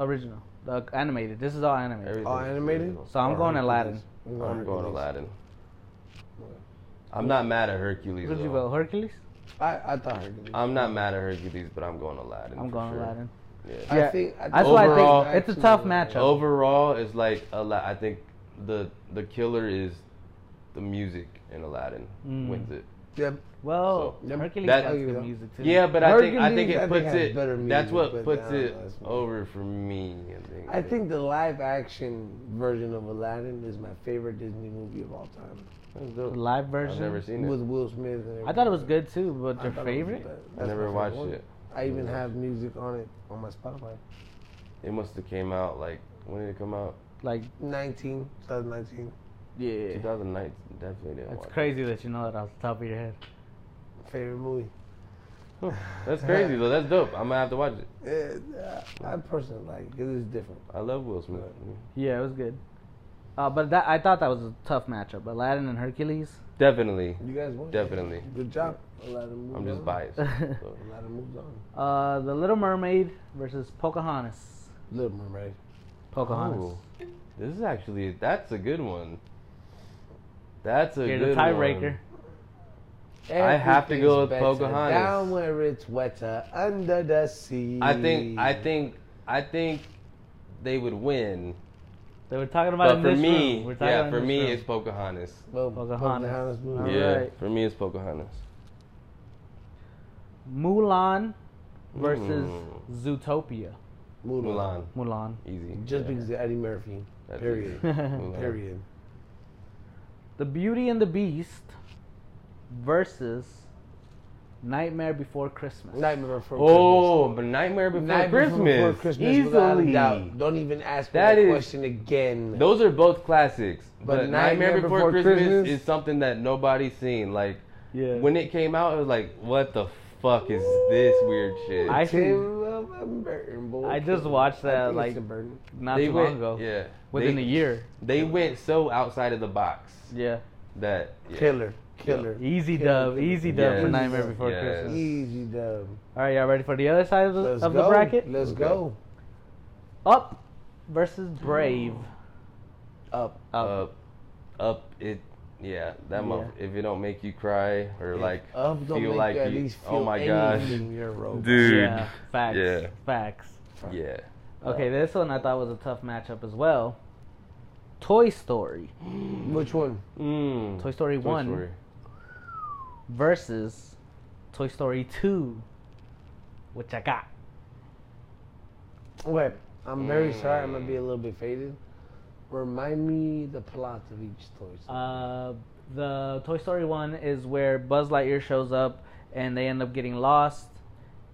Speaker 3: original, the animated. This is all animated.
Speaker 4: Everything
Speaker 2: All
Speaker 4: was
Speaker 2: animated?
Speaker 4: original.
Speaker 3: So I'm going Aladdin.
Speaker 4: I'm going
Speaker 2: Hercules.
Speaker 4: Aladdin. I'm not mad at Hercules.
Speaker 3: Would you
Speaker 4: though.
Speaker 3: go Hercules?
Speaker 2: I, I thought Hercules.
Speaker 4: I'm not mad at Hercules, but I'm going Aladdin.
Speaker 3: I'm
Speaker 4: for
Speaker 3: going
Speaker 4: sure.
Speaker 3: Aladdin.
Speaker 4: Yeah.
Speaker 2: I
Speaker 3: yeah,
Speaker 2: think I
Speaker 3: that's
Speaker 2: think
Speaker 4: why I think
Speaker 2: overall-
Speaker 3: it's a tough matchup.
Speaker 4: Overall, it's like Ala- I think the the killer is the music in Aladdin
Speaker 3: Mm.
Speaker 4: wins it.
Speaker 2: Yeah,
Speaker 3: Well,
Speaker 2: So,
Speaker 3: Hercules
Speaker 4: that-
Speaker 3: has
Speaker 2: I'll give Oh, you
Speaker 3: good
Speaker 2: that.
Speaker 3: music too.
Speaker 4: Yeah, but I think I
Speaker 2: Hercules,
Speaker 4: think
Speaker 2: I
Speaker 4: it
Speaker 2: think,
Speaker 4: puts
Speaker 2: has
Speaker 4: it.
Speaker 2: better
Speaker 4: that's
Speaker 2: music, but
Speaker 4: what puts
Speaker 2: I don't
Speaker 4: it
Speaker 2: know, it's-
Speaker 4: over for me. I think.
Speaker 2: I think the live action version of Aladdin is my favorite Disney movie of all time.
Speaker 4: That's
Speaker 3: The
Speaker 4: dope.
Speaker 3: live
Speaker 4: I've
Speaker 3: version.
Speaker 4: never seen
Speaker 2: With
Speaker 4: it.
Speaker 2: Will Smith. And
Speaker 3: I thought it was
Speaker 2: everything.
Speaker 3: good too, but
Speaker 2: I
Speaker 3: your
Speaker 2: thought it was
Speaker 3: favorite?
Speaker 2: good.
Speaker 4: I
Speaker 2: That's my
Speaker 4: never
Speaker 2: favorite
Speaker 4: watched
Speaker 2: one.
Speaker 4: it.
Speaker 2: I even
Speaker 4: Yeah.
Speaker 2: have music on it on my Spotify.
Speaker 4: It must have came out like when did it come out?
Speaker 3: Like,
Speaker 2: 19, 2019.
Speaker 3: yeah.
Speaker 4: 2009. Definitely didn't
Speaker 3: That's
Speaker 4: watch. it.
Speaker 3: crazy that you know that off the top of your head.
Speaker 2: Favorite movie.
Speaker 4: That's crazy though. That's dope. I'm gonna have to watch it.
Speaker 2: Yeah, Eh, I I personally like it. It is different.
Speaker 4: I love Will Smith.
Speaker 3: Yeah, it was good. Uh, but that I thought that was a tough matchup. Aladdin and Hercules.
Speaker 4: Definitely.
Speaker 2: You guys won.
Speaker 4: Definitely.
Speaker 2: Good job. Aladdin moved
Speaker 4: I'm just
Speaker 2: on.
Speaker 4: biased. so.
Speaker 2: Aladdin moved on.
Speaker 3: Uh, the Little Mermaid versus Pocahontas.
Speaker 2: Little Mermaid.
Speaker 3: Pocahontas.
Speaker 4: Oh, this is actually that's a good one. That's a
Speaker 3: You're the
Speaker 4: good
Speaker 3: tiebreaker.
Speaker 4: I have to go with
Speaker 2: Everything's better
Speaker 4: Pocahontas.
Speaker 2: Down where it's wetter, under the sea.
Speaker 4: One. I think I think I think they would win.
Speaker 3: They were talking about it
Speaker 4: But
Speaker 3: in
Speaker 4: for
Speaker 3: this
Speaker 4: me,
Speaker 3: room. We're talking about
Speaker 4: yeah,
Speaker 3: it
Speaker 4: for
Speaker 3: in
Speaker 4: me
Speaker 3: this
Speaker 4: it's Pocahontas.
Speaker 2: Well,
Speaker 3: Pocahontas.
Speaker 2: Pocahontas movie.
Speaker 3: All
Speaker 4: yeah,
Speaker 3: right.
Speaker 4: for me it's Pocahontas.
Speaker 3: room. Mulan versus
Speaker 4: Mm.
Speaker 3: Zootopia.
Speaker 2: Moved on.
Speaker 4: Mulan,
Speaker 3: Mulan.
Speaker 4: easy.
Speaker 2: Just
Speaker 4: yeah,
Speaker 2: because of Eddie Murphy.
Speaker 4: that's
Speaker 2: period.
Speaker 4: easy. Mulan.
Speaker 2: Period.
Speaker 3: The Beauty and the Beast versus Nightmare Before Christmas.
Speaker 2: Nightmare Before Christmas.
Speaker 4: Oh, but Nightmare Before
Speaker 2: Nightmare
Speaker 4: Christmas.
Speaker 2: Before Christmas, without a
Speaker 4: easily.
Speaker 2: doubt. Don't even ask me that,
Speaker 4: That is-
Speaker 2: question again.
Speaker 4: Those are both classics.
Speaker 2: But
Speaker 4: But, Nightmare,
Speaker 2: Nightmare
Speaker 4: Before,
Speaker 2: Before
Speaker 4: Christmas,
Speaker 2: Christmas?
Speaker 4: is something that nobody's seen. Like
Speaker 3: Yeah.
Speaker 4: when it came out, it was like, what the fuck is this weird shit?
Speaker 3: I see.
Speaker 2: Tim Burton, boy.
Speaker 3: I just watched
Speaker 2: I
Speaker 3: that,
Speaker 2: think it's
Speaker 3: like,
Speaker 2: Tim Burton.
Speaker 3: Not
Speaker 4: they
Speaker 3: too
Speaker 4: went,
Speaker 3: long ago.
Speaker 4: Yeah.
Speaker 3: Within
Speaker 4: they,
Speaker 3: a year.
Speaker 4: They went so outside of the box
Speaker 3: Yeah.
Speaker 4: that yeah.
Speaker 2: Killer, killer,
Speaker 3: Easy
Speaker 2: Killer,
Speaker 3: dub.
Speaker 2: killer.
Speaker 3: Easy
Speaker 4: Yeah.
Speaker 3: dub for
Speaker 4: Easy
Speaker 3: Nightmare
Speaker 2: dub.
Speaker 3: Before
Speaker 4: Yeah.
Speaker 3: Christmas.
Speaker 2: easy dub.
Speaker 3: All right, y'all ready for the other side of the,
Speaker 2: Let's
Speaker 3: of
Speaker 2: go.
Speaker 3: the bracket?
Speaker 2: Let's
Speaker 4: Okay.
Speaker 2: go.
Speaker 3: Up versus Brave.
Speaker 2: Up.
Speaker 3: Up.
Speaker 4: up, up it. Yeah, that
Speaker 3: Yeah.
Speaker 4: motherf- If it don't make you cry or like
Speaker 2: up don't
Speaker 4: feel
Speaker 2: make
Speaker 4: like
Speaker 2: you at
Speaker 4: you-
Speaker 2: least feel
Speaker 4: oh my gosh,
Speaker 2: anything, you're a robot.
Speaker 4: dude.
Speaker 3: Yeah. Facts.
Speaker 4: Yeah.
Speaker 3: Facts.
Speaker 4: Yeah.
Speaker 3: Okay, this one I thought was a tough matchup as well. Toy Story.
Speaker 2: Which one?
Speaker 4: Mm.
Speaker 3: Toy Story 1
Speaker 4: Story.
Speaker 3: versus Toy Story 2. Which I got.
Speaker 2: Wait, I'm very
Speaker 4: Mm.
Speaker 2: sorry. I'm gonna be a little bit faded. Remind me the plot of each Toy Story.
Speaker 3: Uh, the Toy Story one is where Buzz Lightyear shows up and they end up getting lost.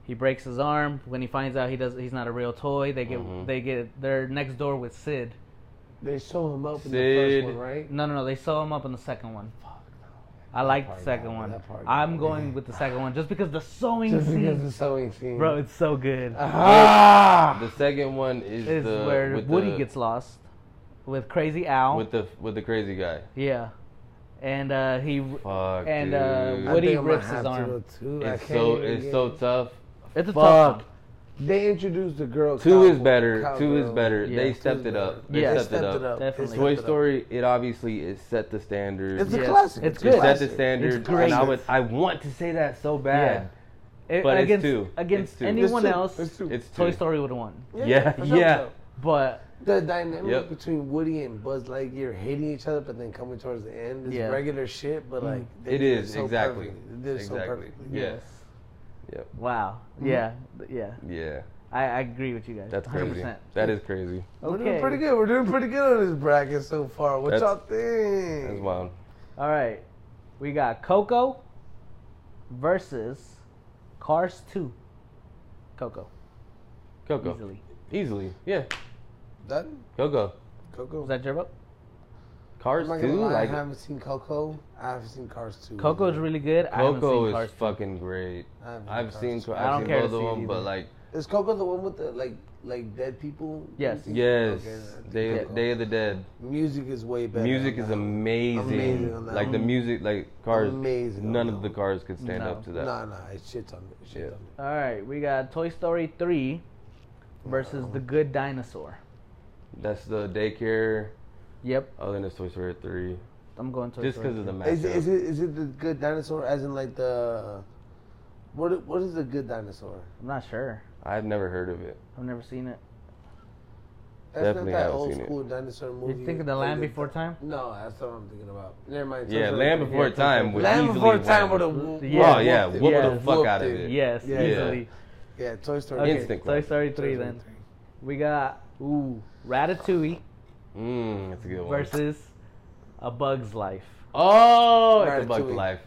Speaker 3: He breaks his arm when he finds out he does he's not a real toy. They get
Speaker 4: Mhm.
Speaker 3: they get they're next door with Sid.
Speaker 2: they sew him up in the
Speaker 4: Sid.
Speaker 2: first one, right?
Speaker 3: No, no, no. They sew him up in the second one. I like the
Speaker 2: part
Speaker 3: second
Speaker 2: got me,
Speaker 3: one.
Speaker 2: that part got
Speaker 3: I'm
Speaker 2: me.
Speaker 3: going with the second one just because the sewing
Speaker 2: Just because of
Speaker 3: scene,
Speaker 2: the sewing scene.
Speaker 3: bro. It's so good.
Speaker 2: ah!
Speaker 4: The second one is,
Speaker 3: It's
Speaker 4: the
Speaker 3: where
Speaker 4: Uh, with
Speaker 3: Woody
Speaker 4: the,
Speaker 3: gets lost with Crazy Owl.
Speaker 4: with the with the crazy guy.
Speaker 3: yeah, and uh, he
Speaker 4: Fuck.
Speaker 3: And,
Speaker 4: dude.
Speaker 3: uh,
Speaker 2: I
Speaker 3: Woody
Speaker 2: think I'm gonna
Speaker 3: rips his
Speaker 2: have to
Speaker 3: arm.
Speaker 2: go Two. I
Speaker 4: It's
Speaker 2: can't
Speaker 4: so
Speaker 2: even
Speaker 4: it's
Speaker 2: get-
Speaker 4: so tough.
Speaker 3: it's a tough
Speaker 4: Fuck.
Speaker 3: one.
Speaker 2: They introduced the girl.
Speaker 4: Two is
Speaker 2: cowboy-
Speaker 4: better. Two is
Speaker 2: cowgirl.
Speaker 4: better.
Speaker 3: Yeah.
Speaker 4: They
Speaker 3: Two's
Speaker 4: stepped it
Speaker 2: better.
Speaker 4: up. They
Speaker 3: Yeah.
Speaker 2: They
Speaker 4: stepped, it up.
Speaker 3: Definitely.
Speaker 2: They
Speaker 4: Toy
Speaker 2: stepped it up.
Speaker 4: Story, it obviously is set the standard.
Speaker 2: It's
Speaker 3: Yeah.
Speaker 2: a classic. a
Speaker 3: It's good.
Speaker 4: It set
Speaker 2: classic.
Speaker 4: the standard.
Speaker 3: It's great.
Speaker 4: And I would, I want to say that so bad.
Speaker 3: It-
Speaker 4: But it's
Speaker 3: against
Speaker 4: two.
Speaker 3: against
Speaker 4: It's two.
Speaker 3: anyone
Speaker 2: It's two.
Speaker 3: else,
Speaker 2: It's two.
Speaker 4: It's
Speaker 3: Toy
Speaker 4: two.
Speaker 3: Story would have won.
Speaker 4: Yeah,
Speaker 2: for sure.
Speaker 4: yeah.
Speaker 3: But
Speaker 2: The dynamic
Speaker 4: Yep.
Speaker 2: between Woody and Buzz Lightyear hating each other, but then coming towards the end is
Speaker 3: Yeah.
Speaker 2: regular shit. But like, they
Speaker 4: Mm. It
Speaker 2: did
Speaker 4: is,
Speaker 2: so
Speaker 4: exactly.
Speaker 2: perfectly. They did it so
Speaker 4: Exactly.
Speaker 2: perfectly.
Speaker 4: Yes.
Speaker 3: Wow. Yeah. Yeah.
Speaker 4: Yeah.
Speaker 3: I, I agree with you guys.
Speaker 4: That's crazy. That is crazy.
Speaker 2: We're doing
Speaker 3: Okay.
Speaker 2: pretty good. We're doing pretty good on this bracket so far. What
Speaker 4: That's-
Speaker 2: y'all think?
Speaker 4: That's wild.
Speaker 3: All right. We got Coco versus Cars 2. Coco.
Speaker 4: Coco. Easily.
Speaker 3: Easily.
Speaker 4: Yeah.
Speaker 2: Done?
Speaker 4: Coco.
Speaker 2: Coco.
Speaker 3: Was that your vote?
Speaker 4: Cars
Speaker 2: I'm not
Speaker 4: too.
Speaker 2: gonna lie, I
Speaker 4: Like
Speaker 2: haven't seen Coco. I haven't seen Cars 2.
Speaker 3: Coco is really good. I haven't
Speaker 4: Coco
Speaker 3: seen
Speaker 4: is
Speaker 3: Cars 2.
Speaker 4: fucking great.
Speaker 2: I haven't
Speaker 4: I've
Speaker 2: Cars
Speaker 4: seen.
Speaker 2: 2.
Speaker 4: I've
Speaker 3: I don't
Speaker 4: seen
Speaker 3: care to
Speaker 4: both of
Speaker 3: see it
Speaker 4: them, but
Speaker 3: either.
Speaker 4: like
Speaker 2: Is Coco the one with the like like dead people?
Speaker 3: Yes.
Speaker 2: music?
Speaker 4: yes,
Speaker 2: Okay, that's
Speaker 4: Day
Speaker 2: Coco.
Speaker 4: Day of the Dead.
Speaker 2: Music is way better.
Speaker 4: music
Speaker 2: than
Speaker 4: is
Speaker 2: that.
Speaker 4: amazing.
Speaker 2: Amazing on that
Speaker 4: like the
Speaker 2: one.
Speaker 4: music, like cars.
Speaker 2: Amazing on
Speaker 4: None
Speaker 2: that
Speaker 4: of the
Speaker 2: one.
Speaker 4: cars could stand
Speaker 3: No.
Speaker 4: up to that.
Speaker 2: Nah, nah, it shits on me. It shits
Speaker 4: Yeah.
Speaker 2: on me.
Speaker 3: All right. We got Toy Story 3 versus The Good Dinosaur.
Speaker 4: That's the daycare.
Speaker 3: Yep.
Speaker 4: Other than it's Toy Story three,
Speaker 3: I'm going Toy
Speaker 4: just
Speaker 3: Story
Speaker 4: because of the
Speaker 3: 3.
Speaker 2: Is,
Speaker 4: matchup.
Speaker 2: it- is it is it the good dinosaur? As in like the what i- what is the good dinosaur?
Speaker 3: I'm not sure.
Speaker 4: I've never heard of it.
Speaker 3: I've never seen it.
Speaker 2: That's
Speaker 4: Definitely
Speaker 2: not that
Speaker 4: haven't
Speaker 2: old
Speaker 4: seen it.
Speaker 2: school dinosaur movie.
Speaker 3: You think of the Land
Speaker 2: Like
Speaker 3: Before Time?
Speaker 2: No, that's not what I'm thinking about. Never mind. Toy
Speaker 4: Yeah,
Speaker 2: Story
Speaker 4: Land
Speaker 2: three.
Speaker 4: Before
Speaker 3: yeah,
Speaker 4: Time would
Speaker 2: Land
Speaker 4: easily
Speaker 2: Before Time would
Speaker 4: win.
Speaker 2: have.
Speaker 3: Yeah.
Speaker 4: Oh, yeah, whoop
Speaker 3: the
Speaker 4: fuck out of it.
Speaker 3: Yes,
Speaker 2: Yeah.
Speaker 3: easily.
Speaker 2: Yeah, Toy Story.
Speaker 3: Okay,
Speaker 4: Instant
Speaker 3: Toy
Speaker 4: classic.
Speaker 3: Story 3 then. We got ooh, Ratatouille
Speaker 4: Mm, that's a good one.
Speaker 3: versus A Bug's Life.
Speaker 4: oh, it's a bug's
Speaker 2: Ratatouille.
Speaker 4: life.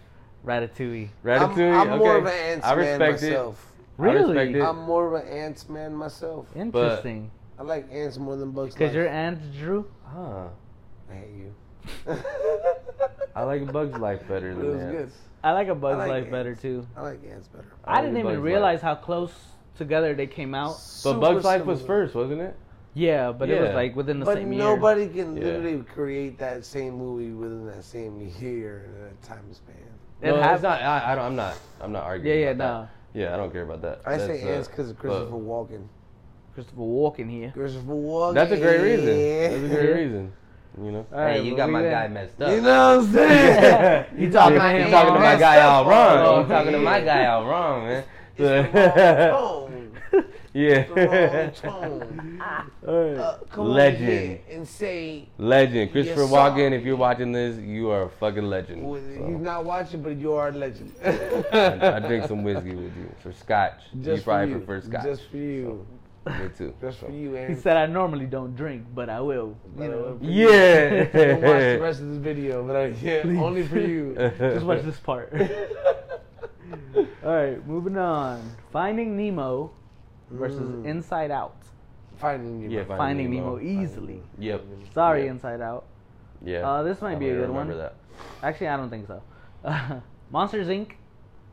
Speaker 3: Ratatouille.
Speaker 2: I'm,
Speaker 4: Ratatouille.
Speaker 2: I'm more of an
Speaker 4: okay.
Speaker 2: ants
Speaker 4: I
Speaker 2: man
Speaker 4: respect it.
Speaker 2: myself.
Speaker 4: Really?
Speaker 3: Really?
Speaker 4: it.
Speaker 2: I'm more of an ants man myself.
Speaker 3: Interesting.
Speaker 2: I like ants more than bugs.
Speaker 3: Because
Speaker 2: Life.
Speaker 3: your aunt Drew.
Speaker 4: Huh.
Speaker 2: I hate you.
Speaker 4: I like a bug's life better
Speaker 2: It
Speaker 4: than
Speaker 2: was
Speaker 4: that.
Speaker 2: good.
Speaker 3: I like A Bug's
Speaker 2: like
Speaker 3: Life
Speaker 2: it.
Speaker 3: better too.
Speaker 2: I like ants better.
Speaker 3: I,
Speaker 4: I like
Speaker 3: didn't
Speaker 4: A
Speaker 3: even
Speaker 4: Bug's
Speaker 3: realize how close together they came out.
Speaker 4: But
Speaker 2: Super
Speaker 4: Bug's Life was
Speaker 2: similar.
Speaker 4: first, wasn't it?
Speaker 3: Yeah, but it was
Speaker 4: Yeah.
Speaker 3: like within the
Speaker 2: But
Speaker 3: same year.
Speaker 2: nobody can
Speaker 4: Yeah.
Speaker 2: literally create that same movie within that same year and that time span.
Speaker 3: It
Speaker 4: no,
Speaker 3: happened.
Speaker 4: it's not. I, I don't, I'm not. I'm not arguing.
Speaker 3: Yeah, yeah,
Speaker 4: about
Speaker 3: no.
Speaker 4: that. Yeah, I don't care about that.
Speaker 2: I say
Speaker 4: That's, uh,
Speaker 2: ants because of Christopher
Speaker 4: but-
Speaker 2: Walken.
Speaker 3: Christopher Walken here.
Speaker 2: Christopher Walken.
Speaker 4: That's a great reason. That's a
Speaker 3: Yeah.
Speaker 4: great reason. You know.
Speaker 3: All right, but we got-
Speaker 4: messed
Speaker 2: You know what I'm saying?
Speaker 3: you talking about
Speaker 4: You
Speaker 3: him?
Speaker 4: talking to my
Speaker 3: man.
Speaker 4: guy all wrong.
Speaker 3: Oh,
Speaker 4: You talking to my
Speaker 2: yeah.
Speaker 4: guy all wrong, man.
Speaker 2: It's
Speaker 4: So-
Speaker 2: the
Speaker 4: yeah.
Speaker 2: wrong tone.
Speaker 4: All right.
Speaker 2: Uh, come over
Speaker 4: Legend.
Speaker 2: here and say
Speaker 4: Legend, Christopher
Speaker 2: Yes, sir.
Speaker 4: Walken. If you're watching this, you are a fucking legend.
Speaker 2: well,
Speaker 4: So,
Speaker 2: he's not watching, but you are a legend.
Speaker 4: I, I drink some whiskey with you for scotch. you
Speaker 2: Just for
Speaker 4: probably
Speaker 2: you.
Speaker 4: prefer scotch.
Speaker 2: Just for you.
Speaker 4: Me too.
Speaker 2: Just
Speaker 4: So-
Speaker 2: for you,
Speaker 3: He
Speaker 2: Aaron.
Speaker 3: said I normally don't drink, but I will. You know,
Speaker 4: Yeah.
Speaker 2: Don't watch the rest of this video, but uh, yeah, only for you.
Speaker 3: just watch this part. All right, moving on. Finding Nemo versus
Speaker 2: Mm.
Speaker 3: Inside Out.
Speaker 2: Finding you.
Speaker 4: Yeah,
Speaker 3: Hmm. Finding, Nemo, easily.
Speaker 4: Yep.
Speaker 3: Sorry,
Speaker 4: Yeah.
Speaker 3: Inside Out.
Speaker 4: Yeah.
Speaker 3: Uh, this might
Speaker 4: I
Speaker 3: be a
Speaker 4: really
Speaker 3: good one.
Speaker 4: remember that.
Speaker 3: Actually, I don't think so. Monsters Inc.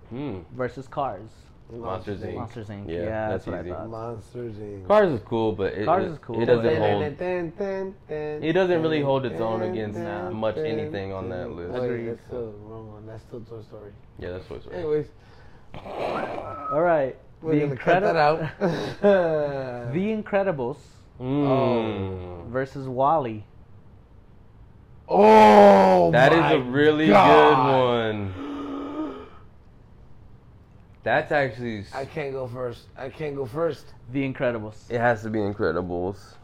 Speaker 4: Hmm.
Speaker 3: versus Cars.
Speaker 4: Monsters Inc.
Speaker 3: Monsters Inc.
Speaker 4: Yeah,
Speaker 3: Yeah,
Speaker 4: that's
Speaker 3: that's, what
Speaker 4: easy.
Speaker 3: I thought.
Speaker 2: Monsters Inc.
Speaker 4: Cars is cool, but it,
Speaker 3: Cars
Speaker 4: it-
Speaker 3: is cool,
Speaker 4: It
Speaker 3: but-
Speaker 4: doesn't hold. It
Speaker 2: It
Speaker 4: doesn't really hold its own against much anything on that list.
Speaker 2: Wait,
Speaker 3: Agreed.
Speaker 2: that's still the wrong one. That's still Toy Story.
Speaker 4: Yeah, that's what's right.
Speaker 2: Anyways,
Speaker 3: All right.
Speaker 2: we're gonna cut that
Speaker 3: Incredi-
Speaker 2: out.
Speaker 3: the Incredibles
Speaker 4: Hmm. Mm.
Speaker 3: versus Wally.
Speaker 2: oh,
Speaker 4: That is
Speaker 2: my
Speaker 4: a really
Speaker 2: God.
Speaker 4: good one. That's actually. s-
Speaker 2: I can't go first. I can't go first.
Speaker 3: The Incredibles.
Speaker 4: It has to be Incredibles.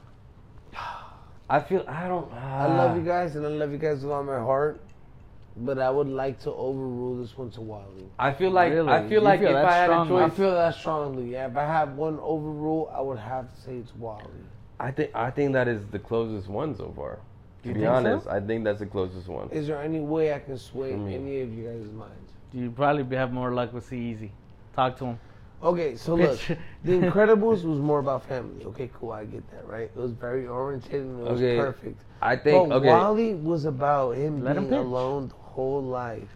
Speaker 4: I feel I don't. uh,
Speaker 2: I love you guys, and I love you guys with all my heart. But I would like to overrule this one to Wally.
Speaker 4: I feel like I
Speaker 3: Really?
Speaker 4: feel
Speaker 3: You
Speaker 4: like
Speaker 3: feel
Speaker 4: if
Speaker 3: that
Speaker 4: I had a
Speaker 3: strongly?
Speaker 2: Um, I
Speaker 4: choice,
Speaker 2: feel that strongly. Yeah, if I have one overrule, I would have to say it's Wally.
Speaker 4: I think I think that is the closest one so far. To
Speaker 3: You
Speaker 4: be
Speaker 3: think so?
Speaker 4: honest, I think that's the closest one.
Speaker 2: Is there any way I can sway
Speaker 4: For me.
Speaker 2: any of you guys' minds?
Speaker 3: You probably be- have more luck with C Easy. Talk to him.
Speaker 2: Okay, so look,
Speaker 3: Bitch.
Speaker 2: The Incredibles was more about family. Okay, cool, I get that, right? It was very oriented and it was
Speaker 4: Okay,
Speaker 2: perfect.
Speaker 4: I think
Speaker 2: but
Speaker 4: okay.
Speaker 2: Wally was about him
Speaker 3: Let him
Speaker 2: being
Speaker 3: pitch.
Speaker 2: alone the whole life,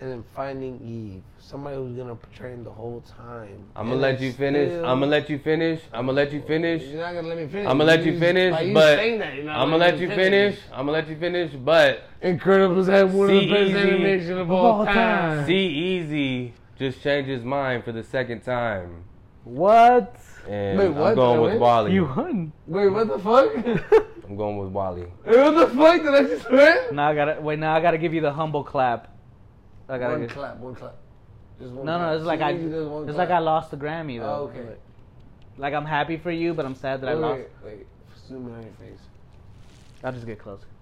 Speaker 2: and then finding Eve, somebody who's gonna portray him the whole time.
Speaker 4: I'm gonna let you finish. I'm gonna let you finish. I'm gonna let you finish.
Speaker 2: You're not gonna let me finish.
Speaker 4: I'm gonna let you
Speaker 2: just-
Speaker 4: finish,
Speaker 2: by you
Speaker 4: but
Speaker 2: saying that, you're not
Speaker 4: I'm gonna let
Speaker 2: me
Speaker 4: you finish. I'm gonna let you finish, but
Speaker 2: Incredibles had one of the best
Speaker 4: CEZ
Speaker 2: animation of
Speaker 3: of
Speaker 2: all,
Speaker 3: all
Speaker 2: time.
Speaker 3: time.
Speaker 4: C Easy just changed his mind for the second time,
Speaker 3: What?
Speaker 4: and
Speaker 2: Wait,
Speaker 4: I'm
Speaker 2: what?
Speaker 4: going
Speaker 2: I
Speaker 4: with
Speaker 2: win?
Speaker 4: Wally.
Speaker 3: You won.
Speaker 2: Wait, what the fuck?
Speaker 4: I'm going with Wally.
Speaker 2: what the fuck did I just win?
Speaker 3: Now I gotta wait. Now I gotta give you the humble clap. I gotta.
Speaker 2: One
Speaker 3: give-
Speaker 2: clap, one clap. Just one
Speaker 3: no,
Speaker 2: clap.
Speaker 3: no, it's like
Speaker 2: She
Speaker 3: I.
Speaker 2: usually does one
Speaker 3: It's
Speaker 2: clap.
Speaker 3: like I lost the Grammy
Speaker 2: Oh,
Speaker 3: though.
Speaker 2: okay.
Speaker 3: Like I'm happy for you, but I'm sad that I
Speaker 2: Wait,
Speaker 3: lost.
Speaker 2: Wait, wait. Zoom in on your face.
Speaker 3: I'll just get closer.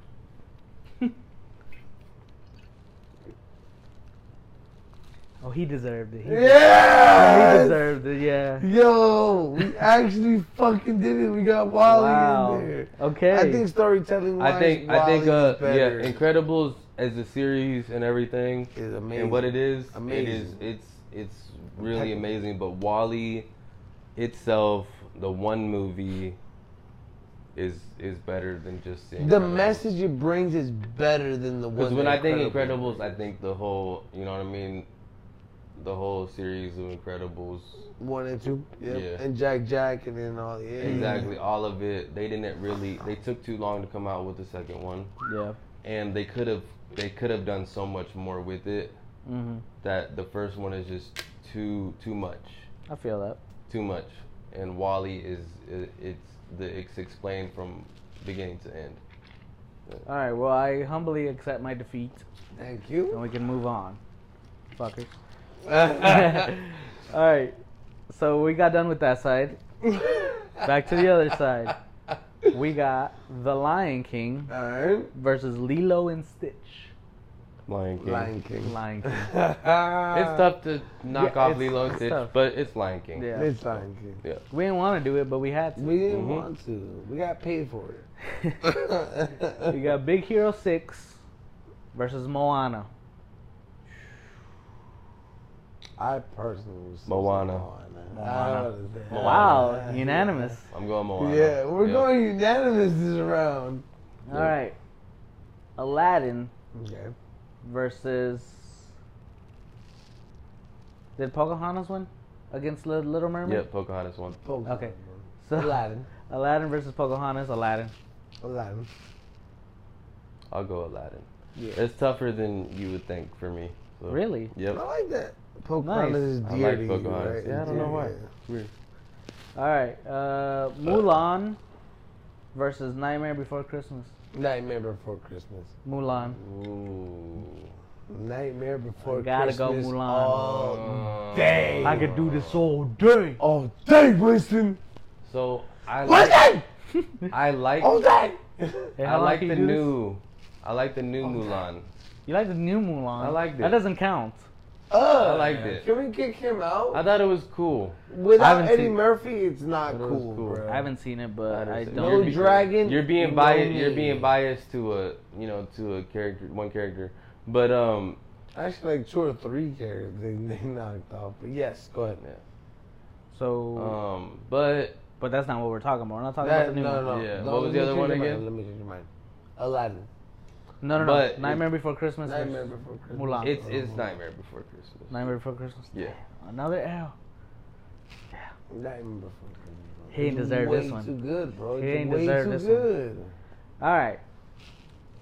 Speaker 3: oh, he deserved it. He, he
Speaker 2: Yeah.
Speaker 3: deserved it. Yeah.
Speaker 2: Yo, we actually fucking did it. We got Wally
Speaker 3: wow.
Speaker 2: in there.
Speaker 3: Okay.
Speaker 2: I think storytelling wise,
Speaker 4: I think
Speaker 2: Wally
Speaker 4: I think uh
Speaker 2: is
Speaker 4: yeah,
Speaker 2: better.
Speaker 4: Incredibles as a series and everything
Speaker 2: is amazing.
Speaker 4: and what it is, it is
Speaker 2: Amazing.
Speaker 4: it's it's really
Speaker 2: Impeccable.
Speaker 4: amazing. But Wally itself, the one movie, is is better than just the
Speaker 2: the
Speaker 4: Incredibles.
Speaker 2: message it brings is better than the one.
Speaker 4: Because when
Speaker 2: that
Speaker 4: I think
Speaker 2: Incredible-
Speaker 4: Incredibles, I think the whole you know what I mean, the whole series of Incredibles,
Speaker 2: one and two, yep.
Speaker 4: Yeah.
Speaker 2: and Jack Jack, and then all yeah,
Speaker 4: exactly all of it. They didn't really. They took too long to come out with the second one,
Speaker 3: Yeah.
Speaker 4: and they could have they could have done so much more with it.
Speaker 3: hmm
Speaker 4: That the first one is just too too much.
Speaker 3: I feel that.
Speaker 4: too much. And Wally is it, it's the it's explained from beginning to end.
Speaker 3: All right. Well, I humbly accept my defeat,
Speaker 2: Thank
Speaker 3: and
Speaker 2: you.
Speaker 3: we can move on. Fuckers.
Speaker 2: Back
Speaker 3: All right. So we got done with that side. Back to the other side. We got The Lion King
Speaker 2: All right,
Speaker 3: versus Lilo and Stitch.
Speaker 4: Lion King.
Speaker 2: Lion King.
Speaker 3: Lion King. Uh,
Speaker 4: It's
Speaker 2: Ah.
Speaker 4: tough to knock
Speaker 3: yeah,
Speaker 4: off
Speaker 3: it's-
Speaker 4: Lilo and
Speaker 3: it's
Speaker 4: Stitch,
Speaker 3: tough.
Speaker 4: but it's Lion King.
Speaker 3: Yeah.
Speaker 2: It's Lion King.
Speaker 3: We didn't want to do it, but we had to.
Speaker 2: We didn't
Speaker 4: Mhm.
Speaker 2: want to. We got paid for it.
Speaker 3: we got Big Hero 6 versus Moana.
Speaker 2: I personally was
Speaker 4: Moana.
Speaker 2: Moana.
Speaker 3: Ah,
Speaker 4: Moana.
Speaker 3: Wow, unanimous.
Speaker 4: I'm going Moana.
Speaker 2: Yeah, we're
Speaker 4: Yeah.
Speaker 2: going unanimous this round.
Speaker 4: Yeah.
Speaker 3: All right. Aladdin
Speaker 2: Okay.
Speaker 3: versus. Did Pocahontas win against Lit- Little Mermaid?
Speaker 4: Yep, Pocahontas one.
Speaker 3: Okay. So
Speaker 2: Aladdin.
Speaker 3: Aladdin versus Pocahontas. Aladdin.
Speaker 2: Aladdin.
Speaker 4: I'll go Aladdin.
Speaker 3: Yeah.
Speaker 4: It's tougher than you would think for me. so-
Speaker 3: Really?
Speaker 2: I
Speaker 4: Yep.
Speaker 2: like that. Pocahontas
Speaker 3: Nice.
Speaker 2: is
Speaker 4: I
Speaker 2: dear
Speaker 4: like
Speaker 2: to you,
Speaker 4: Pocahontas.
Speaker 2: right?
Speaker 4: Yeah, I don't know why.
Speaker 2: Yeah.
Speaker 4: Weird.
Speaker 3: All right. Uh, Mulan versus Nightmare Before Christmas.
Speaker 2: Nightmare Before Christmas.
Speaker 3: Mulan.
Speaker 4: Ooh.
Speaker 2: Nightmare Before
Speaker 3: gotta go
Speaker 2: Christmas.
Speaker 3: Mulan.
Speaker 2: All day.
Speaker 3: I could do this all day.
Speaker 2: all day, Winston.
Speaker 4: So I like,
Speaker 2: Winston!
Speaker 4: I like
Speaker 2: All day!
Speaker 3: Hey, how
Speaker 4: I
Speaker 3: long
Speaker 4: like
Speaker 3: can you
Speaker 4: the
Speaker 3: do this?
Speaker 4: new I like the new Mulan.
Speaker 3: You like the new Mulan?
Speaker 4: I liked
Speaker 3: That
Speaker 4: it.
Speaker 3: doesn't count.
Speaker 2: Uh,
Speaker 4: I liked it.
Speaker 2: Can we kick him
Speaker 4: I
Speaker 2: out?
Speaker 4: thought it was cool.
Speaker 2: Without
Speaker 3: haven't
Speaker 2: Eddie
Speaker 3: seen-
Speaker 2: Murphy, it's not
Speaker 4: It was
Speaker 2: cool,
Speaker 4: cool.
Speaker 2: bro.
Speaker 3: I haven't seen it, but I
Speaker 4: No
Speaker 3: don't.
Speaker 2: No dragon.
Speaker 4: You're being
Speaker 2: no
Speaker 4: biased.
Speaker 2: me.
Speaker 4: You're being biased to a you know to a character, one character. But um,
Speaker 2: Actually, like two or three characters they, they knocked off. But yes, go ahead.
Speaker 4: yeah.
Speaker 3: So,
Speaker 4: um, but
Speaker 3: but that's not what we're talking about. We're not talking
Speaker 2: Uh, That-
Speaker 3: about the new
Speaker 2: no, no,
Speaker 3: one.
Speaker 2: no.
Speaker 4: Yeah.
Speaker 2: No,
Speaker 4: What was
Speaker 2: let
Speaker 4: the
Speaker 2: me change
Speaker 4: other one
Speaker 2: my mind.
Speaker 4: again?
Speaker 2: Let me change my mind. Aladdin.
Speaker 3: No, no, no.
Speaker 4: But-
Speaker 3: Nightmare Before Christmas.
Speaker 2: Nightmare
Speaker 3: versus-
Speaker 2: Before Christmas.
Speaker 3: Mulan.
Speaker 4: it's it's Nightmare Before Christmas.
Speaker 3: Nightmare Before Christmas.
Speaker 4: Yeah.
Speaker 3: Another L.
Speaker 2: Nightmare Before Christmas. bro.
Speaker 3: He ain't
Speaker 2: It's
Speaker 3: deserve
Speaker 2: way
Speaker 3: this one.
Speaker 2: too good, bro.
Speaker 3: He
Speaker 2: It's
Speaker 3: ain't
Speaker 2: way
Speaker 3: deserve
Speaker 2: too
Speaker 3: this one.
Speaker 2: good.
Speaker 3: All right.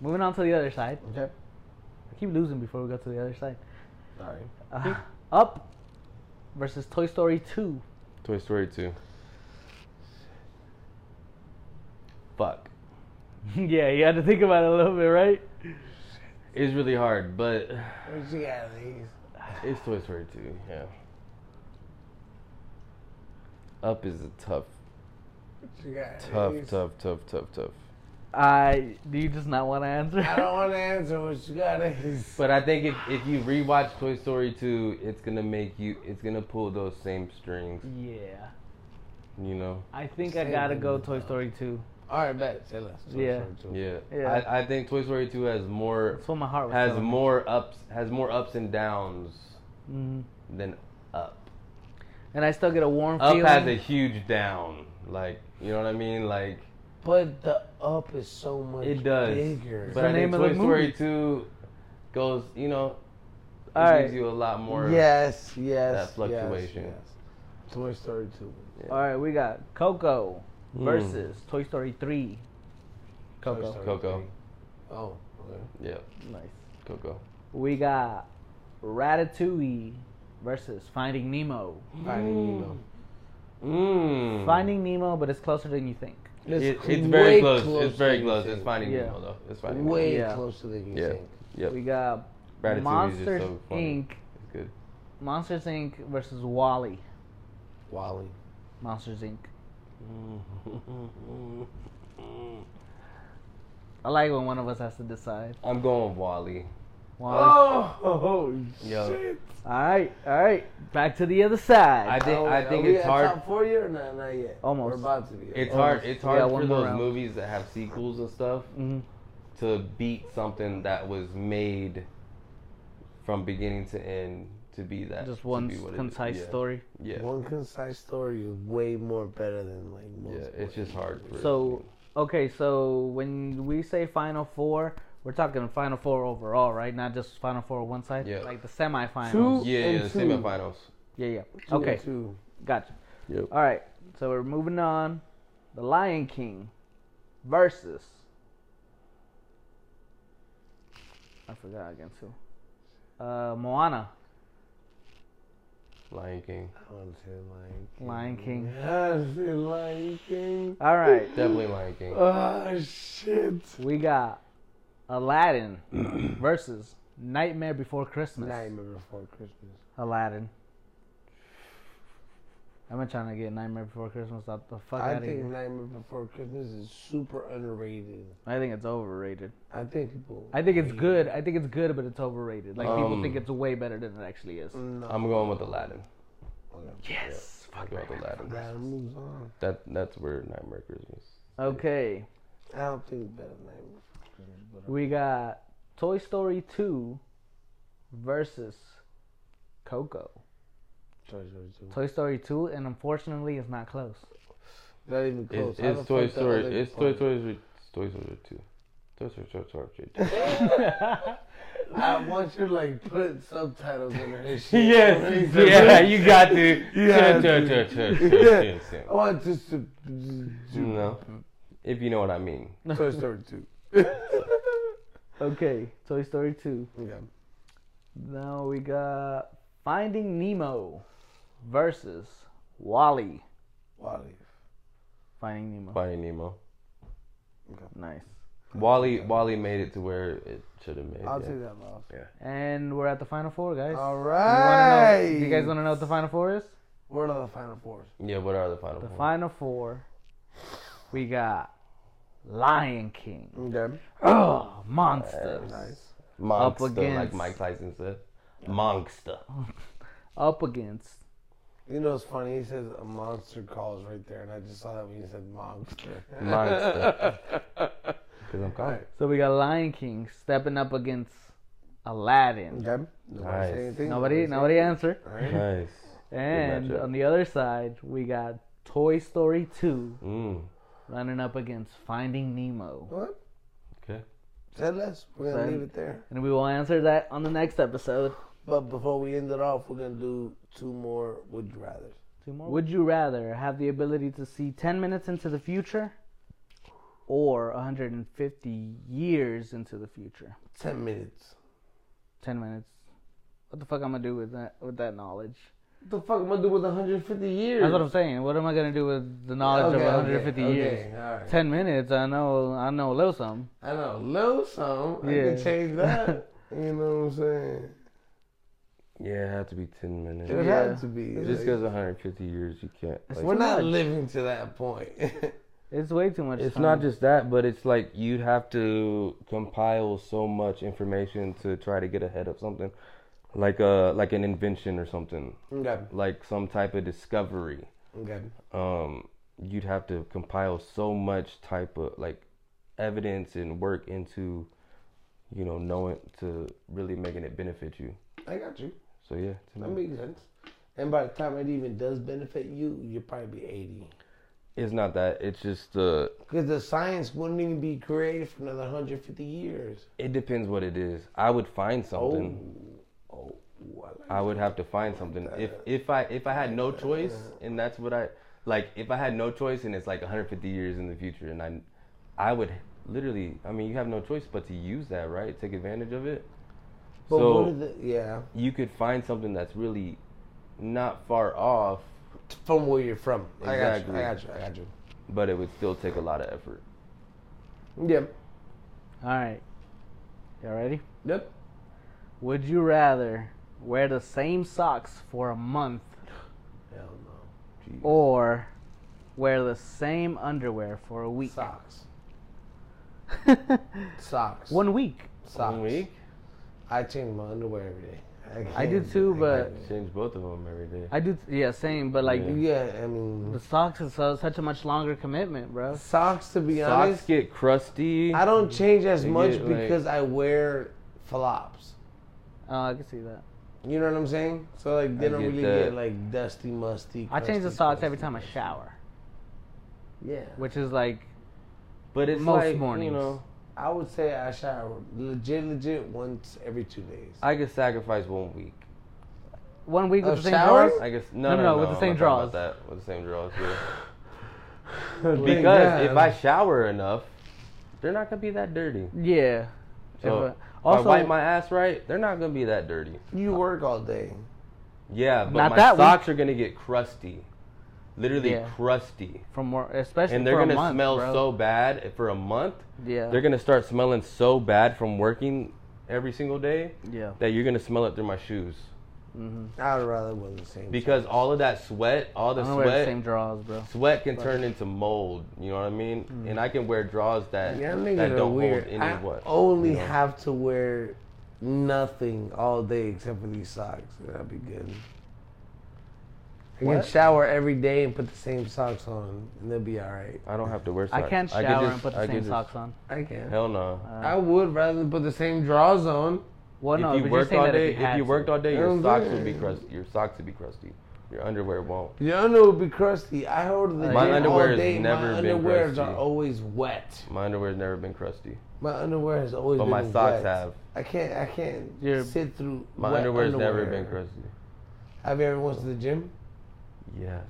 Speaker 3: Moving on to the other side.
Speaker 2: Okay.
Speaker 3: I keep losing before we go to the other side.
Speaker 2: Sorry.
Speaker 3: Uh, Up versus Toy Story 2.
Speaker 4: Toy Story two. Fuck.
Speaker 3: yeah, you had to think about it a little bit, right?
Speaker 4: It's really hard, but
Speaker 2: What you got, ladies?
Speaker 4: it's Toy Story two. Yeah. Up is a tough,
Speaker 2: What you got?
Speaker 4: tough,
Speaker 2: ladies?
Speaker 4: tough, tough, tough, tough.
Speaker 3: I do you just not want to answer?
Speaker 2: I don't want to answer what you got, ladies.
Speaker 4: But I think if, if you rewatch Toy Story two, it's gonna make you. It's gonna pull those same strings.
Speaker 3: yeah.
Speaker 4: You know.
Speaker 3: I think I
Speaker 2: Same
Speaker 3: gotta
Speaker 2: thing
Speaker 3: go
Speaker 2: with
Speaker 3: Toy
Speaker 2: that.
Speaker 3: Story 2.
Speaker 2: All right, bet. Tell us.
Speaker 3: Yeah.
Speaker 4: Yeah.
Speaker 3: Yeah.
Speaker 4: I, I think Toy Story 2 has more
Speaker 3: That's what my heart was
Speaker 4: has
Speaker 3: telling me.
Speaker 4: more ups has more ups and downs
Speaker 3: Mhm.
Speaker 4: than up.
Speaker 3: And I still get a warm
Speaker 4: Up
Speaker 3: feeling.
Speaker 4: has a huge down. Like you know what I mean? Like
Speaker 2: But the up is so much
Speaker 4: it does.
Speaker 2: bigger.
Speaker 4: But
Speaker 3: the
Speaker 4: I think
Speaker 3: name of
Speaker 4: Toy
Speaker 3: the
Speaker 4: Story
Speaker 3: movie.
Speaker 4: 2 goes, you know, it
Speaker 3: All right.
Speaker 4: gives you a lot more
Speaker 2: yes, yes.
Speaker 4: that fluctuation.
Speaker 2: Yes, yes. Toy Story 2.
Speaker 3: All right, we got Coco
Speaker 4: Mm.
Speaker 3: versus Toy Story 3.
Speaker 2: Toy
Speaker 3: Coco.
Speaker 2: Story
Speaker 4: Coco.
Speaker 2: 3. Oh, okay.
Speaker 4: Yeah,
Speaker 3: Nice.
Speaker 4: Coco.
Speaker 3: We got Ratatouille versus Finding Nemo.
Speaker 2: Finding Nemo.
Speaker 4: Mm.
Speaker 3: Finding Nemo, but it's closer than you think.
Speaker 4: It- it's,
Speaker 2: way
Speaker 4: very close. It's
Speaker 2: closer
Speaker 4: very
Speaker 2: than you
Speaker 4: close.
Speaker 2: think.
Speaker 4: It's Finding
Speaker 3: Yeah.
Speaker 4: Nemo though. It's Finding Nemo.
Speaker 2: Way
Speaker 3: Yeah.
Speaker 2: closer than you
Speaker 4: Yeah.
Speaker 2: think.
Speaker 4: Yep.
Speaker 3: We got
Speaker 4: Ratatouille is
Speaker 3: Monsters
Speaker 4: just so funny.
Speaker 3: Inc.
Speaker 4: It's good.
Speaker 3: Monsters Inc. versus Wally.
Speaker 2: Wally.
Speaker 3: Monsters Inc. I like when one of us has to decide.
Speaker 4: I'm going Wally.
Speaker 3: Wow.
Speaker 2: Oh,
Speaker 4: Yo.
Speaker 2: shit!
Speaker 3: All right, all right. Back to the other side.
Speaker 4: I think
Speaker 2: Oh,
Speaker 4: I
Speaker 2: wait,
Speaker 4: think
Speaker 2: are we
Speaker 4: it's
Speaker 2: at
Speaker 4: hard.
Speaker 2: Top four year or not? Not yet.
Speaker 3: Almost.
Speaker 2: We're about to be.
Speaker 4: It's
Speaker 3: Oh,
Speaker 4: hard. It's
Speaker 3: we
Speaker 4: hard
Speaker 3: got
Speaker 4: for
Speaker 3: one more
Speaker 4: those
Speaker 3: round.
Speaker 4: movies that have sequels and stuff
Speaker 3: Mhm.
Speaker 4: to beat something that was made from beginning to end to be that.
Speaker 3: Just
Speaker 4: to
Speaker 3: one
Speaker 4: be what it is.
Speaker 3: concise
Speaker 4: Yeah.
Speaker 3: story.
Speaker 4: Yeah.
Speaker 2: One concise story is way more better than like most.
Speaker 4: Yeah, it's just hard. For
Speaker 3: So, okay, so when we say final four, we're talking final four overall, right? Not just final four on one side.
Speaker 4: Yeah.
Speaker 3: Like the semifinals.
Speaker 2: Two-
Speaker 4: yeah, yeah, the
Speaker 2: and two.
Speaker 4: semifinals.
Speaker 3: Yeah, yeah.
Speaker 2: Two and
Speaker 3: Okay,
Speaker 2: Two.
Speaker 3: gotcha.
Speaker 4: Yep.
Speaker 3: All right, so we're moving on. The Lion King versus. I forgot again too. Uh, Moana.
Speaker 4: Lion King.
Speaker 2: I want to say Lion King.
Speaker 3: Lion King.
Speaker 2: I wanna say Lion King.
Speaker 3: All right,
Speaker 4: Definitely Lion King.
Speaker 2: Oh shit!
Speaker 3: we got Aladdin versus Nightmare Before Christmas.
Speaker 2: Nightmare Before Christmas.
Speaker 3: Aladdin. I've been trying to get Nightmare Before Christmas out the fuck
Speaker 2: I
Speaker 3: out of
Speaker 2: think
Speaker 3: here.
Speaker 2: Nightmare Before Christmas is super underrated.
Speaker 3: I think it's overrated.
Speaker 2: I think people.
Speaker 3: I think it's
Speaker 2: hate
Speaker 3: good. I think it's good, but it's overrated. Like people
Speaker 4: Um,
Speaker 3: think it's way better than it actually is.
Speaker 2: it. No.
Speaker 4: I'm going with Aladdin.
Speaker 3: Yes.
Speaker 4: I'm going with Aladdin.
Speaker 2: That moves on.
Speaker 4: That that's where Nightmare Christmas.
Speaker 3: Okay,
Speaker 2: I don't think it's better than Nightmare Before Christmas. But
Speaker 3: we got Toy Story 2 versus Coco.
Speaker 2: Toy Story 2.
Speaker 3: Toy Story 2, and unfortunately, it's not close.
Speaker 2: Not even close.
Speaker 4: It's,
Speaker 2: How the
Speaker 4: it's Toy
Speaker 2: fuck the
Speaker 4: Story.
Speaker 2: other
Speaker 4: It's Toy
Speaker 2: part-
Speaker 4: Story. Toy Story two. Toy Story. Toy Story. Toy Story.
Speaker 2: I want you to like put subtitles in this shit. Right?
Speaker 4: Yes. Yeah, you got to.
Speaker 2: Yeah,
Speaker 4: Yeah.
Speaker 2: dude. Yeah. Oh. I want this to
Speaker 4: No. If you know what I mean.
Speaker 2: Toy Story 2.
Speaker 3: Okay, Toy Story 2.
Speaker 2: Yeah.
Speaker 3: Now we got Finding Nemo versus Wally.
Speaker 2: Wally.
Speaker 3: Finding Nemo.
Speaker 4: Finding Nemo.
Speaker 3: Nice.
Speaker 4: Wally. Wally made it to where it should have made.
Speaker 2: I'll
Speaker 4: it.
Speaker 2: take that loss.
Speaker 3: And we're at the final four, guys.
Speaker 2: All
Speaker 3: You, wanna
Speaker 2: right.
Speaker 3: know, you guys want to know what the final four is?
Speaker 2: What are the final fours?
Speaker 4: Yeah. What are the final?
Speaker 3: The
Speaker 4: four?
Speaker 3: final four, we got Lion King.
Speaker 2: Okay.
Speaker 3: Oh, monsters.
Speaker 2: Nice.
Speaker 4: Monster, like
Speaker 3: against-
Speaker 4: Mike Tyson said. Monster.
Speaker 3: Up against
Speaker 2: You know what's funny? He says a monster calls right there, and I just saw that when you said monster.
Speaker 4: Monster. Because I'm calm.
Speaker 3: So we got Lion King stepping up against Aladdin.
Speaker 2: Okay. Nobody
Speaker 4: Nice.
Speaker 2: say anything.
Speaker 3: Nobody,
Speaker 2: say
Speaker 3: nobody answered.
Speaker 4: Nice.
Speaker 3: And
Speaker 4: matchup.
Speaker 3: on the other side, we got Toy Story 2
Speaker 4: Mm.
Speaker 3: running up against Finding Nemo.
Speaker 2: What?
Speaker 4: Okay.
Speaker 2: Said less. We're gonna
Speaker 3: Said-
Speaker 2: leave it there.
Speaker 3: And we will answer that on the next episode.
Speaker 2: But before we end it off, we're gonna do two more would you rather.
Speaker 3: Would you rather have the ability to see 10 minutes into the future or 150 years into the future?
Speaker 2: Ten minutes.
Speaker 3: 10 minutes. What the fuck am I going to do with that with that knowledge?
Speaker 2: What the fuck am I gonna do with 150 years?
Speaker 3: That's what I'm saying. What am I going to do with the knowledge
Speaker 2: Okay,
Speaker 3: of 150
Speaker 2: okay,
Speaker 3: years?
Speaker 2: okay, all right.
Speaker 3: Ten minutes, I know, I know a little something.
Speaker 2: I know, low song. I
Speaker 3: Yeah.
Speaker 2: can change that. you know what I'm saying?
Speaker 4: Yeah, it had to be 10
Speaker 2: It would
Speaker 4: minutes.
Speaker 3: Yeah.
Speaker 2: have to be.
Speaker 4: Just
Speaker 2: like,
Speaker 4: because 150 years, you can't. Like,
Speaker 2: we're
Speaker 3: too
Speaker 2: not
Speaker 3: much.
Speaker 2: living to that point.
Speaker 3: It's way too much.
Speaker 4: It's
Speaker 3: time.
Speaker 4: not just that, but it's like you'd have to compile so much information to try to get ahead of something, like a like an invention or something,
Speaker 2: okay.
Speaker 4: like some type of discovery.
Speaker 2: Okay.
Speaker 4: Um, you'd have to compile so much type of like evidence and work into, you know, knowing to really making it benefit you.
Speaker 2: I got you.
Speaker 4: So yeah, to
Speaker 2: That
Speaker 4: me,
Speaker 2: makes sense. And by the time it even does benefit you, you'll probably be 80.
Speaker 4: it's not that. It's just uh, the
Speaker 2: Because the science wouldn't even be created for another 150 years.
Speaker 4: it depends what it is. I would find something.
Speaker 2: Oh, I like
Speaker 4: I would have to find something. If if I if I had no choice, and that's what I like. If I had no choice, and it's like 150 years in the future, and I, I would literally. I mean, you have no choice but to use that, right? Take advantage of it.
Speaker 2: but
Speaker 4: so
Speaker 2: what are the, yeah,
Speaker 4: you could find something that's really not far off,
Speaker 2: from where you're from.
Speaker 4: Exactly.
Speaker 2: I got you. I got you.
Speaker 4: but it would still take a lot of effort.
Speaker 2: I got you. Yep.
Speaker 3: All right, y'all ready?
Speaker 2: Yep.
Speaker 3: Would you rather wear the same socks for a month
Speaker 2: Hell no.
Speaker 4: Jeez.
Speaker 3: Oh, or wear the same underwear for a week?
Speaker 2: Socks. Socks.
Speaker 3: One week.
Speaker 2: socks.
Speaker 4: One week.
Speaker 2: I change my underwear every day.
Speaker 3: I do
Speaker 2: can't-
Speaker 3: too,
Speaker 2: I
Speaker 3: but-
Speaker 2: can't.
Speaker 4: Change both of them every day.
Speaker 3: I do. yeah, same. But like
Speaker 2: yeah, I mean
Speaker 3: the socks is so, such a much longer commitment, bro.
Speaker 2: socks. To be
Speaker 4: Socks
Speaker 2: honest,
Speaker 4: get crusty.
Speaker 2: I don't change as
Speaker 4: They
Speaker 2: much
Speaker 4: get, like-
Speaker 2: because I wear flops.
Speaker 3: Oh, I can see that.
Speaker 2: You know what I'm saying? So like they
Speaker 4: I
Speaker 2: don't
Speaker 4: get
Speaker 2: really
Speaker 4: that.
Speaker 2: get like dusty, musty.
Speaker 3: I change the
Speaker 2: crusty,
Speaker 3: socks every
Speaker 2: crusty.
Speaker 3: time I shower,
Speaker 2: Yeah,
Speaker 3: which is like
Speaker 4: But it's
Speaker 3: most
Speaker 4: like,
Speaker 3: mornings.
Speaker 4: You know,
Speaker 2: I would say I shower legit, legit once every two days.
Speaker 4: I could sacrifice one week.
Speaker 3: one week with
Speaker 2: Of
Speaker 3: the same
Speaker 2: showering?
Speaker 3: drawers.
Speaker 4: I guess no,
Speaker 3: No,
Speaker 4: no,
Speaker 3: no,
Speaker 4: no,
Speaker 3: with the
Speaker 4: I'm
Speaker 3: same
Speaker 4: not talking about
Speaker 3: draws.
Speaker 4: that. With the same draws, yeah.
Speaker 2: Thank
Speaker 4: because
Speaker 2: God.
Speaker 4: if I shower enough, they're not gonna be that dirty.
Speaker 3: Yeah.
Speaker 4: So
Speaker 3: If, uh,
Speaker 4: if
Speaker 3: also,
Speaker 4: I wipe my ass right, they're not gonna be that dirty.
Speaker 2: you work all day,
Speaker 4: Yeah, but
Speaker 3: Not
Speaker 4: my
Speaker 3: that
Speaker 4: socks are gonna get crusty, literally
Speaker 3: Yeah.
Speaker 4: crusty,
Speaker 3: from more, especially
Speaker 4: and they're
Speaker 3: for a
Speaker 4: gonna
Speaker 3: month,
Speaker 4: smell
Speaker 3: bro.
Speaker 4: so bad eh, for a month.
Speaker 3: Yeah.
Speaker 4: They're gonna start smelling so bad from working every single day
Speaker 3: yeah.
Speaker 4: that you're gonna smell it through my shoes
Speaker 3: hmm
Speaker 2: I'd rather wear the same.
Speaker 4: because all of that sweat, all the
Speaker 3: I'm gonna wear the
Speaker 4: sweat,
Speaker 3: same drawers, bro. Mm.
Speaker 4: sweat can turn into mold. You know what I mean? And I can wear drawers that
Speaker 2: Yeah,
Speaker 4: that
Speaker 2: niggas are
Speaker 4: don't
Speaker 2: weird.
Speaker 4: hold any
Speaker 2: I
Speaker 4: what.
Speaker 3: oh,
Speaker 2: only
Speaker 4: you know?
Speaker 2: have to wear nothing all day except for these socks. and I'll be good. I can
Speaker 4: What?
Speaker 2: shower every day and put the same socks on, and they'll be all right.
Speaker 4: I don't have to wear
Speaker 3: I
Speaker 4: socks.
Speaker 3: can't shower
Speaker 4: could just-
Speaker 3: and put the
Speaker 4: I could
Speaker 3: same
Speaker 4: just-
Speaker 3: socks on.
Speaker 2: I can.
Speaker 4: Hell no.
Speaker 2: I would rather than put the same drawers on.
Speaker 3: Well, no,
Speaker 4: if
Speaker 3: but
Speaker 4: you
Speaker 3: you're
Speaker 4: worked
Speaker 3: saying
Speaker 4: all
Speaker 3: that
Speaker 4: day,
Speaker 3: if you, had to.
Speaker 4: worked all day, your
Speaker 2: I'm
Speaker 4: socks would be
Speaker 2: good.
Speaker 4: crusty. Your socks would be crusty. Your underwear won't.
Speaker 2: Your underwear would be crusty. I hold the
Speaker 3: My
Speaker 2: gym
Speaker 4: underwear
Speaker 2: all
Speaker 4: has
Speaker 2: day.
Speaker 4: never
Speaker 2: My
Speaker 4: been
Speaker 2: underwears
Speaker 4: crusty.
Speaker 2: are always wet.
Speaker 4: My underwear's never been crusty.
Speaker 2: My underwear has always
Speaker 4: But
Speaker 2: been
Speaker 4: my
Speaker 2: wet.
Speaker 4: socks have.
Speaker 2: I can't. I can't
Speaker 3: Your-
Speaker 2: sit through.
Speaker 4: My
Speaker 2: wet
Speaker 4: underwear's never
Speaker 2: underwear.
Speaker 4: been crusty.
Speaker 2: Have you ever went to the gym?
Speaker 4: Yes.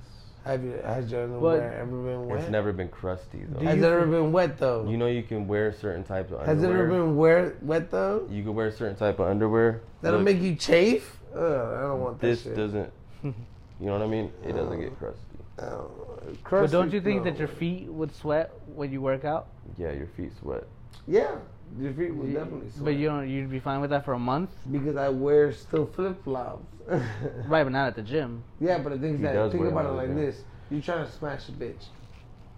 Speaker 2: Have you? Has your underwear ever been wet?
Speaker 4: It's never been crusty though.
Speaker 2: Has it ever been wet though?
Speaker 4: you know you can wear certain types of
Speaker 2: Has it
Speaker 4: underwear.
Speaker 2: ever been wet, wet though?
Speaker 4: You can wear certain type of underwear.
Speaker 2: That'll
Speaker 4: Look,
Speaker 2: make you chafe. Ugh, I don't want that
Speaker 4: this
Speaker 2: shit.
Speaker 4: doesn't. You know what I mean? It doesn't
Speaker 2: Oh.
Speaker 4: get crusty.
Speaker 2: I don't know.
Speaker 3: But
Speaker 2: Crusty,
Speaker 3: don't you think
Speaker 2: no.
Speaker 3: that your feet would sweat when you work out?
Speaker 4: Yeah, your feet sweat.
Speaker 2: Yeah, your feet will
Speaker 3: You-
Speaker 2: definitely sweat.
Speaker 3: But you don't, you'd be fine with that for a month,
Speaker 2: because I wear still flip flops.
Speaker 3: right? But not at the gym.
Speaker 2: yeah, but the thing is
Speaker 4: He
Speaker 2: that
Speaker 4: does
Speaker 2: think
Speaker 4: wear
Speaker 2: about it
Speaker 4: them,
Speaker 2: like
Speaker 4: yeah.
Speaker 2: this: you trying to smash a bitch,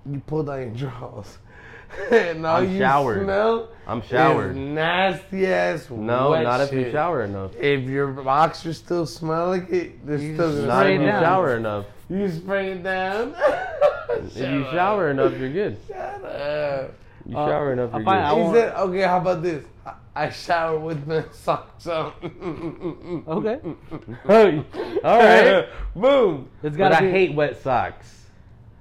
Speaker 2: you pull down your drawers, and all
Speaker 4: I'm
Speaker 2: you
Speaker 4: showered.
Speaker 2: smell
Speaker 4: I'm
Speaker 2: is
Speaker 4: showered.
Speaker 2: nasty ass.
Speaker 4: No,
Speaker 2: wet
Speaker 4: not if you
Speaker 2: shit.
Speaker 4: shower enough.
Speaker 2: If your boxers still smell like it, they're
Speaker 3: You
Speaker 2: still
Speaker 3: just
Speaker 2: gonna
Speaker 4: Not
Speaker 3: Spray
Speaker 4: if
Speaker 3: it
Speaker 4: you
Speaker 3: down.
Speaker 4: shower enough.
Speaker 2: You spray it down.
Speaker 4: If you shower enough, you're good.
Speaker 2: Shut up.
Speaker 4: You
Speaker 3: Uh,
Speaker 4: shower enough,
Speaker 3: I
Speaker 4: you're
Speaker 3: find
Speaker 4: good.
Speaker 3: I
Speaker 2: he
Speaker 3: want-
Speaker 2: said, okay, how about this? I, I shower with my socks on.
Speaker 3: Okay.
Speaker 4: Hey, all right, boom.
Speaker 3: It's
Speaker 4: but
Speaker 3: gotta
Speaker 4: I
Speaker 3: be-
Speaker 4: hate wet socks.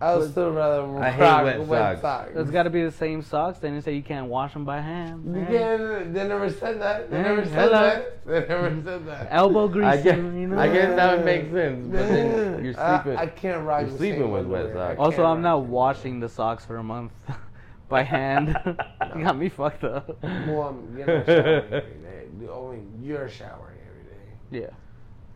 Speaker 2: I would still rather
Speaker 4: I hate
Speaker 2: rock
Speaker 4: wet socks.
Speaker 3: It's got to be the same socks. Then you say you can't wash them by hand.
Speaker 2: You
Speaker 3: Hey.
Speaker 2: can't- they never said that. They
Speaker 3: Hey,
Speaker 2: never said
Speaker 3: hello.
Speaker 2: that. They never said that.
Speaker 3: Elbow grease.
Speaker 4: I guess,
Speaker 3: you know?
Speaker 4: I guess that would make sense. But
Speaker 2: Yeah.
Speaker 4: then you're sleeping.
Speaker 2: I, I can't rock
Speaker 4: You're
Speaker 2: the
Speaker 4: sleeping
Speaker 2: same
Speaker 4: with wet
Speaker 2: underwear. I
Speaker 4: socks.
Speaker 2: can't
Speaker 3: Also, I'm
Speaker 2: rock
Speaker 3: not washing the socks for a month by hand. You got me fucked up.
Speaker 2: it. Well, I'm- you're not showering every day. The only you're showering every day.
Speaker 3: Yeah.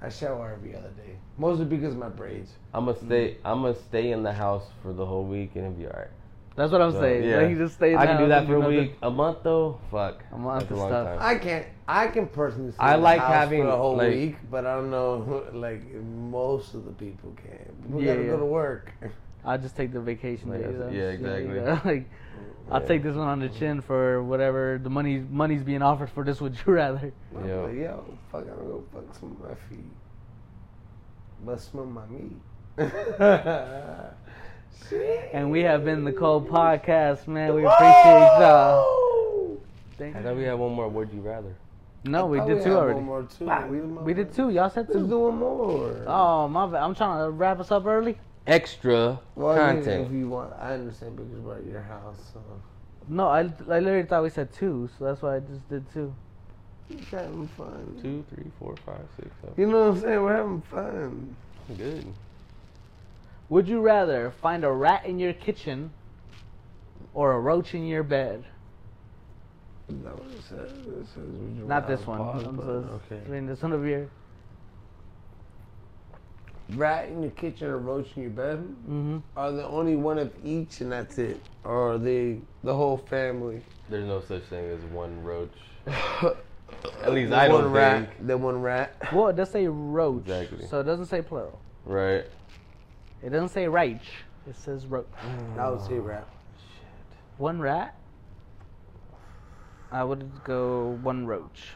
Speaker 2: I shower every other day. Mostly because of my braids.
Speaker 4: I'm
Speaker 3: Mm.
Speaker 4: gonna stay. I'm gonna stay in the house for the whole week and it'll be alright.
Speaker 3: That's what I'm
Speaker 4: So,
Speaker 3: saying. Like, you just stay in
Speaker 4: I
Speaker 3: the
Speaker 4: can do
Speaker 3: house
Speaker 4: that
Speaker 3: and
Speaker 4: for a
Speaker 3: nothing.
Speaker 4: week. A month though, fuck.
Speaker 3: A month
Speaker 4: That's
Speaker 3: is
Speaker 4: a long
Speaker 3: tough.
Speaker 4: time.
Speaker 2: I can't. I can personally. Stay
Speaker 4: I
Speaker 2: in the
Speaker 4: like
Speaker 2: house
Speaker 4: having,
Speaker 2: for the whole
Speaker 4: like-
Speaker 2: week, but I don't know. Like most of the people can. We
Speaker 3: Yeah,
Speaker 2: gotta
Speaker 3: yeah.
Speaker 2: go to work.
Speaker 3: I'll just take the vacation
Speaker 4: Like,
Speaker 3: days.
Speaker 4: yeah,
Speaker 3: I'll
Speaker 4: yeah,
Speaker 3: just-
Speaker 4: exactly.
Speaker 3: yeah, like, I'll
Speaker 4: Yeah.
Speaker 3: take this one on the chin for whatever the money money's being offered for this. Would you rather?
Speaker 2: I'm
Speaker 4: Yeah.
Speaker 2: like, yo, fuck, I'm gonna go fuck some of my feet. But smell my meat.
Speaker 3: And we have been the Cold Podcast, man. We appreciate y'all. Thank
Speaker 4: I thought we had one more. Would you rather?
Speaker 3: No, Oh, we did
Speaker 2: two
Speaker 3: two already.
Speaker 2: One more too. We did
Speaker 3: We did
Speaker 2: one.
Speaker 3: two. Y'all said
Speaker 2: Let's
Speaker 3: two.
Speaker 2: do one more.
Speaker 3: Oh my bad. I'm trying to wrap us up early.
Speaker 4: Extra
Speaker 2: well, I mean, if
Speaker 4: content.
Speaker 2: you want, I understand because we're at your house. So.
Speaker 3: No, I, I literally thought we said two, so that's why I just did two.
Speaker 2: He's having fun.
Speaker 4: Two, three, four, five, six, seven.
Speaker 2: You know what I'm saying? We're having fun.
Speaker 4: Good.
Speaker 3: Would you rather find a rat in your kitchen or a roach in your bed?
Speaker 2: Is that what it says? It says, would you
Speaker 3: Not
Speaker 2: rather
Speaker 3: this one.
Speaker 2: pause
Speaker 3: I'm
Speaker 2: button?
Speaker 3: so- I
Speaker 2: Okay.
Speaker 3: mean, this one over here.
Speaker 2: Rat in your kitchen or roach in your bed
Speaker 3: hmm
Speaker 2: are the only one of each, and that's it. Or the the whole family.
Speaker 4: There's no such thing as one roach. At least I
Speaker 2: one
Speaker 4: don't
Speaker 2: rat.
Speaker 4: think.
Speaker 2: Then one rat.
Speaker 3: Well, it does say roach,
Speaker 4: Exactly.
Speaker 3: so it doesn't say plural.
Speaker 4: Right.
Speaker 3: It doesn't say roach. It says roach.
Speaker 2: I would say rat.
Speaker 3: One rat I would go one roach.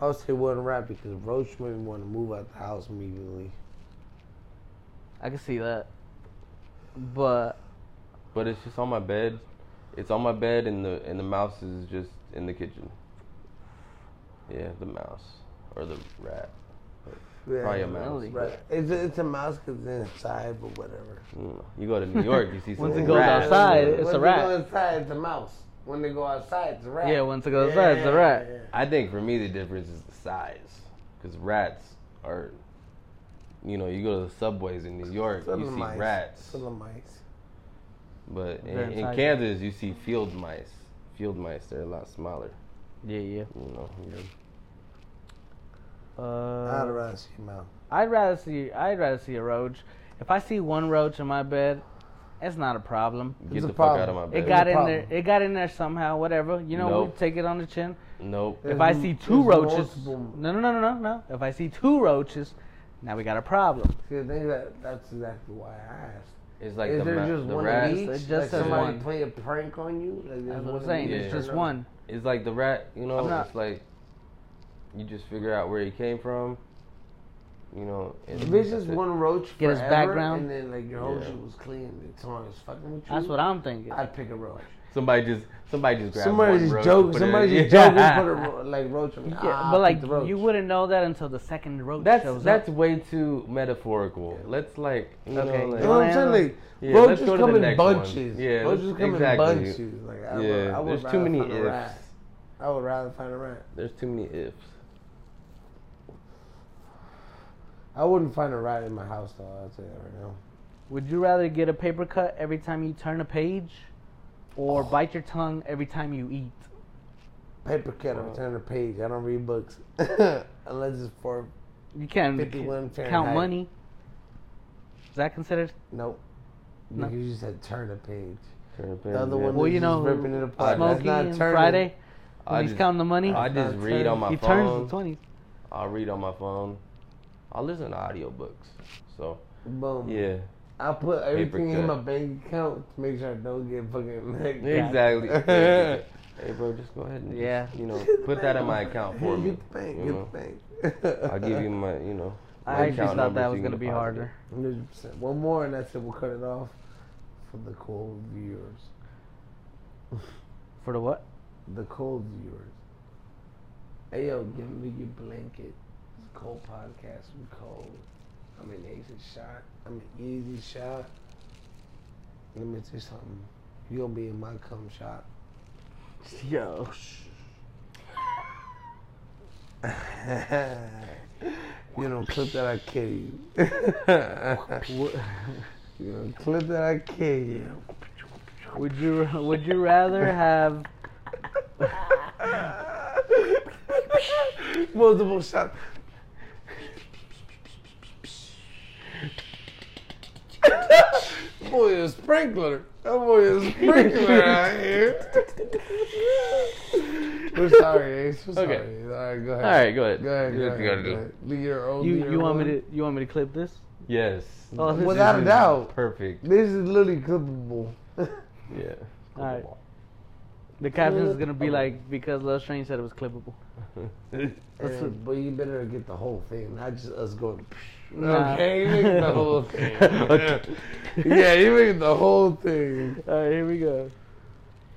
Speaker 2: I would say one rap because Roach made me want to move out the house immediately.
Speaker 3: I can see that, but
Speaker 4: But it's just on my bed. It's on my bed, and the and the mouse is just in the kitchen. Yeah, the mouse or the rat. Probably a mouse.
Speaker 3: Really?
Speaker 2: Right. It's a, it's a mouse because it's inside, but whatever.
Speaker 4: Mm. You go to New York, you see some
Speaker 3: Once it
Speaker 4: rats.
Speaker 3: goes outside, it's
Speaker 2: Once
Speaker 3: a
Speaker 2: they
Speaker 3: rat.
Speaker 2: go inside, it's a mouse. When they go outside, it's a rat.
Speaker 3: Yeah, once it goes outside, it's a rat.
Speaker 2: yeah,
Speaker 4: I think for me the difference is the size, because rats are, you know, you go to the subways in New York,
Speaker 2: Son
Speaker 4: you
Speaker 2: of
Speaker 4: see
Speaker 2: mice.
Speaker 4: rats,
Speaker 2: Son of mice.
Speaker 4: but in,
Speaker 3: They're
Speaker 4: in
Speaker 3: inside.
Speaker 4: Kansas you see field mice. Field mice, they're a lot smaller.
Speaker 3: yeah, yeah.
Speaker 4: You know, you're-
Speaker 2: I'd
Speaker 3: Uh,
Speaker 2: rather see a mouse.
Speaker 3: I'd rather see I'd rather see a roach. If I see one roach in my bed, it's not a problem.
Speaker 4: get
Speaker 2: a
Speaker 4: the fuck
Speaker 2: problem.
Speaker 4: out of my
Speaker 3: It
Speaker 4: bed.
Speaker 3: got
Speaker 2: a
Speaker 3: in there.
Speaker 2: problem.
Speaker 3: It got in there somehow. Whatever. You know, we
Speaker 4: Nope.
Speaker 3: take it on the chin.
Speaker 4: nope.
Speaker 2: Yeah.
Speaker 3: If I
Speaker 2: There's
Speaker 3: see
Speaker 2: m-
Speaker 3: two
Speaker 2: there's
Speaker 3: roaches,
Speaker 2: multiple-
Speaker 3: no, no, no, no, no, no. If I see two roaches, now we got a problem.
Speaker 2: See, I think that, that's exactly why I asked.
Speaker 4: It's like
Speaker 2: Is
Speaker 4: the,
Speaker 2: there
Speaker 4: ma-
Speaker 2: just
Speaker 4: the
Speaker 2: one
Speaker 4: rats.
Speaker 2: of each?
Speaker 3: It just
Speaker 2: like
Speaker 3: says
Speaker 2: somebody
Speaker 3: one.
Speaker 2: play a prank on you? Like,
Speaker 3: That's
Speaker 2: there's
Speaker 3: what
Speaker 2: one
Speaker 3: I'm
Speaker 2: of
Speaker 3: saying.
Speaker 2: each
Speaker 3: It's
Speaker 2: or
Speaker 3: just
Speaker 2: no?
Speaker 3: one.
Speaker 4: It's like the rat, you know.
Speaker 3: I'm not-
Speaker 4: It's like you just figure out where he came from, you know. And
Speaker 2: If it's just
Speaker 4: that's it.
Speaker 2: one roach
Speaker 3: Get his
Speaker 2: forever,
Speaker 3: background.
Speaker 2: and then like your whole
Speaker 4: Yeah.
Speaker 2: shit was clean, and someone was fucking with you.
Speaker 3: That's what I'm thinking.
Speaker 2: I'd pick a roach.
Speaker 4: somebody just somebody just grabbed
Speaker 2: Somebody
Speaker 4: one
Speaker 2: just
Speaker 4: roach and
Speaker 2: joking.
Speaker 4: put it
Speaker 2: Somebody
Speaker 4: in-
Speaker 2: just joking. Put a ro- like roach on me.
Speaker 3: yeah,
Speaker 2: Ah,
Speaker 3: but
Speaker 2: I'll pick
Speaker 3: like
Speaker 2: the roach.
Speaker 3: you wouldn't know that until the second roach
Speaker 4: That's
Speaker 3: shows
Speaker 4: that's
Speaker 3: up.
Speaker 4: way too metaphorical. Let's like you
Speaker 3: Okay,
Speaker 4: know,
Speaker 2: You
Speaker 4: like,
Speaker 2: know what I'm saying? Like,
Speaker 4: Yeah, let's
Speaker 2: roaches
Speaker 4: go to
Speaker 2: come
Speaker 4: the
Speaker 2: in
Speaker 4: next one.
Speaker 2: bunches.
Speaker 4: Yeah,
Speaker 2: roaches
Speaker 4: let's-
Speaker 2: come
Speaker 4: exactly.
Speaker 2: in bunches. Like, I
Speaker 4: yeah.
Speaker 2: would, I would
Speaker 4: there's too many
Speaker 2: find
Speaker 4: ifs.
Speaker 2: a rat. I would rather find a rat.
Speaker 4: There's too many ifs.
Speaker 2: I wouldn't find a rat in my house though. I'll tell you that right now.
Speaker 3: Would you rather get a paper cut every time you turn a page,
Speaker 2: Oh.
Speaker 3: or bite your tongue every time you eat?
Speaker 2: Paper cut. I'm turning a page. I don't read books unless it's for
Speaker 3: You can't
Speaker 2: 51
Speaker 3: count
Speaker 2: Fahrenheit.
Speaker 3: money. Is that considered?
Speaker 2: nope.
Speaker 3: No.
Speaker 2: Because you said turn a page.
Speaker 4: Current
Speaker 2: The other
Speaker 4: pages,
Speaker 2: one
Speaker 3: Well,
Speaker 4: yeah.
Speaker 2: is
Speaker 3: you know,
Speaker 2: just ripping it apart. That's
Speaker 3: Smokey
Speaker 2: not
Speaker 3: and
Speaker 2: turning.
Speaker 3: Friday
Speaker 4: I
Speaker 3: when he's
Speaker 4: just-
Speaker 3: counting the money.
Speaker 4: I just
Speaker 2: That's
Speaker 4: read on
Speaker 2: turn-
Speaker 4: my
Speaker 3: he turns the
Speaker 4: phone.
Speaker 3: twenties.
Speaker 4: I read on my phone. I listen to audiobooks. So
Speaker 2: Boom.
Speaker 4: yeah,
Speaker 2: I put everything
Speaker 4: cut.
Speaker 2: in my bank account to make sure I don't get fucking like,
Speaker 4: exactly. Yeah, yeah, yeah. Hey, bro, just go ahead and just,
Speaker 3: Yeah.
Speaker 4: you know, put that in my account for me.
Speaker 2: Get the bank,
Speaker 4: you
Speaker 2: get
Speaker 4: know?
Speaker 2: the bank.
Speaker 4: I'll give you my, you know.
Speaker 3: I
Speaker 4: my
Speaker 3: actually
Speaker 4: account
Speaker 3: thought
Speaker 4: number
Speaker 3: that
Speaker 4: so
Speaker 3: was
Speaker 4: you can
Speaker 3: gonna be
Speaker 4: deposit it.
Speaker 3: harder.
Speaker 2: 100%. One more, and that's it. We'll cut it off for the cold viewers.
Speaker 3: For the what?
Speaker 2: The cold viewers. Hey, yo, give me your blanket. It's a cold podcast. We cold. I'm an easy shot. I'm an easy shot. Let me tell you something. You're going to be in my cum shot.
Speaker 3: Yo.
Speaker 2: you know, clip that I kill you. you know, clip that I kill you.
Speaker 3: Would you Would you rather have?
Speaker 2: Multiple shots. boy, a sprinkler. That boy is a sprinkler out here. We're sorry, Ace. We're sorry.
Speaker 4: Okay.
Speaker 2: All right, go ahead.
Speaker 4: All right, go ahead.
Speaker 2: Go ahead. Go
Speaker 4: You
Speaker 2: ahead.
Speaker 4: gotta do.
Speaker 2: go ahead. Be your own. be
Speaker 3: You
Speaker 2: your
Speaker 3: You want me
Speaker 2: own.
Speaker 3: to You want me to clip this?
Speaker 4: Yes.
Speaker 3: Oh, this
Speaker 2: Without
Speaker 4: This
Speaker 2: a
Speaker 4: is
Speaker 2: doubt.
Speaker 4: Perfect.
Speaker 2: This is literally clippable.
Speaker 4: Yeah.
Speaker 3: All right. The caption is gonna be like because Love Strange said it was clippable. That's
Speaker 2: And- but you better get the whole thing, not just us going.
Speaker 3: Nah.
Speaker 2: Okay, you make the whole thing. yeah, you make the whole thing.
Speaker 3: All right, here we go.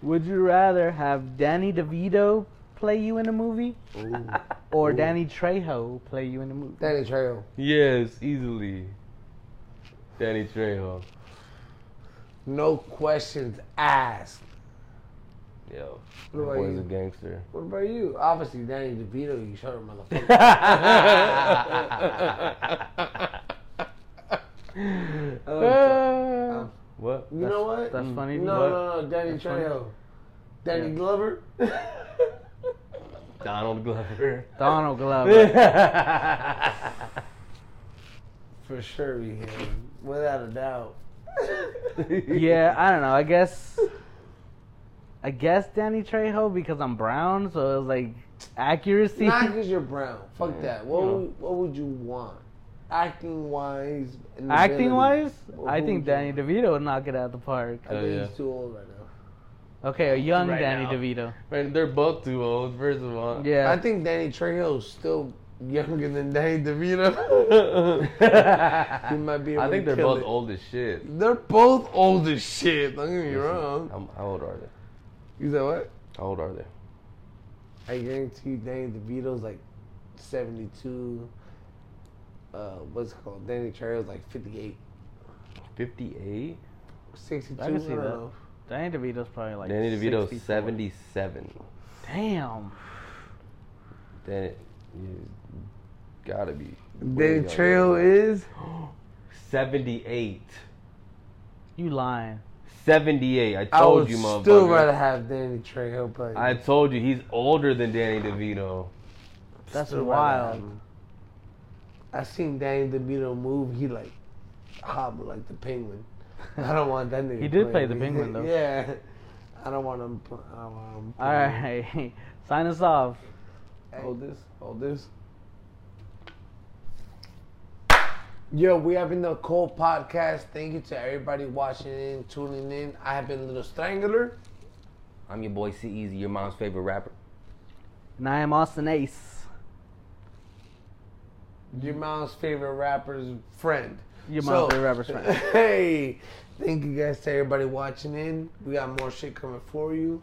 Speaker 3: Would you rather have Danny DeVito play you in a movie, or Danny Trejo play you in a movie?
Speaker 2: Danny Trejo.
Speaker 4: Yes, easily. Danny Trejo.
Speaker 2: No questions asked.
Speaker 4: Yo.
Speaker 2: What about
Speaker 4: Boy's
Speaker 2: you?
Speaker 4: a gangster.
Speaker 2: What about you? Obviously, Danny DeVito, you short motherfucker.
Speaker 4: Uh, what?
Speaker 2: you know what? Mm.
Speaker 3: That's funny.
Speaker 2: no,
Speaker 3: but-
Speaker 2: no, no, Danny
Speaker 3: That's funny.
Speaker 2: Trejo. Danny
Speaker 3: Yeah.
Speaker 2: Glover?
Speaker 4: Donald Glover.
Speaker 3: Donald Glover.
Speaker 2: For sure, we him. Without a doubt.
Speaker 3: yeah, I don't know. I guess. I guess Danny Trejo because I'm brown, so it was like accuracy.
Speaker 2: Not because you're brown. Fuck that. What,
Speaker 4: you know.
Speaker 2: would, what would you want? Acting wise. and
Speaker 3: Acting
Speaker 2: ability.
Speaker 3: wise,
Speaker 2: Who
Speaker 3: I think
Speaker 2: would you
Speaker 3: Danny
Speaker 2: want?
Speaker 3: DeVito would knock it out the park.
Speaker 2: I
Speaker 4: Oh,
Speaker 2: think
Speaker 4: yeah.
Speaker 2: he's too old right now.
Speaker 3: Okay, a young
Speaker 4: Right
Speaker 3: Danny
Speaker 4: now.
Speaker 3: DeVito.
Speaker 4: Man, they're both too old. First of all,
Speaker 3: Yeah.
Speaker 2: I think Danny Trejo's still younger than Danny DeVito. he might be. Able
Speaker 4: I think
Speaker 2: to
Speaker 4: they're
Speaker 2: kill
Speaker 4: both
Speaker 2: it.
Speaker 4: old as shit.
Speaker 2: They're both old as shit. Don't get me wrong.
Speaker 4: Um, how old are they?
Speaker 2: You said what?
Speaker 4: How old are they?
Speaker 2: I guarantee you Danny DeVito's like 72. Uh, what's it called? Danny Trejo's like 58,
Speaker 4: Fifty-eight.
Speaker 2: 62.
Speaker 3: I can see
Speaker 2: don't
Speaker 3: that.
Speaker 2: know.
Speaker 3: Danny DeVito's probably like
Speaker 4: Danny DeVito's
Speaker 3: 64.
Speaker 4: seventy-seven.
Speaker 3: Damn.
Speaker 4: Danny, you gotta be.
Speaker 2: Danny Trejo is
Speaker 4: seventy-eight.
Speaker 3: You lying.
Speaker 4: Seventy-eight. I
Speaker 2: I
Speaker 4: told
Speaker 2: would
Speaker 4: you, motherfucker.
Speaker 2: still rather have Danny Trejo play.
Speaker 4: I told you he's older than Danny DeVito.
Speaker 3: That's
Speaker 2: Still rather
Speaker 3: wild.
Speaker 2: have him. I seen Danny DeVito move. He like hobble like the penguin. I don't want that nigga.
Speaker 3: He did play
Speaker 2: playing
Speaker 3: the
Speaker 2: me.
Speaker 3: penguin, though.
Speaker 2: yeah. I don't want him. pl- I don't want him.
Speaker 3: All right. Sign us off.
Speaker 2: playing- Hold this. Hold this. Yo, we have been the Cold Podcast. Thank you to everybody watching in, tuning in. I have been Little Strangler.
Speaker 4: I'm your boy C Easy, your mom's favorite rapper.
Speaker 3: And I am Austin Ace.
Speaker 2: Your mom's favorite rapper's friend.
Speaker 3: Your
Speaker 2: So-
Speaker 3: mom's favorite rapper's friend.
Speaker 2: hey, thank you guys to everybody watching in. We got more shit coming for you.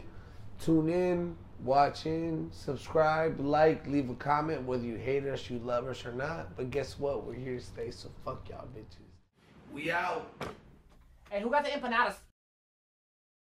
Speaker 2: Tune in, watch in, subscribe, like, leave a comment whether you hate us, you love us, or not. But guess what? We're here to stay, so fuck y'all bitches. We out.
Speaker 1: Hey, who got the empanadas?